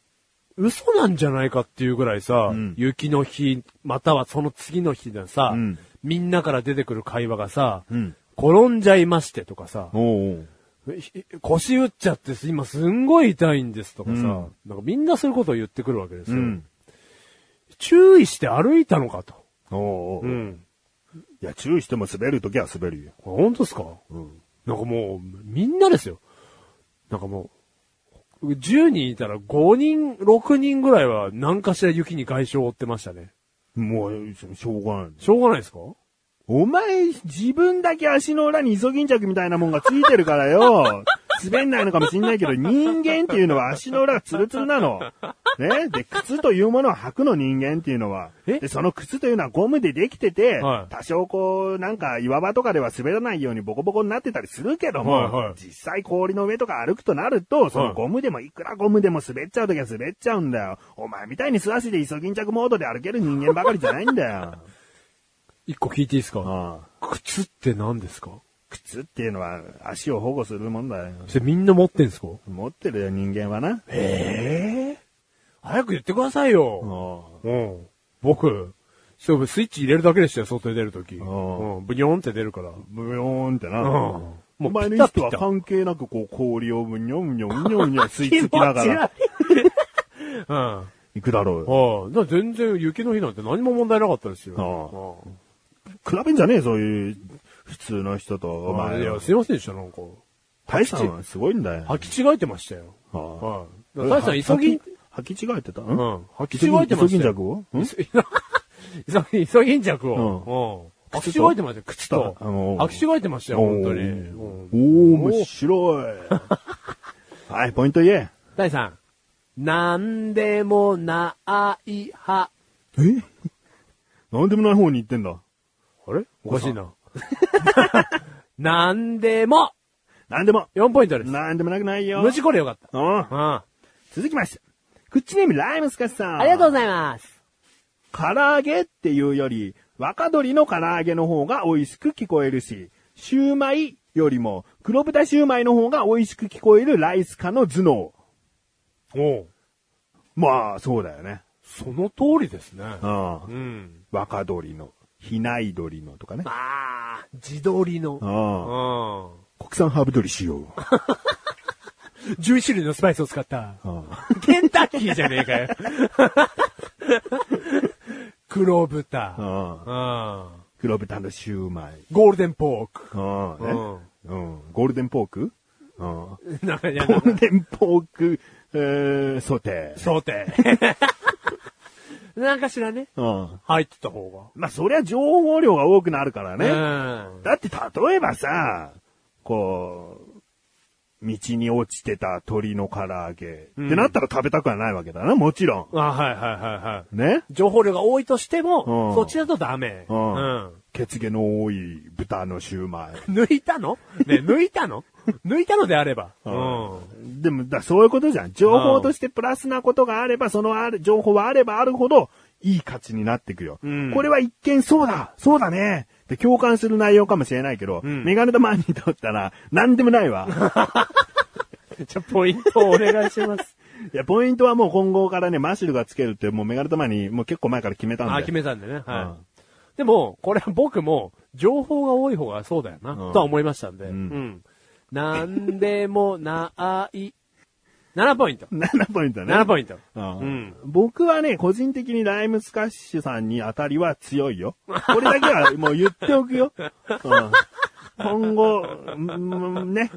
A: 嘘なんじゃないかっていうぐらいさ、
B: うん
A: 雪の日、またはその次の日のさ、
B: うん
A: みんなから出てくる会話がさ、
B: うん。
A: 転んじゃいましてとかさ、
B: おうおう
A: ひ腰打っちゃって今すんごい痛いんですとかさ、
B: うん
A: なんかみんなそういうことを言ってくるわけです
B: う
A: よ。
B: ん。
A: 注意して歩いたのかと。
B: おうおう
A: うん。
B: いや、注意しても滑るときは滑るよ。
A: 本当ですか
B: うん。
A: なんかもう、みんなですよ。なんかもう、10人いたら5人、6人ぐらいは何かしら雪に外傷を負ってましたね。
B: もう、しょうがない。
A: しょうがないですか
B: お前、自分だけ足の裏にイソギンチャクみたいなもんがついてるか
A: *laughs*
B: らよ。滑んないのかもしんないけど、人間っていうのは足の裏がツルツルなの。ねで、靴というものを履くの人間っていうのは。
A: え
B: で、その靴というのはゴムでできてて、
A: はい
B: 多少こう、なんか岩場とかでは滑らないようにボコボコになってたりするけども、
A: はいはい
B: 実際氷の上とか歩くとなると、そのゴムでもいくらゴムでも滑っちゃうときは滑っちゃうんだよ。お前みたいに素足でイソギンチャクモードで歩ける人間ばかりじゃないん
A: *laughs*
B: だよ。
A: 一個聞いていいですか
B: ああ
A: 靴って何ですか
B: 靴っていうのは足を保護するもんだよ。
A: それみんな持ってんすか
B: 持ってるよ、人間はな。
A: ええ早く言ってくださいよ。
B: お
A: うん。僕、そうスイッチ入れるだけでしたよ、外に出るとき。う
B: うん
A: ん。ブニョンって出るから。
B: うブヨーンってな。
A: うん
B: もう
A: もう
B: 前の
A: ピタピ
B: 人
A: タ
B: は関係なくこう氷をむにょむにょむにょむにょ吸い付きながら
A: 気持ち悪い *laughs* うん。
B: 行くだろ
A: ああ、だから全然雪の日なんて何も問題なかったですよ。
B: あ
A: あ
B: う。比べんじゃねえ、そういう普通の人と
A: あ
B: お前。
A: いや、すいませんでした、なんか。
B: 大さんはすごいんだよ。
A: 履き違えてましたよ。
B: ああ
A: はい。だから大さん、急ぎ、
B: 履き違えてたう
A: う。ん。履き違えてましたよ。イソ
B: を
A: ギンジャクをイソギンジャクを。うん。履き違えてましたよ、靴と。
B: あの
A: 履き違えてましたよ、
B: お
A: 本
B: ー
A: 当にうん。
B: おー、面白い。はい、ポイント言え。
A: 大さん、なんでもないは。
B: えなんでもない方に行ってんだ。
A: あれおかしいな。 *laughs* なんでも
B: なんでも
A: !4 ポイントです。
B: なんでもなくないよ。
A: 無事故でよかっ
B: うん
A: た。うん。
B: 続きまして。クッチネームライムスカスさん。
A: ありがとうご
B: い
A: ざいます。
B: ます。唐揚げっていうより、若鶏の唐揚げの方が美味しく聞こえるし、シューマイよりも黒豚シューマイの方が美味しく聞こえるライスカの頭脳。
A: おう
B: まあ、そうだよね。
A: その通りですね。
B: うん。
A: うん。
B: 若鶏の、比内鶏のとかね。
A: ああ、自撮りの。
B: ああ
A: う
B: 国産ハーブ鶏使用。
A: 11種類のスパイスを使った。
B: うん
A: ケンタッキーじゃねえか *laughs* よ。黒豚。うん。
B: うん黒豚のシューマイ。
A: ゴールデンポーク。 *laughs*
B: うんねうんゴールデンポークうんゴ
A: なんかやだ
B: ールデン *laughs* ポーク、えー、ソテー。
A: 想定。 *laughs* なんかしらね、
B: うん
A: 入ってた方
B: まあ、そりゃ情報量が多くなるからね。
A: が。うん。
B: だって例えばさ、こう、道に落ちてた鳥の唐揚げ、
A: うん
B: ってなったら食べたくはないわけだな、もちろ
A: あ、はいはいはいはい。
B: ん。ね
A: 情報量が多いとしても、
B: うん
A: そっちだとダメ。
B: うん血毛の多い豚のシューマイ。
A: 抜いたのね、抜いた *laughs* の抜いたのであれば。う
B: うん
A: ん。
B: でも、だそういうことじゃん。情報としてプラスなことがあれば、そのある、情報はあればあるほど、いい価値になっていくよ。
A: うん
B: これは一見そうだそうだねって共感する内容かもしれないけど、
A: うん
B: メガネとマンにとったら、なんでもないわ。 *laughs*
A: じゃあ、ポイントをお願いします。
B: いや、ポイントはもう今後からね、マシルがつけるって、もうメガネとマンに、もう結構前から決めたんで。
A: あ、決めたんでね。
B: う
A: は
B: ん
A: い。でも、これは僕も、情報が多い方がそうだよな、
B: うん
A: とは思いましたんで。うんん。なんでもない。7ポイント。
B: *laughs* 7ポイントね。
A: 7ポイント。
B: うん
A: うん
B: 僕はね、個人的にライムスカッシュさんに当たりは強いよ。これだけ
A: *laughs*
B: はもう言っておくよ。うん今後、うんね、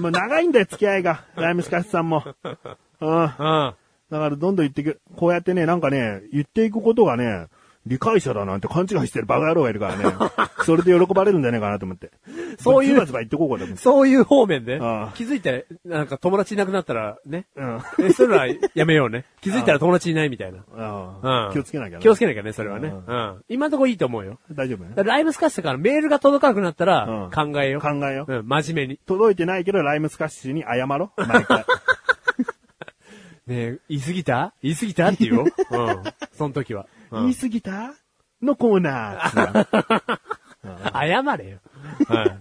B: もう長いんだよ、付き合いが。ライムスカッシュさんも。うん。だか
A: うん。
B: らどんどん言ってく。こうやってね、なんかね、言っていくことがね、理解者だなんて勘違いしてるバカ野郎がいるからね。それで喜ばれるんじゃないかなと思って。
A: そういう
B: ズバズバ言ってこうかと思って。
A: そういう方面で
B: ああ、
A: 気づいたら、なんか友達いなくなったら、ね。
B: うん。
A: え、それはや *laughs* めようね。気づいたら友達いないみたいな。
B: あ
A: う
B: あ
A: ん
B: 気をつけなきゃね
A: 気をつけなきゃね、それはね。
B: う
A: うんん。今んとこいいと思うよ。
B: 大丈夫ね
A: だからライブスカッシュからメールが届かなくなった
B: う
A: ら、
B: ん
A: 考えよう。
B: 考えよう
A: うん、真面目に。
B: 届いてないけど、ライムスカッシュに謝ろ。 *laughs* 毎回。
A: ねえ、言い過ぎた言い過ぎたって言 *laughs* おう。うん。その時は。う
B: 言
A: ん
B: い過ぎたのコーナ *laughs* ー。
A: 謝れよ。はい。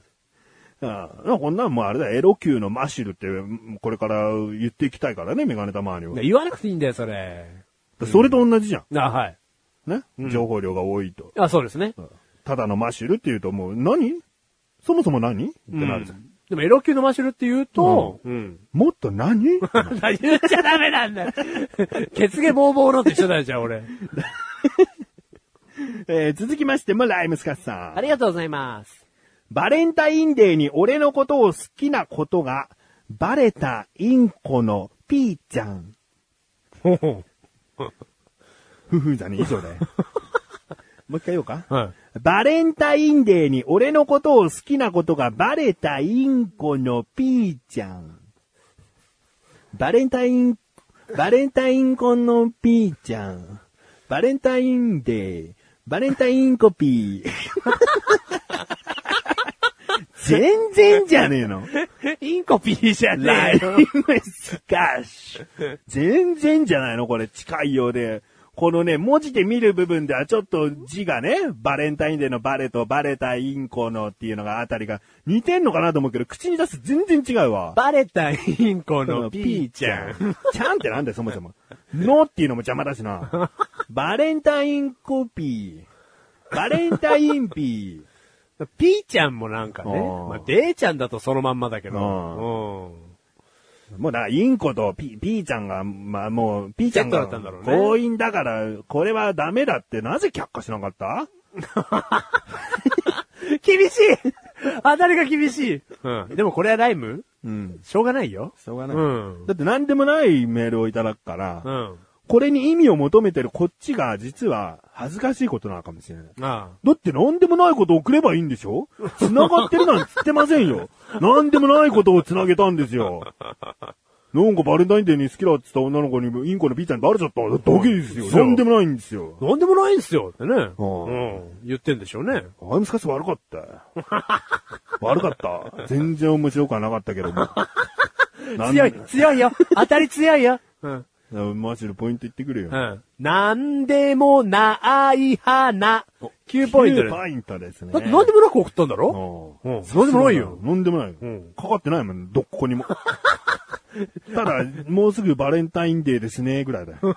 B: うん、こんなんもうあれだよ、エロ級のマシュルって、うんこれから言っていきたいからね、メガネたまには。
A: 言わなくていいんだよ、それ。
B: それと同じじゃ
A: あ、はい。
B: ん。ね、情報量が多いと。
A: あ、そうですね。
B: ただのマシュルって言うともう何、そもそも何ってなるじゃん。
A: でも、エロ級のマッシュルって言うと、うん。
B: もっと
A: *laughs*
B: 何
A: 言っちゃダメなんだよ。血毛ボーボーのって一緒だよ、じゃあ俺。
B: *laughs* えー続きましても、ライムスカッシュさん。
A: ありがとうございます。
B: バレンタインデーに俺のことを好きなことが、バレたインコのピーちゃん。
A: ほほ
B: ふふじゃねえ、以上だよ。もう一回言おうか。
A: *laughs* は
B: バレンタインデーに俺のことを好きなことがバレたインコのピーちゃん。バレンタイン、バレンタインコのピーちゃん。バレンタインデー、バレンタインコピー。 *laughs* 全然じゃねえの。
A: い。インコピーじゃ
B: ラ
A: ね
B: イ
A: えよ。
B: ムスカッシュ。全然じゃないのこれ、近いようで。このね、文字で見る部分ではちょっと字がね、バレンタインデーのバレとバレたインコのっていうのがあたりが似てんのかなと思うけど、口に出すと全然違うわ。
A: バレたインコ
B: そ
A: のピーちゃん。。
B: ちゃんってなんだよ、そもそも。 *laughs* のっていうのも邪魔だしな。バレンタインコピー。バレンタインピー。
A: ピーちゃんもなんかね、
B: うん
A: まあ、デーちゃんだとそのまんまだけど、
B: もうだから、インコとピ、ピーちゃんが、まあもう、ピーちゃん
A: セ
B: が
A: ットだったんだろうね
B: 強引だから、これはダメだって、なぜ却下しなかった
A: うん *laughs* 厳しい当たりが厳しい、うん、でもこれはライム
B: うん。
A: しょうがないよ。
B: しょうが
A: う
B: ない。
A: ん。
B: だって何でもないメールをいただくから、
A: うん。
B: これに意味を求めてるこっちが、実は、恥ずかしいことなのかもしれない。
A: あ
B: だって何でもないことを送ればいいんでしょ繋がってるなんて言ってませんよ。
A: *laughs*
B: 何でもないことを繋げたんですよ。なんかバレンタインデーに好きだって言った女の子にインコのピーちゃんにバレちゃっただけですよ。
A: そう
B: 何でもないんですよ。
A: あ。なんでもないんすよってね。う
B: うん
A: ん。言ってんでしょうね。
B: アイムスカス悪かったよ。悪かった。全然面白くはなかったけ
A: *laughs*
B: ども。なん
A: 強い、強いよ。当たり強いよ。うん。
B: マジでポイント言ってくれよ。
A: うん。なんでもない花。9ポイント
B: 9
A: です。
B: ポイントですね。
A: だってなんでもなく送ったんだろ
B: うん
A: うんなんでもないよ
B: なんでもないよ
A: うん。
B: かかってないもん、どっこ
A: *laughs*
B: にも。ただ、もうすぐバレンタインデーですね、ぐらいだよ。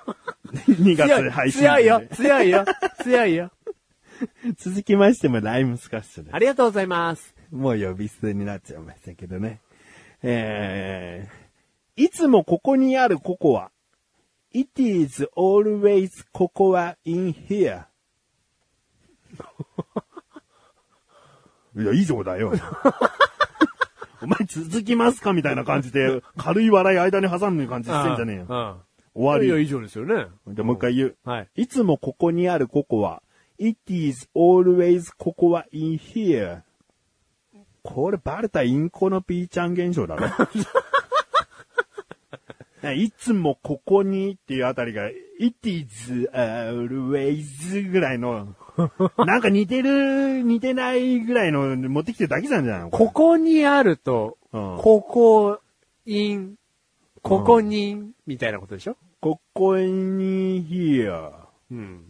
B: 2月配信。
A: 強いよ、強い *laughs* よ、強いよ。
B: 続きましてもライムスカッシュで
A: ありがとうございます。
B: もう呼び捨てになっちゃいましたけどね。えいつもここにあるココア。It is always ココア in here. *laughs* いや、以上だよ。 *laughs* お前続きますかみたいな感じで、軽い笑い間に挟む感じしてんじゃねえよ。終
A: いや、
B: わり。
A: 以上ですよね。
B: じゃあもう一回言う。
A: はい。
B: いつもここにあるココア。It is always ココア in here. これバレたインコのピーちゃん現象だろ。 *laughs* いつもここにっていうあたりが、It is always ぐらいの、なんか似てる、似てないぐらいの持ってきてるだけじゃんじゃん。
A: ここにあると、
B: うん
A: ここ、イン、ここに、みたいなことでしょ
B: ここに here.
A: うん。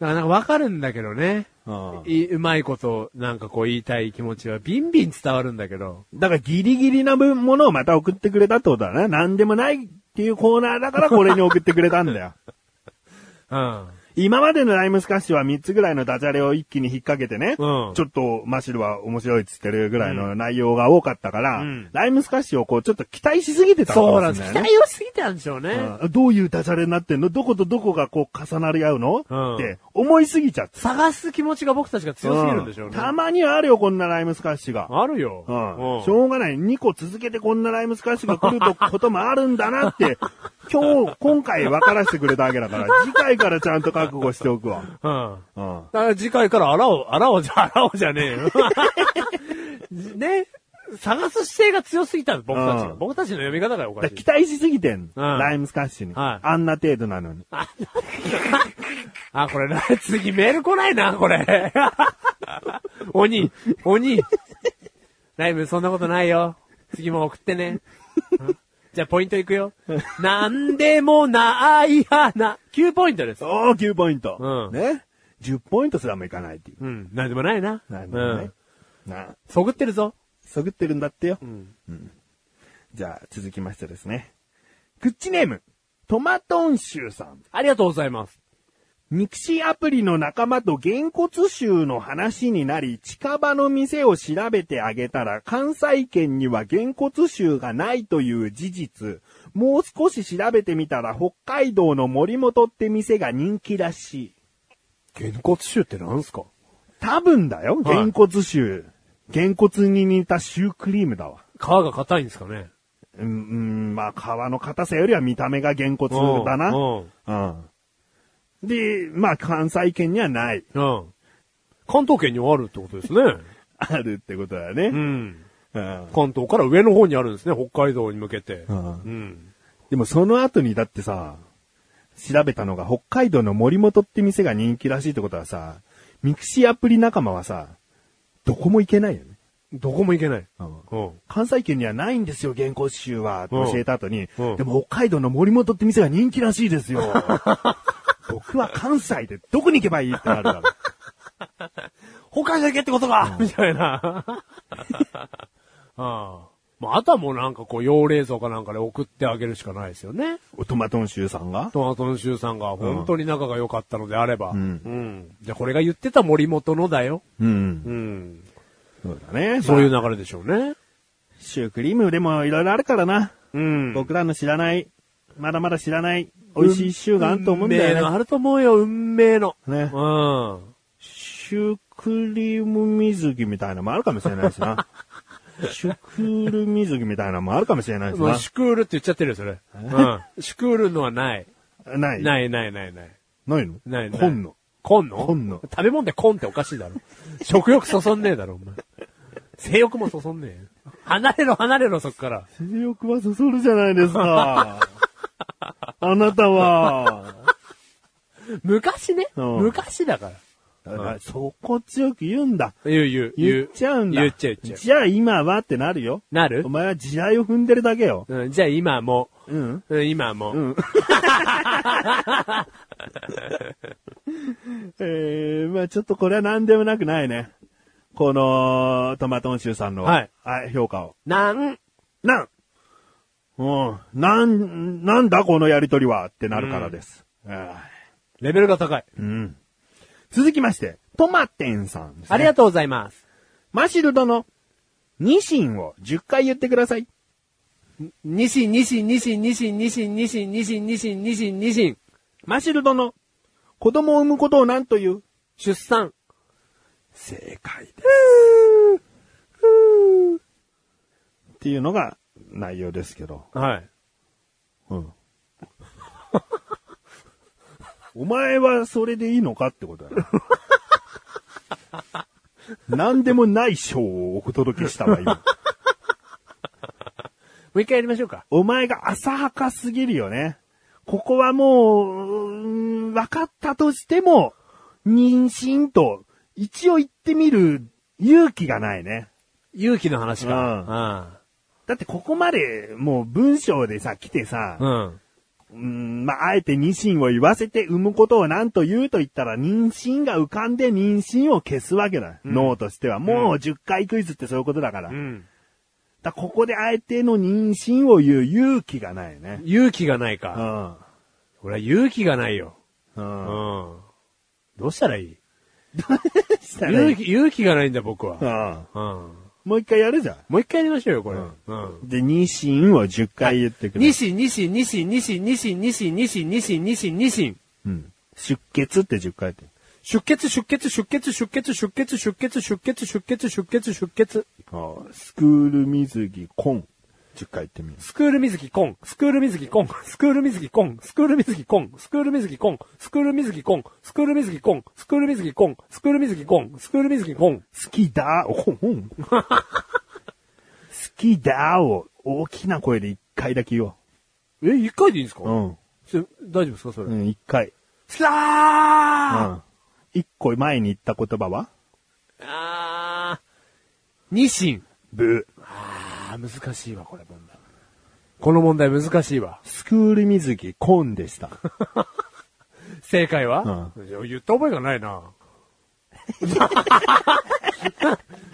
A: だからなんかわかるんだけどね。
B: うん
A: いうまいこと、なんかこう言いたい気持ちはビンビン伝わるんだけど。
B: だからギリギリな分ものをまた送ってくれたってことだね。なんでもないっていうコーナーだからこれに送ってくれたん
A: *laughs*
B: だよ。
A: うん。
B: 今までのライムスカッシュは3つぐらいのダジャレを一気に引っ掛けてね、
A: うん
B: ちょっとマシルは面白いっつってるぐらいの内容が多かったから、
A: うん
B: ライムスカッシュをこうちょっと期待しすぎてた
A: そう
B: わ
A: なん
B: けで
A: ですす。期
B: よね。
A: 待をすぎたんでしょうね。
B: うんどういうダジャレになってんのどことどこがこう重なり合うの、
A: うん
B: って思いすぎちゃって。
A: 探す気持ちが僕たちが強すぎるんでしょう
B: うん
A: ね。
B: たまにはあるよ、こんなライムスカッシュが。
A: あるよ。
B: うんし
A: うん
B: ょうがない。2個続けてこんなライムスカッシュが来るとこともあるんだな
A: *laughs*
B: って、今日、今回分からせてくれたわけだから、次回からちゃんと覚悟しておくわ。
A: うん。
B: うん。
A: だから次回から洗おう、洗おうじゃ、 *laughs* 洗おうじゃねえよ。 *laughs* ね。探す姿勢が強すぎたんです、僕たちが。
B: うん
A: 僕たちの読み方がおか
B: だから
A: しい
B: 期。待しすぎてん。
A: うん
B: ライムスカッシュに。
A: はい
B: あんな程度なのに。
A: あ、これ *laughs* な、次メール来ないな、これ。 *laughs* 鬼、鬼。ライブそんなことないよ。次も送ってね。うんじゃあポイントいくよ。なんでもない花。9ポイントです。
B: おー、9ポイント。
A: うん
B: ね。10ポイントすらもいかないっていう。
A: うん、なんでもないな。
B: なるほ
A: う
B: どね
A: ん。。
B: なあ、
A: そぐってるぞ。
B: そぐってるんだってよ。
A: うん。
B: じゃあ、続きましてですね。クッチネーム、トマトンシューさん。
A: ありがとうございます。
B: ミクシーアプリの仲間と原骨臭の話になり、近場の店を調べてあげたら、関西圏には原骨臭がないという事実。もう少し調べてみたら、北海道の森本って店が人気らしい。
A: 原骨臭ってなんすか
B: 多分だよ、
A: はい
B: 原骨臭。原骨に似たシュークリームだわ。
A: 皮が硬いんですかね。
B: うん、うん、まあ、皮の硬さよりは見た目が原骨だな。
A: うん。
B: うん。で、まあ、関西圏にはない。
A: うん。関東圏にはあるってことですね。
B: あるってことだね。
A: うん。
B: うん
A: 関東から上の方にあるんですね、北海道に向けて。
B: う
A: う
B: ん
A: ん。
B: でもその後にだってさ、調べたのが北海道の森本って店が人気らしいってことはさ、ミクシーアプリ仲間はさ、どこも行けないよね。
A: どこも行けない。
B: うん
A: うん。
B: 関西圏にはないんですよ、原稿集は。って教えた後に、
A: うん
B: でも北海道の森本って店が人気らしい
A: *laughs*
B: ですよ。僕は関西でどこに行けばいいってな
A: *laughs*
B: るだろう。
A: 北海道行けってことかみたいな。 *laughs* ああ。まあ、あとはもうなんかこう、用冷蔵かなんかで送ってあげるしかないですよね。
B: オトマトンシューさんが
A: トマトンシューさんが本当に仲が良かったのであれば。うんじゃあこれが言ってた森本のだよ。
B: うん。
A: うん。
B: そうだね。
A: そういう
B: まあ
A: 流れでしょうね。
B: シュークリームでもいろいろあるからな。
A: うん。
B: 僕らの知らない、まだまだ知らない、美味しいシューがあると思うんだ
A: 運命
B: よ
A: の
B: ね。
A: あると思うよ、運命の。
B: ね
A: うん。
B: シュークリーム水着みたいなのもあるかもしれない
A: *laughs*
B: しな。シュクール水着みたいなのもあるかもしれないし
A: もうシュクールって言っちゃってるよ、それ。うん。シュクールのはない。
B: な。ない。い。
A: ないないないない。
B: ないの
A: ないない
B: 本の。
A: コンの
B: コンの
A: 食べ物でコンっておかしいだろ。食欲そそんねえだろ、お前。性欲もそそんねえ。離れろ、離れろ、そっから。
B: 性欲はそそるじゃないで
A: *laughs*
B: すか。あなたは。
A: 昔ね。
B: うん
A: 昔だから。
B: だからそこ強く言うんだ。
A: 言う言う言う。
B: 言っちゃうんだ。
A: 言っちゃう言っちゃ
B: じゃあ今はってなるよ。
A: う。なる
B: お前は地雷を踏んでるだけよ。
A: うん、じゃあ今も。
B: うん。
A: うん、今も。
B: んえー、まあちょっとこれは何でもなくないね。この、トマトンシューさんの、
A: はい
B: 評価を。
A: なん、
B: なんうん、なん、なんだこのやりとりはってなるからです。あ
A: レベルが高い。
B: ーうん。続きまして、トマテンさんです、ね。
A: ありがとうございます。
B: マシル殿、ニシンを10回言ってください。
A: ニシン、ニシン、ニシン、ニシン、ニシン、ニシン、ニシン、ニシン、ニシン、ニシン。
B: マシル殿、子供を産むことを何と言う
A: 出産。
B: 正解です。っていうのが内容ですけど。
A: はい。
B: うん。お前はそれでいいのかってことだよ。何でもない賞をお届けしたわ、今。
A: もう一回やりましょうか。
B: お前が浅はかすぎるよね。ここはもう、うーん分かったとしても、妊娠と、一応言ってみる勇気がないね。
A: 勇気の話か。
B: だってここまで、もう文章でさ、来てさ、
A: うん。うん。
B: うーん、まあ、あえてニシンを言わせて産むことを何と言うと言ったら、妊娠が浮かんで妊娠を消すわけだ。脳としては。もう10回クイズってそういうことだから。
A: うん。
B: だからここであえての妊娠を言う勇気がないね。
A: 勇気がないか。
B: うん。
A: 俺は勇気がないよ。
B: うん
A: う。ん。どうしたらいい
B: *laughs* したら
A: 勇
B: いい
A: 気、勇気がないんだ僕
B: う
A: は。
B: ん。
A: うん。
B: もう一回やるじゃん。
A: もう一回やりましょうよ、これ。
B: ん
A: うん。
B: で、ニシンを10回言ってくれ
A: ニ。シン、ニシン、ニシン、ニシン、ニシン、ニシン、ニシン、ニシン、ニシン、ニシン。
B: うん。出血って10回って。
A: 出血、出血、出血、出血、出血、出血、出血、出血、出血、出血。
B: ああスクール水着コン。10回言ってみる。
A: スクール水着コン、スクール水着コン、スクール水着コン、スクール水着コン、スクール水着コン、スクール水着コン、スクール水着コン、スクール水着コン、スクール水着コン、スクール水着コン。
B: 好きだお、ほん。好きだを大きな声で1回だけ言お
A: え、一回でいいんですか
B: う。うん。
A: それ大丈夫ですかそうれ。
B: ん、1回。
A: スラー
B: うん。1個前に言った言葉は
A: あー。ニシン。
B: ブー。
A: あー、難しいわ、これ問題。この問題難しいわ。
B: スクール水着コン
A: *laughs*
B: でした。
A: 正解は、いや言った覚えがない *laughs* な。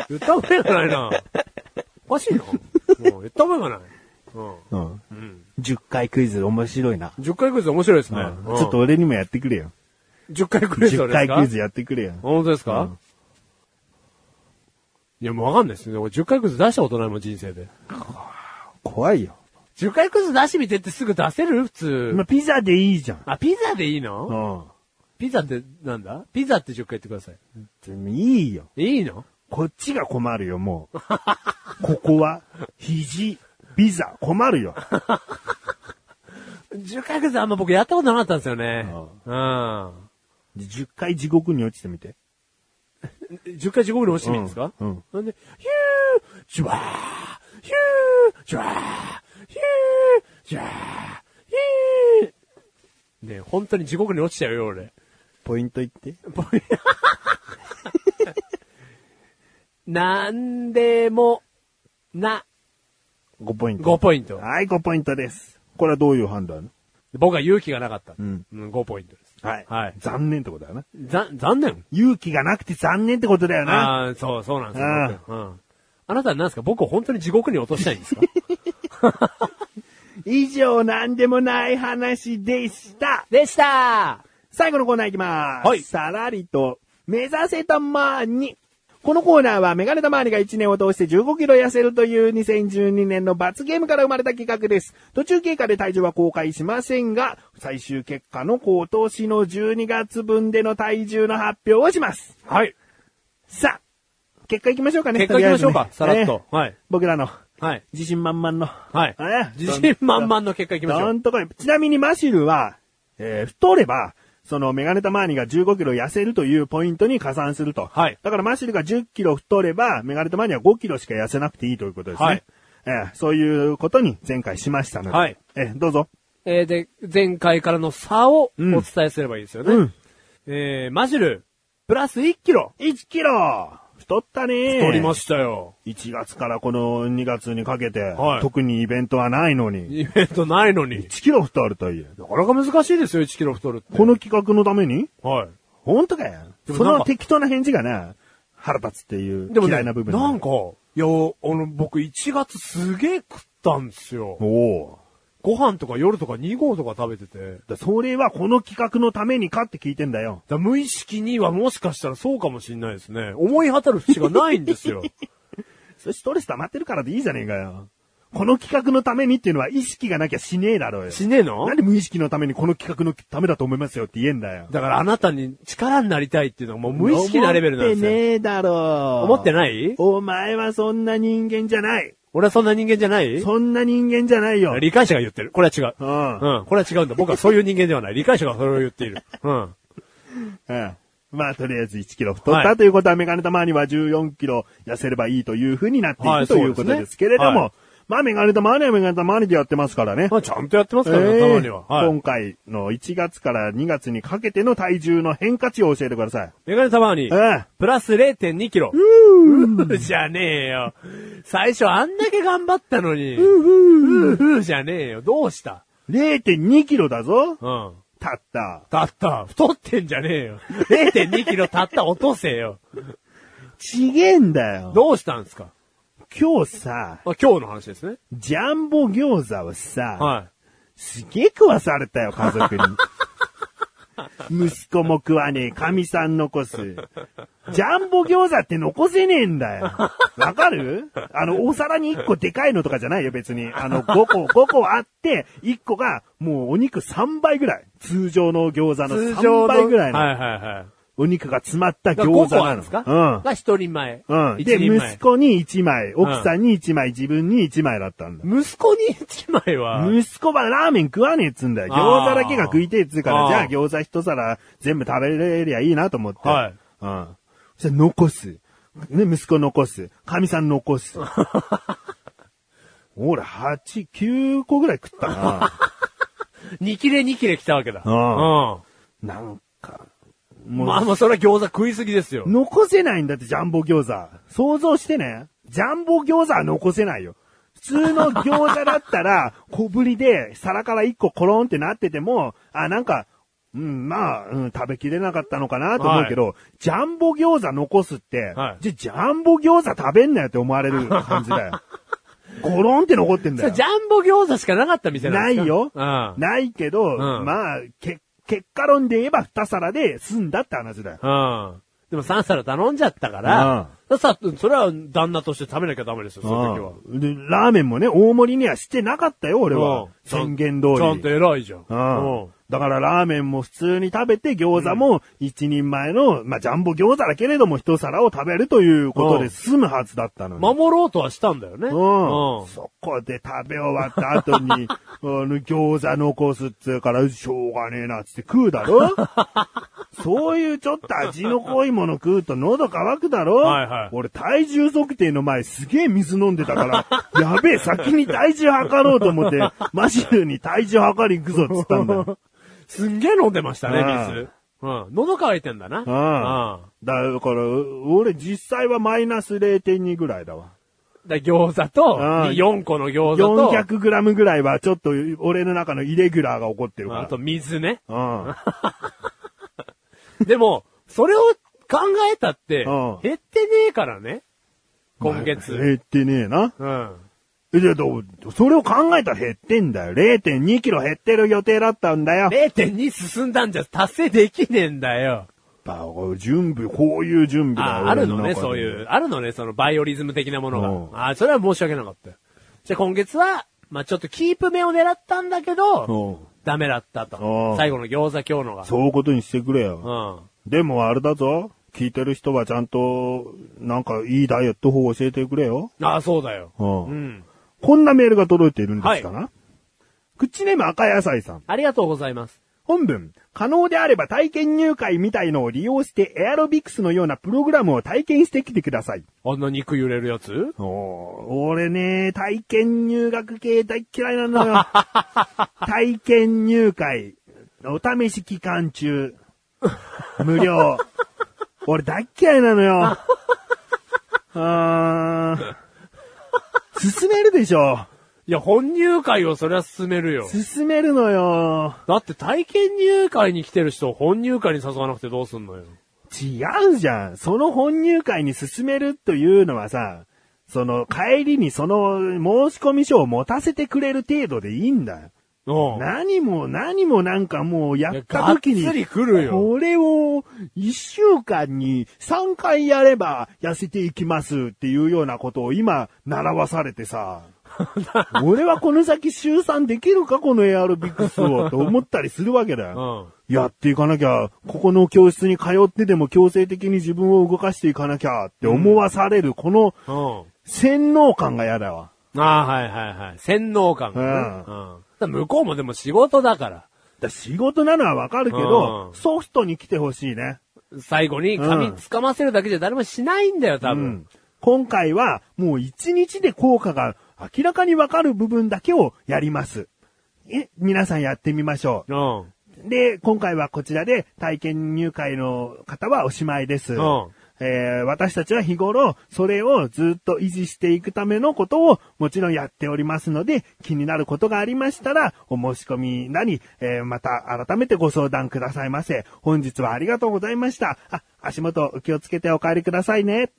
A: 言った覚えがないな。おかしいな。もう言った覚えがない。うん。
B: うん。
A: うん。
B: 10回クイズ面白いな。
A: 10回クイズ面白いです
B: う
A: ね。
B: ん
A: うん
B: ちょっと、俺にもやってくれよ。
A: 10回クイズ
B: 10
A: です
B: 回
A: か
B: クイズやってくれよ。
A: 本当ですか、
B: うん
A: いや、もうわかんないですね。俺10回クイズ出したことないもん、人生で。
B: 怖いよ。
A: 10回クイズ出してみてってすぐ出せる普通。
B: まあ、ピザでいいじゃん。
A: あ、ピザでいいの、
B: うん。
A: ピザってなんだピザって10回言ってください。
B: でもいいよ。
A: いいの
B: こっちが困るよ、も
A: *laughs*
B: う。ここは、肘、ビザ、困るよ。
A: 10回クイズあんま僕やったことなかったんですよね。うん。
B: で10回地獄に落ちてみて。
A: 10回地獄に落ちてみるんですか
B: うんうん
A: なんで、ヒュージュワーヒュージュワーヒュージュワーヒューねえ本当に地獄に落ちちゃうよ、俺。 *laughs*
B: ポイント言って。
A: ぼなんでも、な、
B: 5ポイント。
A: 5ポイント。
B: はい、5ポイントです。これはどういう判断
A: 僕は勇気がなかった。
B: うん
A: 5ポイントです。
B: はい
A: はい
B: 残念ってことだよな。
A: ざ、残念
B: 勇気がなくて残念ってことだよな。
A: ああ、そう、そうなんです
B: うん
A: よ。僕うん。あなたは何ですか僕を本当に地獄に落としたいんですか
B: 以上、なんでもない話でした。
A: *laughs* でした
B: 最後のコーナーいきます。
A: はい
B: さらりと、目指せたまーに。このコーナーはメガネたまーにが1年を通して15キロ痩せるという2012年の罰ゲームから生まれた企画です。途中経過で体重は公開しませんが、最終結果の今年の12月分での体重の発表をします。
A: はい。
B: さあ、結果いきましょうかね。
A: 結果いきましょうか、
B: と
A: さ
B: りあ
A: ら
B: え
A: っ
B: ずね
A: と。。はい
B: え。え僕らの
A: はい。
B: 自信満々の。
A: はい
B: ええ。
A: 自信満々の結果いきましょ
B: な
A: う。
B: んとか、ちなみにマシルは、えー太れば、そのメガネタマーニが15キロ痩せるというポイントに加算すると。
A: はい
B: だからマシルが10キロ太れば、メガネタマーニは5キロしか痩せなくていいということですね。
A: はい
B: えーそういうことに前回しましたので。
A: はい
B: えーどうぞ。
A: えーで、前回からの差をお
B: うん
A: 伝えすればいいですよね。
B: うん
A: えーマジル、プラス1キロ。
B: 1キロ太ったね
A: 取りま
B: し
A: したよ。
B: 1月からこの2月にかけて、
A: はい
B: 特にイベントはないのに、
A: イベントないのに。
B: 1キロ太るという。
A: なかなか難しいですよ、1キロ太るって。
B: この企画のために
A: はい。
B: 本当かよ。
A: でも
B: そ
A: なんか
B: の適当な返事がな、腹立つっていう
A: ね
B: 嫌いな部分。
A: なんか、いや、あの、僕1月すげえ食ったんですよ。
B: おお
A: ご飯とか夜とか2合とか食べてて。
B: ー。だそれはこの企画のためにかって聞いてんだよ。
A: だ無意識にはもしかしたらそうかもしれないです
B: *laughs*
A: ね。思い当たる節がないんですよ。
B: それストレス溜まってるからでいいじゃねえかよ。この企画のためにっていうのは意識がなきゃしねえだろうよ。
A: しねえの
B: なんで無意識のためにこの企画のためだと思いますよって言えんだよ。
A: だからあなたに力になりたいっていうのはもう無意識なレベルなんです
B: 思って
A: よ。
B: ねえだろう。
A: 思って
B: い
A: ない
B: お前はそんな人間じゃない。
A: 俺はそんな人間じゃない
B: そんな人間じゃないよ。
A: 理解者が言ってる。これは違う。う
B: う。
A: んん。これは違うんだ。僕はそういう人間ではない。理解者がそれを言っている。うん。
B: うん。まあ、とりあえず1キロ太った、
A: はい
B: ということは、メガネたまには14キロ痩せればいいというふうになっていく、
A: はい
B: というこ
A: そう
B: と
A: ですね
B: ですけれども、
A: はい
B: まあ、メガネたまにはメガネたまにでやってますからね。
A: まあちゃんとやってますからね、たまには。
B: えー
A: はい。
B: 今回の1月から2月にかけての体重の変化値を教えてください。
A: メガネたまに
B: え、え
A: プラス0.2キロ。うーじゃねえよ。最初あんだけ頑張ったのに。うーふーじゃねえよ。どうした
B: 0.2キロだぞ
A: うん。
B: たった。
A: たった、太ってんじゃねえよ。0.2キロたった落とせよ。
B: ちげえんだよ。
A: どうしたんですか
B: 今日さ、
A: あ今日の話ですね。
B: ジャンボ餃子をさ、
A: は
B: すげえ食わされたよ、家族に。息子も食わねえ、神さん残す。ジャンボ餃子って残せねえんだよ。わかるあの、お皿に1個でかいのとかじゃないよ、別に。あの、5個、5個あって、1個が、もうお肉3倍ぐらい。通常の餃子
A: い。
B: の3倍ぐらいの。
A: はいはいはい。
B: お肉が詰まった
A: だ
B: 餃
A: から
B: 子
A: 5個あ
B: な
A: るん
B: の。
A: ですか
B: うん。
A: が一人前。
B: うん。
A: 一
B: で、
A: 人前
B: 息子に1枚、奥さんに1枚、自分に1枚だったんだ。
A: 息子に一枚は、
B: 息子はラーメン食わねえっつうんだよ。
A: あ
B: 餃
A: ー
B: 子だけが食いてえっつうから、
A: あー
B: じゃあ餃子一皿全部食べれりゃいいなと思って。
A: はい
B: うん。そしたら残す。ね、息子残す。神さん残す。
A: *laughs*
B: 俺、8、9個ぐらい食ったな。
A: *laughs* 2切れ2切れ来たわけだ。
B: う
A: うんん。
B: なんか、もう、
A: まあまあ、それは餃子食いすぎですよ。
B: 残せないんだって、ジャンボ餃子。想像してね。ジャンボ餃子は残せないよ。普通の餃子だった
A: *laughs*
B: ら、小ぶりで、皿から一個コロンってなってても、あ、なんか、うん、まあ、うん、食べきれなかったのかなと思うけど、ジャンボ餃子残すって、
A: はい
B: じゃ、ジャンボ餃子食べんなよって思わ
A: *laughs*
B: れる感じだよ。コロンって残ってん
A: それ
B: だよ
A: ジ。ャンボ餃子しかなかったみたいな。
B: ないよ
A: うん。
B: ないけど、
A: ん
B: まあ、け、結果論で言えば二皿で済んだって話だよ。
A: うん。でも3皿頼んじゃったから、さ、それは旦那として食べなきゃダメですよ、その時は。
B: うんでラーメンもね、大盛りにはしてなかったよ、俺は
A: うん。
B: 宣言通り。
A: ちゃんと偉いじゃん。
B: うん。だからラーメンも普通に食べて餃子も一人前の、まあジャンボ餃子だけれども一皿を食べるということ
A: う
B: で
A: ん
B: 済むはずだったのに。
A: 守ろうとはしたんだよね。
B: うん。
A: う
B: そこで食べ終わった後に、あ
A: *laughs*
B: の、餃子残すっつうから、しょうがねえなっつって食う
A: *laughs*
B: だろそういうちょっと味の濃いもの食うと喉乾くだろ
A: はいはい
B: 俺体重測定の前すげえ水飲んで
A: *laughs*
B: たから、やべえ、先に体重測ろうと思って、マシュルに体重測り行くぞっつったんだよ。
A: *laughs* ん。すんげえ飲んでましたね、
B: うん
A: 水。うん。喉乾いてんだな。
B: うんだから、俺実際はマイナス0.2ぐらいだわ。
A: うん。だ餃子と、
B: うん
A: 4個の餃子と、
B: 400グラムぐらいはちょっと俺の中のイレギュラーが起こってるから。
A: あと水ね。
B: うん。
A: でも、それを考えたって
B: うん、
A: 減ってねえからね。今月。
B: 減ってねえな。
A: うん。
B: え、じゃあどう、それを考えたら減ってんだよ。0.2キロ減ってる予定だったんだよ。やっ
A: 0.2進んだんじゃ達成できねえんだよ。
B: ぱ、準備、こういう準備だよ。
A: あ、あるのね、
B: 俺中で
A: そういう。。あるのね、そのバイオリズム的なもの
B: う
A: が。あ、それは申し訳なかったよ。じゃあ今月は、まあちょっとキープ目を狙ったんだけど、
B: うん
A: ダメだった
B: う
A: と
B: ん。
A: 最後の餃子今日のが。
B: そういうことにしてくれよ。
A: う
B: でもあれだぞ。聞いてる人はちゃんと、なんかいいダイエット法教えてくれよ。
A: ん。ああ、そうだよ。
B: うん
A: うん。
B: こんなメールが届いているんですかな、
A: は
B: 口ネーム赤野菜さん。
A: ありがとうございます。
B: 本文、可能であれば体験入会みたいのを利用してエアロビクスのようなプログラムを体験してきてください。
A: あんな肉揺れるやつ
B: おー俺ね、体験入学系大嫌いなのよ。体験入会、お試し期間中、無料。俺大嫌いなのよ。あー、進めるでしょ。
A: いや、本入会をそりゃ進めるよ。
B: 進めるのよ。
A: だって体験入会に来てる人を本入会に誘わなくてどうすんのよ。
B: 違うじゃん。その本入会に進めるというのはさ、その帰りにその申込書を持たせてくれる程度でいいんだよ。
A: うん。
B: 何も何もなんかもうや
A: いや
B: っ
A: が
B: た
A: っつ
B: 時に、
A: り来るよ。
B: これを一週間に三回やれば痩せていきますっていうようなことを今習わされてさ、 *laughs* 俺はこの先週3できるかこのエアロビックスをと思ったりするわけだ
A: う
B: よ。
A: ん。
B: やっていかなきゃ、ここの教室に通ってでも強制的に自分を動かしていかなきゃって思わされる、この
A: うん。
B: 洗脳感が嫌だわ。
A: ああ、はいはいはい。洗脳感がね。
B: う
A: うん。だから向こうもでも仕事だから。
B: だ仕事なのはわかるけど、
A: うん
B: ソフトに来てほしいね。
A: 最後に髪つかませるだけじゃ誰もしないんだよ、多
B: う
A: 分
B: ん。今回はもう1日で効果が明らかにわかる部分だけをやります。え、皆さんやってみましょう。
A: うん。
B: で、今回はこちらで体験入会の方はおしまいです。
A: うん
B: えー私たちは日頃、それをずっと維持していくためのことをもちろんやっておりますので、気になることがありましたら、お申し込みなり、えーまた改めてご相談くださいませ。本日はありがとうございました。あ、足元お気をつけてお帰りくださいね。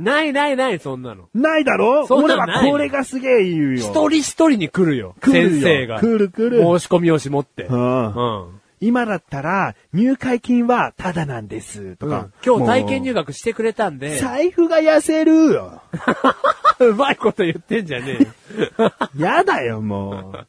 A: ないないない、そんなの。
B: ないだろ
A: そん
B: 俺
A: なんない
B: はこれがすげえ言うよ。
A: 一人一人に来るよ。
B: 来る
A: 先
B: よ
A: 生が。
B: 来る来る
A: 申し込み用紙持って。
B: う
A: うん。
B: ん
A: うん。
B: 今だったら、入会金はタダなんです、とか。
A: 今日体験入
B: も
A: 学してくれたん
B: う
A: で。
B: 財布が痩せるよ。
A: うまいこと言ってんじゃねえよ。
B: やだよ、もう。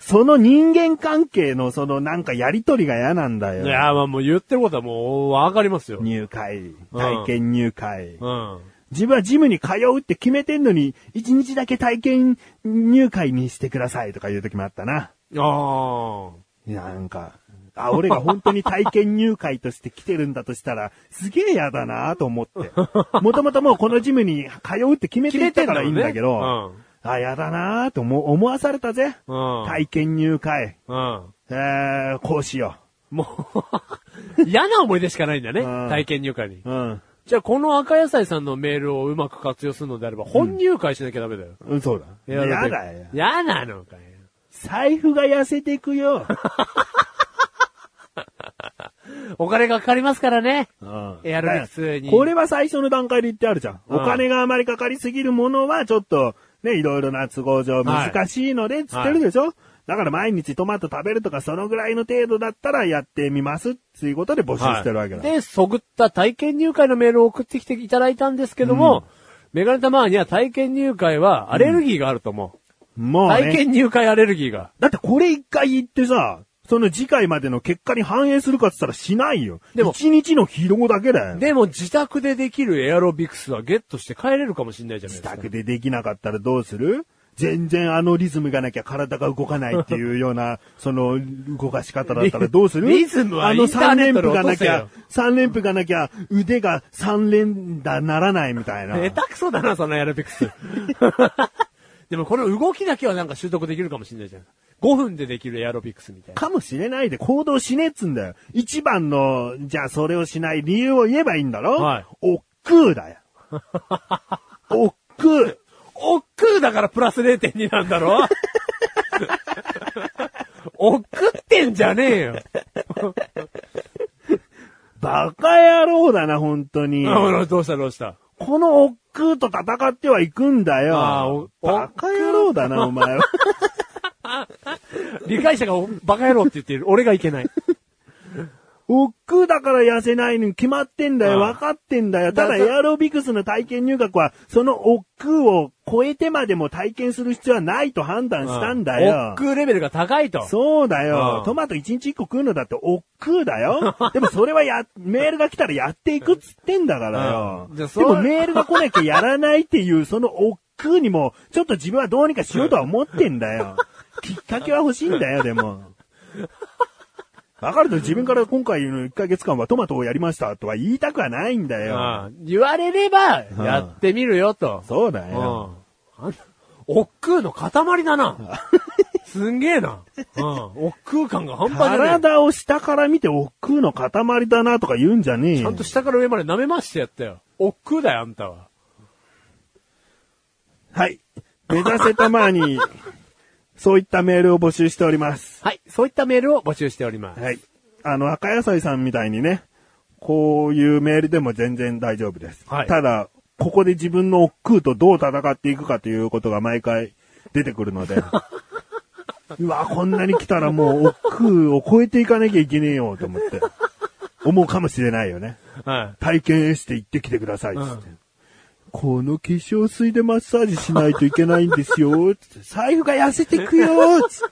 B: その人間関係の、そのなんかやりとりが嫌なんだ
A: い
B: よ。
A: や、まあもう言ってることはもうわかりますよ。
B: 入会、体験入会。
A: うん。
B: 自分はジムに通うって決めてんのに、一日だけ体験入会にしてくださいとかいう時もあったな。
A: あ
B: なんか、あ、俺が本当に体験入会として来てるんだとし
A: *laughs*
B: たら、すげえ嫌だなと思って。もともともうこのジムに通うって決めていたからいいんだけ
A: 決めてんだも
B: ど
A: んね、
B: あ、嫌だなと思思わされたぜ。
A: うん
B: 体験入会。
A: あ。うん。
B: えー、こうしよ
A: もう、 *laughs* 嫌な思い出しかないんだね。
B: うん
A: 体験入会に
B: う。。うん。
A: じゃあこの赤野菜さんのメールをうまく活用するのであれば、本入会しなきゃダメだよ。
B: うん、そうだ。
A: い
B: やだよ。
A: 嫌なのかよ。
B: 財布が痩せていくよ。
A: お金がかかりますからね。
B: うん
A: エアロビクスに
B: これは最初の段階で言ってあるじゃん。
A: うん
B: お金があまりかかりすぎるものは、ちょっと、ね、いろいろな都合上
A: はい
B: 難しいので、つってるでしょ、だから毎日トマト食べるとか、そのぐらいの程度だったらやってみますっていうことで募集してるわけだ。
A: で、そぐった体験入会のメールを送ってきていただいたんですけども、メガネたまーには体験入会はアレルギーがあると思う。
B: もう、
A: 体
B: ね、
A: 験入会アレルギーが。
B: だってこれ一回言ってさ、その次回までの結果に反映するかって言ったらしないよ。
A: でも
B: 一日の疲労だけだよ。
A: でも自宅でできるエアロビクスはゲットして帰れるかもしれないじゃない
B: 自
A: ですか。
B: 宅でできなかったらどうする全然あのリズムがなきゃ体が動かないっていうよ
A: *laughs*
B: うな、その動かし方だったらどうする
A: リリズムは
B: あの
A: インター
B: 3
A: ネ
B: 連
A: ット
B: 符
A: に落
B: が
A: と
B: な
A: せ
B: きゃ
A: よ、
B: 3連符がなきゃ腕が3連打ならないみたいな。
A: 下手くそだな、そのエアロビク
B: *laughs*
A: ス。でもこの動きだけはなんか習得できるかもしれないじゃん。5分でできるエアロビクスみたいな。
B: かもしれないで行動しねえっつんだよ。一番の、じゃあそれをしない理由を言えばいいんだろ
A: はい
B: 億劫だよ。
A: *laughs*
B: 億劫。
A: おっくうだからプラス0.2なんだろおっくってんじゃねえよ。
B: バカ野郎だな、本
A: *laughs*
B: 当に。
A: あどうしたどうした
B: この億劫と戦ってはいくんだ
A: ああ
B: よ
A: お。
B: バカ野郎だな、お前
A: *laughs*
B: は。
A: 理解者がおバカ野郎って言ってる。俺がいけない。
B: 億劫だから痩せないのに決まってんだよ。
A: うん
B: 分かってんだよ。ただ
A: だから
B: エアロビクスの体験入学は、その億劫を超えてまでも体験する必要はないと判断したんだ
A: おっ
B: よ。
A: くうレベルが高いと。
B: そうだ
A: う
B: よ。
A: ん
B: トマト1日1個食うのだって億劫
A: *laughs*
B: だよ。でもそれはや、メールが来たらやっていくっつってんだからよ
A: う。んじゃあ
B: で
A: そう
B: もメールが来なきゃやらないっていう、その億劫にも、ちょっと自分はどうにかしようとは思ってんだよ。
A: *laughs*
B: きっかけは欲しいんだよ、でも。わかると自分から今回の1ヶ月間はトマトをやりましたとは言いたくはないんだよ。
A: うん言われれば、やってみるよと。
B: そうだ
A: うん
B: よ。
A: あんおっくうの塊だ
B: *laughs*
A: な。すんげえな。うんおっくう感が半端じゃない。
B: 体を下から見て億劫の塊だなとか言うんじゃねえ
A: ちゃ
B: よ
A: んと。下から上まで舐めましてやったよ。おっくうだよ、あんたは。
B: はい。目指せたまに、そういったメールを募集しております。
A: はい。そういったメールを募集しております。
B: はい。あの、赤野菜さんみたいにね、こういうメールでも全然大丈夫です。
A: はい
B: ただ、ここで自分の億劫とどう戦っていくかということが毎回出てくるので。 *laughs* うわ、こんなに来たらもう億劫を超えていかなきゃいけねえよと思って、思うかもしれないよね。
A: は
B: 体験エステ行ってきてくださいっつって。この化粧水でマッサージしないといけないんで
A: *laughs*
B: すよ。つって財布が痩せてくよつっ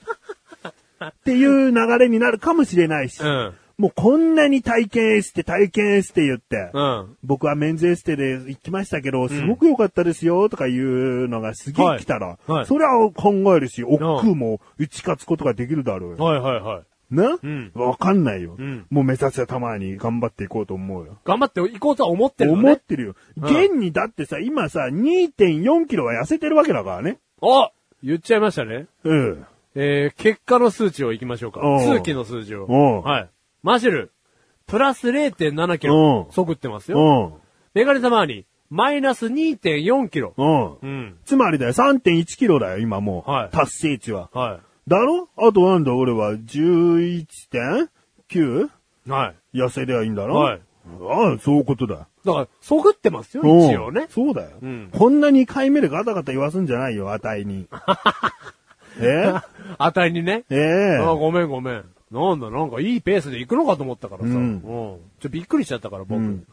B: てっていう流れになるかもしれないし。
A: うん
B: もうこんなに体験エステ、体験エステ言って。
A: うん。
B: 僕はメンズエステで行きましたけど、すごく良かったですよ、とかいうのがすげえ来たら、
A: はいはい
B: それは考えるし、億劫も打ち勝つことができるだろうよ。
A: はいはいはい。
B: な、
A: うん
B: わかんないよ、
A: うん
B: もう目指せたまに頑張っていこうと思うよ。
A: 頑張っていこうとは思ってるの
B: 思
A: ね。
B: ってるよ。
A: うん
B: 現にだってさ、今さ、2.4キロは痩せてるわけだからね。
A: お言っちゃいましたね。
B: うん。
A: えー、結果の数値をいきましょうか。
B: おう
A: 通期の数字を。
B: おう
A: はい。マシュル、プラス0.7キ
B: お
A: ロ
B: う、
A: そぐってますよ。
B: うん。
A: メガネたまに、マイナス2.4キロ。
B: うん。
A: うん。
B: つまりだよ、3.1キロだよ、今もう。
A: はい
B: 達成値は。
A: は
B: だろあとなんだ、俺は 11.9?
A: い。はい。
B: 痩せりゃいいんだろ
A: はい。
B: ああ、そういうことだ。
A: だから、そぐってますよ、
B: うん
A: 一応ね。
B: そうだよ。
A: うん
B: こんなに回目でガタガタ言わすんじゃないよ、
A: *laughs*
B: 値に。え
A: 値にね。
B: え
A: あ
B: え
A: ーごめんごめん。なんだ、なんかいいペースで行くのかと思ったからさ。
B: う
A: うんん。ちょっとびっくりしちゃったから、僕。
B: うん
A: うん。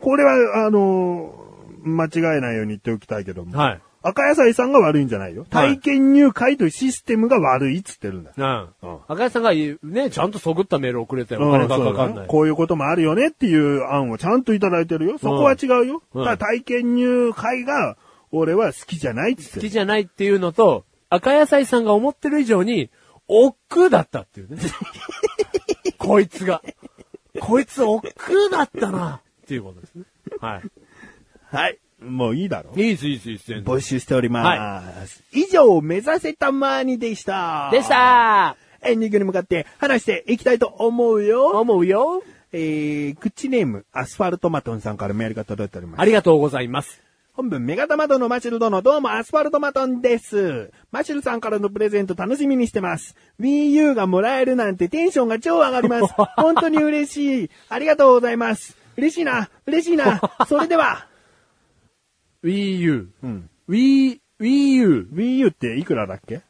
B: これは、あのー間違えないように言っておきたいけども。
A: はい。
B: 赤野菜さんが悪いんじゃないよ。
A: はい
B: 体験入会というシステムが悪いっつってるんだよ。
A: うん。
B: うん
A: 赤井さんが言う、ね、ちゃんとそぐったメールをくれて、お
B: うん
A: 金がかか
B: そうんだ
A: な
B: ね
A: い。
B: こういうこともあるよねっていう案をちゃんといただいてるよ。そこは違うよ。
A: うん
B: ただ体験入会が、俺は好きじゃないっつっ
A: 好
B: て
A: き
B: る。
A: じゃないっていうのと、赤野菜さんが思ってる以上に、億劫だったっていう
B: *laughs*
A: ね。こいつが。こいつ億劫だったな。っていうことですね。はい。
B: はい。もういいだろ。
A: いいです、いいです、いいです全然。
B: 募集しております。以上、目指せたまーにでした。
A: でした
B: エンディングに向かって話していきたいと思う
A: ー
B: よ。
A: 思うよ
B: えー、クッチネーム、アスファルトマトンさんからメールが届いております。
A: ありがとうございます。
B: 本文、メガタマトンのマシュル殿、どうもアスファルトマトンです。マシュルさんからのプレゼント楽しみにしてます。Wii U がもらえるなんてテンションが超上がり *laughs* ます。本当に嬉しい。ありがとうございます。嬉しいな、嬉しい *laughs* な。それでは。
A: Wii U。
B: ん
A: Wii、Wii U。
B: Wii U っていくらだっけ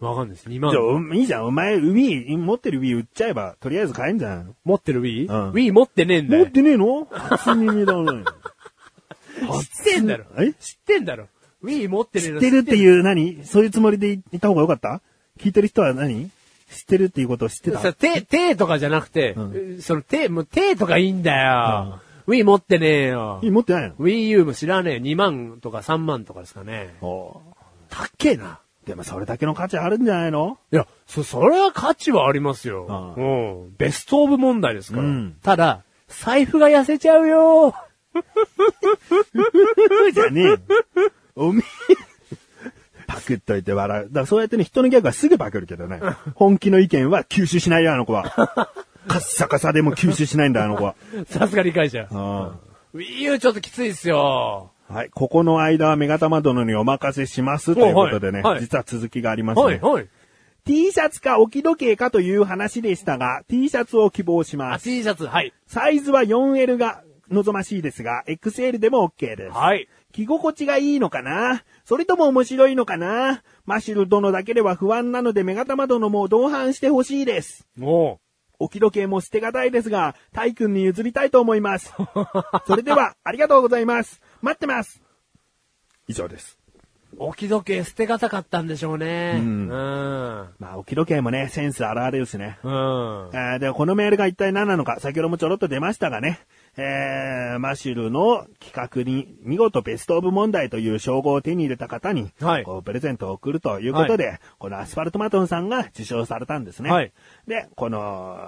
A: わかんないです。2万
B: じゃ。あ、うんいいじゃん。お前、Wii、持ってる Wii 売っちゃえば、とりあえず買えんじゃん。
A: 持ってる Wii?Wii、
B: うん
A: Wii 持ってねえんだ
B: 持
A: よ
B: っ。てねえの初耳だね。
A: 知ってんだろ。
B: え
A: 知ってんだろ。Wii 持ってねえ
B: *laughs* 知
A: の
B: ってるっていう何そういうつもりで言った方がよかった聞いてる人は何知ってるっていうことを知ってた
A: さ、手、手とかじゃなくて、
B: ん
A: その手、もう手とかいいんだよ。Wii 持ってねえよ
B: い。い持ってないの
A: Wii U も知らねえ。2万とか3万とかですかね。
B: お
A: たっけえな。
B: でもそれだけの価値あるんじゃない
A: *laughs*
B: の
A: いや、そ、それは価値はありますよ。
B: う
A: うん。ベストオブ問題ですから。
B: うん
A: ただ、財布が痩せちゃうよ。 *laughs*
B: そうじゃねえよ。おめえ。パクっといて笑う。だからそうやってね、人のギャグはすぐパクるけ
A: *laughs*
B: どね。本気の意見は吸収しないよ、あの子は。カッサカサでも吸収しないんだよ、あの
A: *laughs*
B: 子は。
A: さすが理解者。
B: あ
A: Wii U ちょっときついっすよ。
B: はい。ここの間はメガタマ殿にお任せしますということでね、
A: おはいはい
B: 実は続きがあります、ね
A: はい、はい。
B: T シャツか置き時計かという話でしたが、T シャツを希望しま
A: あ、
B: す。
A: T シャツ、はい。
B: サイズは 4L が望ましいですが、XL でも OK です。
A: はい。
B: 着心地がいいのかなそれとも面白いのかなマシル殿だけでは不安なのでメガタマ殿も同伴してほしいです。
A: も
B: 置き時計も捨てがたいですが、タイ君に譲りたいと思い *laughs* ます。それでは、ありがとうございます。待ってます。以上です。
A: う、置き時計捨てがたかったんでしょうね。
B: うん
A: うん。
B: まあ、置き時計もね、センス現れるしね。
A: うん。
B: えーではこのメールが一体何なのか、先ほどもちょろっと出ましたがね、えー、マシュルの企画に見事ベストオブ問題という称号を手に入れた方に、
A: はい
B: こうプレゼントを送るということで、このアスファルトマトンさんが受賞されたんですね。
A: はい
B: で、この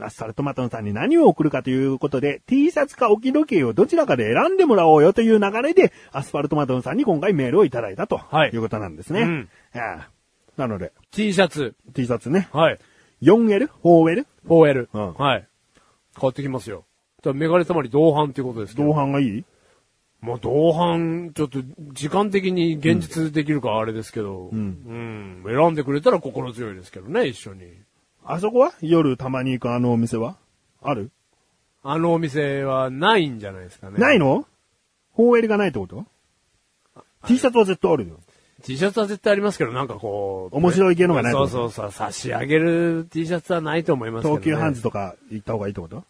B: アスファルトマトンさんに何を送るかということで、T シャツか置き時計をどちらかで選んでもらおうよという流れで、アスファルトマトンさんに今回メールをいただいたと
A: はい
B: いうことなんですね。
A: うん
B: あーなので、
A: T シャツ。
B: T シャツね、
A: はい。
B: 4L、4L、
A: 4L。
B: うん
A: はい。買ってきますよ。だからメガネたまり同伴っていうことですけど。
B: 同伴がいい
A: まあ同伴、ちょっと時間的に現実できるかあれですけど。うん。選んでくれたら心強いですけどね、一緒に。
B: あそこは夜たまに行くあのお店はある、
A: あのお店はないんじゃないですかね。
B: ないの ?4L がないってこと ?T シャツは絶対あるよ。
A: T シャツは絶対ありますけど、なんかこう。
B: 面白い芸能がない
A: そうそうそう。差し上げる T シャツはないと思いますけど、ね。
B: 東急ハンズとか行った方がいいってこと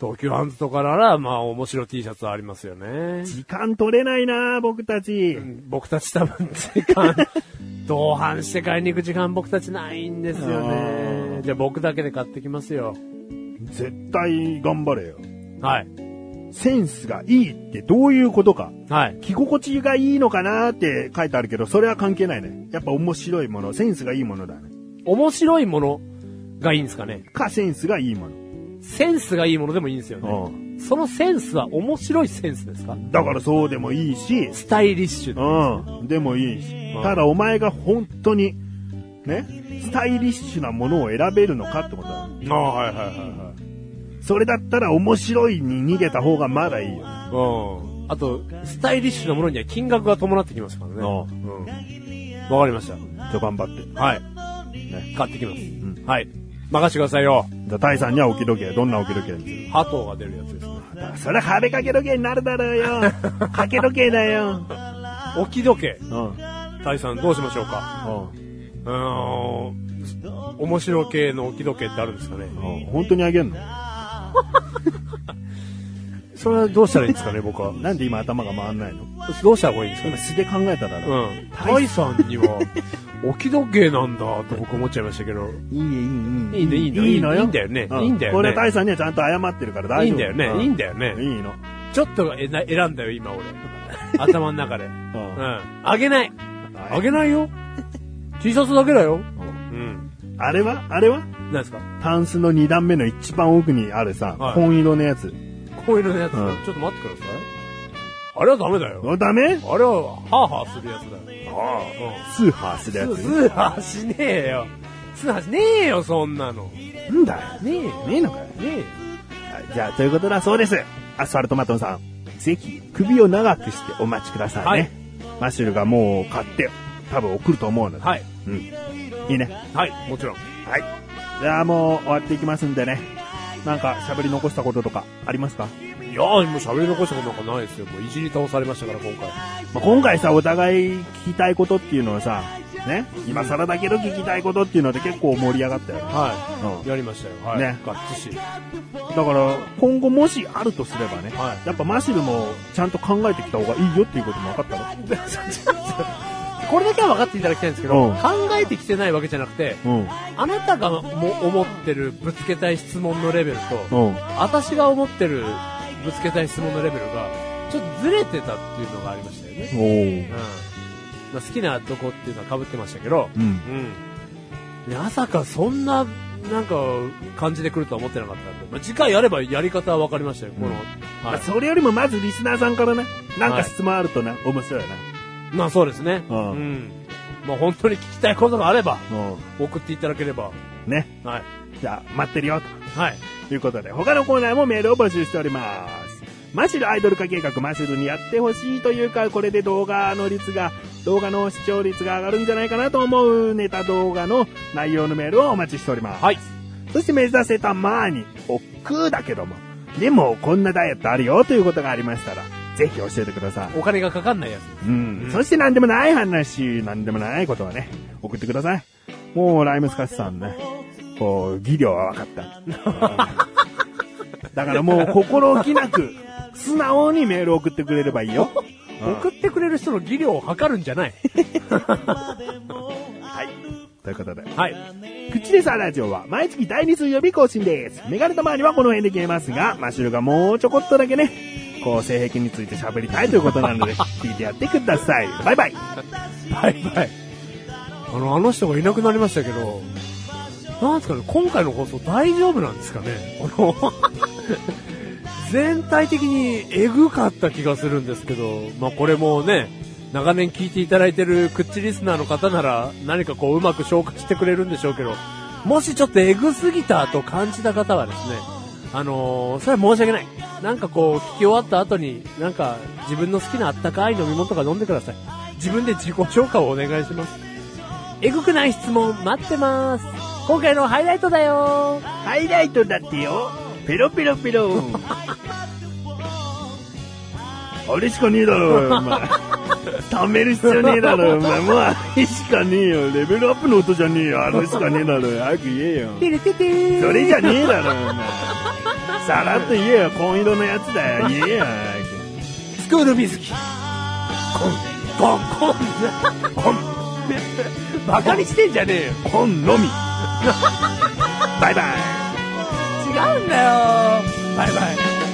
A: 東急ハンズとかなら、まあ、面白 T シャツはありますよね。
B: 時間取れないな僕たち。
A: 僕たち多分、 *laughs* 時間、同伴して買いに行く時間僕たちないんですよ
B: あ
A: ね
B: ー。
A: じゃあ僕だけで買ってきますよ。
B: 絶対頑張れよ。
A: はい。
B: センスがいいってどういうことか。
A: はい。
B: 着心地がいいのかなって書いてあるけど、それは関係ないね。やっぱ面白いもの、センスがいいものだね。
A: 面白いものがいいんですかね。
B: か、センスがいいも
A: センスがいいものでもいいんですよね。
B: の。
A: そのセンスは面白いセンスですか
B: だからそうでもいいし、
A: スタイリッシュで。
B: うん、でもいいし
A: う。ん
B: ただお前が本当に、ね、スタイリッシュなものを選べるのかってことだ。
A: ああ、はいはいは
B: それだったら面白いに逃げた方がまだいいよ。
A: いはい。うん。あと、スタイリッシュなものには金額が伴ってきますからね。うん。わかりました。
B: じゃあ頑張って。
A: はい。
B: ね
A: 買ってきます。
B: ん
A: はい。任せてくださいよ。
B: じゃあ、タイさんには置き時計、どんな置き時計にする
A: ハトが出るやつですね。
B: それ壁掛け時計になるだろ
A: *laughs*
B: うよ。掛け時計だよ。
A: 置き時計。
B: うん。
A: タイさんどうしましょうか
B: う
A: うーん。面白系の置き時計ってあるんですかね
B: ん。本当にあげんの
A: それはどうしたらいいんですかね、僕は。
B: なんで今頭が回んないの
A: どうした方がいいんですか
B: 今
A: ね
B: 素で考えただ
A: う
B: ろ。
A: ん。タイさんには、置き時計なんだと僕思っちゃいましたけど。
B: いいね、
A: いいね、いいね。
B: いいのよ。
A: いいんだよね。
B: う
A: いいんだよね。
B: これは大さんにはちゃんと謝ってるから大
A: いい
B: 丈
A: ん
B: 夫。
A: だよ
B: う
A: ね。
B: ん
A: いいんだよね。
B: いいの。
A: ちょっとえな選んだよ、今
B: *laughs*
A: 俺。頭の中で。うん。あげない。あげないよ。T シャツだけだよ。うん。
B: あれはあれは
A: 何ですか
B: タンスの2段目の一番奥にあるさ、
A: はい
B: 紺色のやつ。
A: こういうのやつ、
B: うん
A: ちょっと待ってください。あれはダメだよ。
B: おダメ
A: あれは、ハーハーするやつだよ。あ
B: スーハーする
A: う
B: や
A: ん。
B: つ
A: ス。ーハーしねえよ。スーハーしねえよ、そんなの。ね
B: なんだよ。
A: えよ。
B: ねえのかよ。
A: ねえよ。
B: はいじゃあ、ということだそうです。アスファルトマトンさん、ぜひ、首を長くしてお待ちくださいね。
A: はい
B: マシュルがもう買って、多分送ると思うので。
A: はい。
B: うん。いいね。
A: はい、もちろん。
B: はい。じゃあもう終わっていきますんでね。なんか喋り残したこととかありますか、
A: いやー、もう喋り残したことなんかないですよ。もういじり倒されましたから、今回。
B: まあ、今回さ、お互い聞きたいことっていうのはさ、ね、今更だけど聞きたいことっていうので結構盛り上がったよね。
A: は
B: うん
A: い。やりましたよ。はい。
B: ね
A: ガッツし。
B: だから、今後もしあるとすればね、
A: はい
B: やっぱマシルもちゃんと考えてきた方がいいよっていうことも分かったの
A: これだけは分かっていただきたいんですけ
B: う
A: ど、
B: ん
A: 考えてきてないわけじゃなくて、あなたがも思ってるぶつけたい質問のレベルと、
B: うん。うん。
A: 私が思ってるぶつけたい質問のレベルが、ちょっとずれてたっていうのがありましたよね。
B: お
A: う
B: ー
A: ん。まあ、好きなとこっていうのは被ってましたけど、
B: うん。
A: うん。まさかそんな、なんか、感じで来るとは思ってなかったんで、まあ、次回やればやり方は分かりましたよ、この。
B: ま
A: は
B: あ
A: い。
B: それよりもまずリスナーさんからね、なん
A: は
B: か
A: い
B: 質問あるとな、面白いな。
A: まあそうですね。
B: うん
A: うん。まあ本当に聞きたいことがあれば、
B: う
A: 送っていただければ。
B: ん。ね。
A: はい。
B: じゃあ、待ってるよと。
A: はい。
B: ということで、他のコーナーもメールを募集しております。マシュルアイドル化計画、マシュルにやってほしいというか、これで動画の率が、動画の視聴率が上がるんじゃないかなと思うネタ動画の内容のメールをお待ちしております。
A: はい。
B: そして目指せたまーに、億劫だけども、でもこんなダイエットあるよということがありましたら、ぜひ教えてください。
A: お金がかかんないやつ。
B: うん
A: うん
B: そして何でもない話、何でもないことはね、送ってください。もう、ライムスカッシュさんね、こう、技量は分 *laughs* かった。だからもう、心置きなく、素直にメールを送ってくれればいいよ。
A: 送ってくれる人の技量を測るんじゃない。
B: はい。ということで。
A: はい。
B: 口でさラジオは毎月第2水曜日更新です。メガネたまわりはこの辺で消えますが、マシュルがもうちょこっとだけね、こう性癖について喋りたいということなので、聞いてやってください。バイバイ。
A: バイバイ。あの、あの人がいなくなりましたけど、なんですかね、今回の放送大丈夫なんですか *laughs* ねこの、全体的にエグかった気がするんですけど、まあこれもね、長年聞いていただいてるクッチリスナーの方なら何かこううまく消化してくれるんでしょうけど、もしちょっとエグすぎたと感じた方はですね、あのーそれは申し訳ない。なんかこう、聞き終わった後に、なんか自分の好きなあったかい飲み物とか飲んでください。自分で自己紹介をお願いします。えぐくない質問待ってます。今回のハイライトだよ
B: ハイライトだってよ。ペロペロペロ。あれしかねえだろ、お前。貯める必要ねえだろ、お前。もうあれしかねえよ。レベルアップの音じゃねえよ。あれしかねえだろ。早く言えよ。
A: てれててー *laughs*
B: それじゃねえだろ、お前。さらっと言えよ、紺色のやつだよ、言えよ。
A: スクール水木。コン、コン、 *laughs* コン、コン。バカにしてんじゃねえよ。
B: 紺のみ。
A: *laughs*
B: バイバイ。
A: 違うんだよ。バイバイ。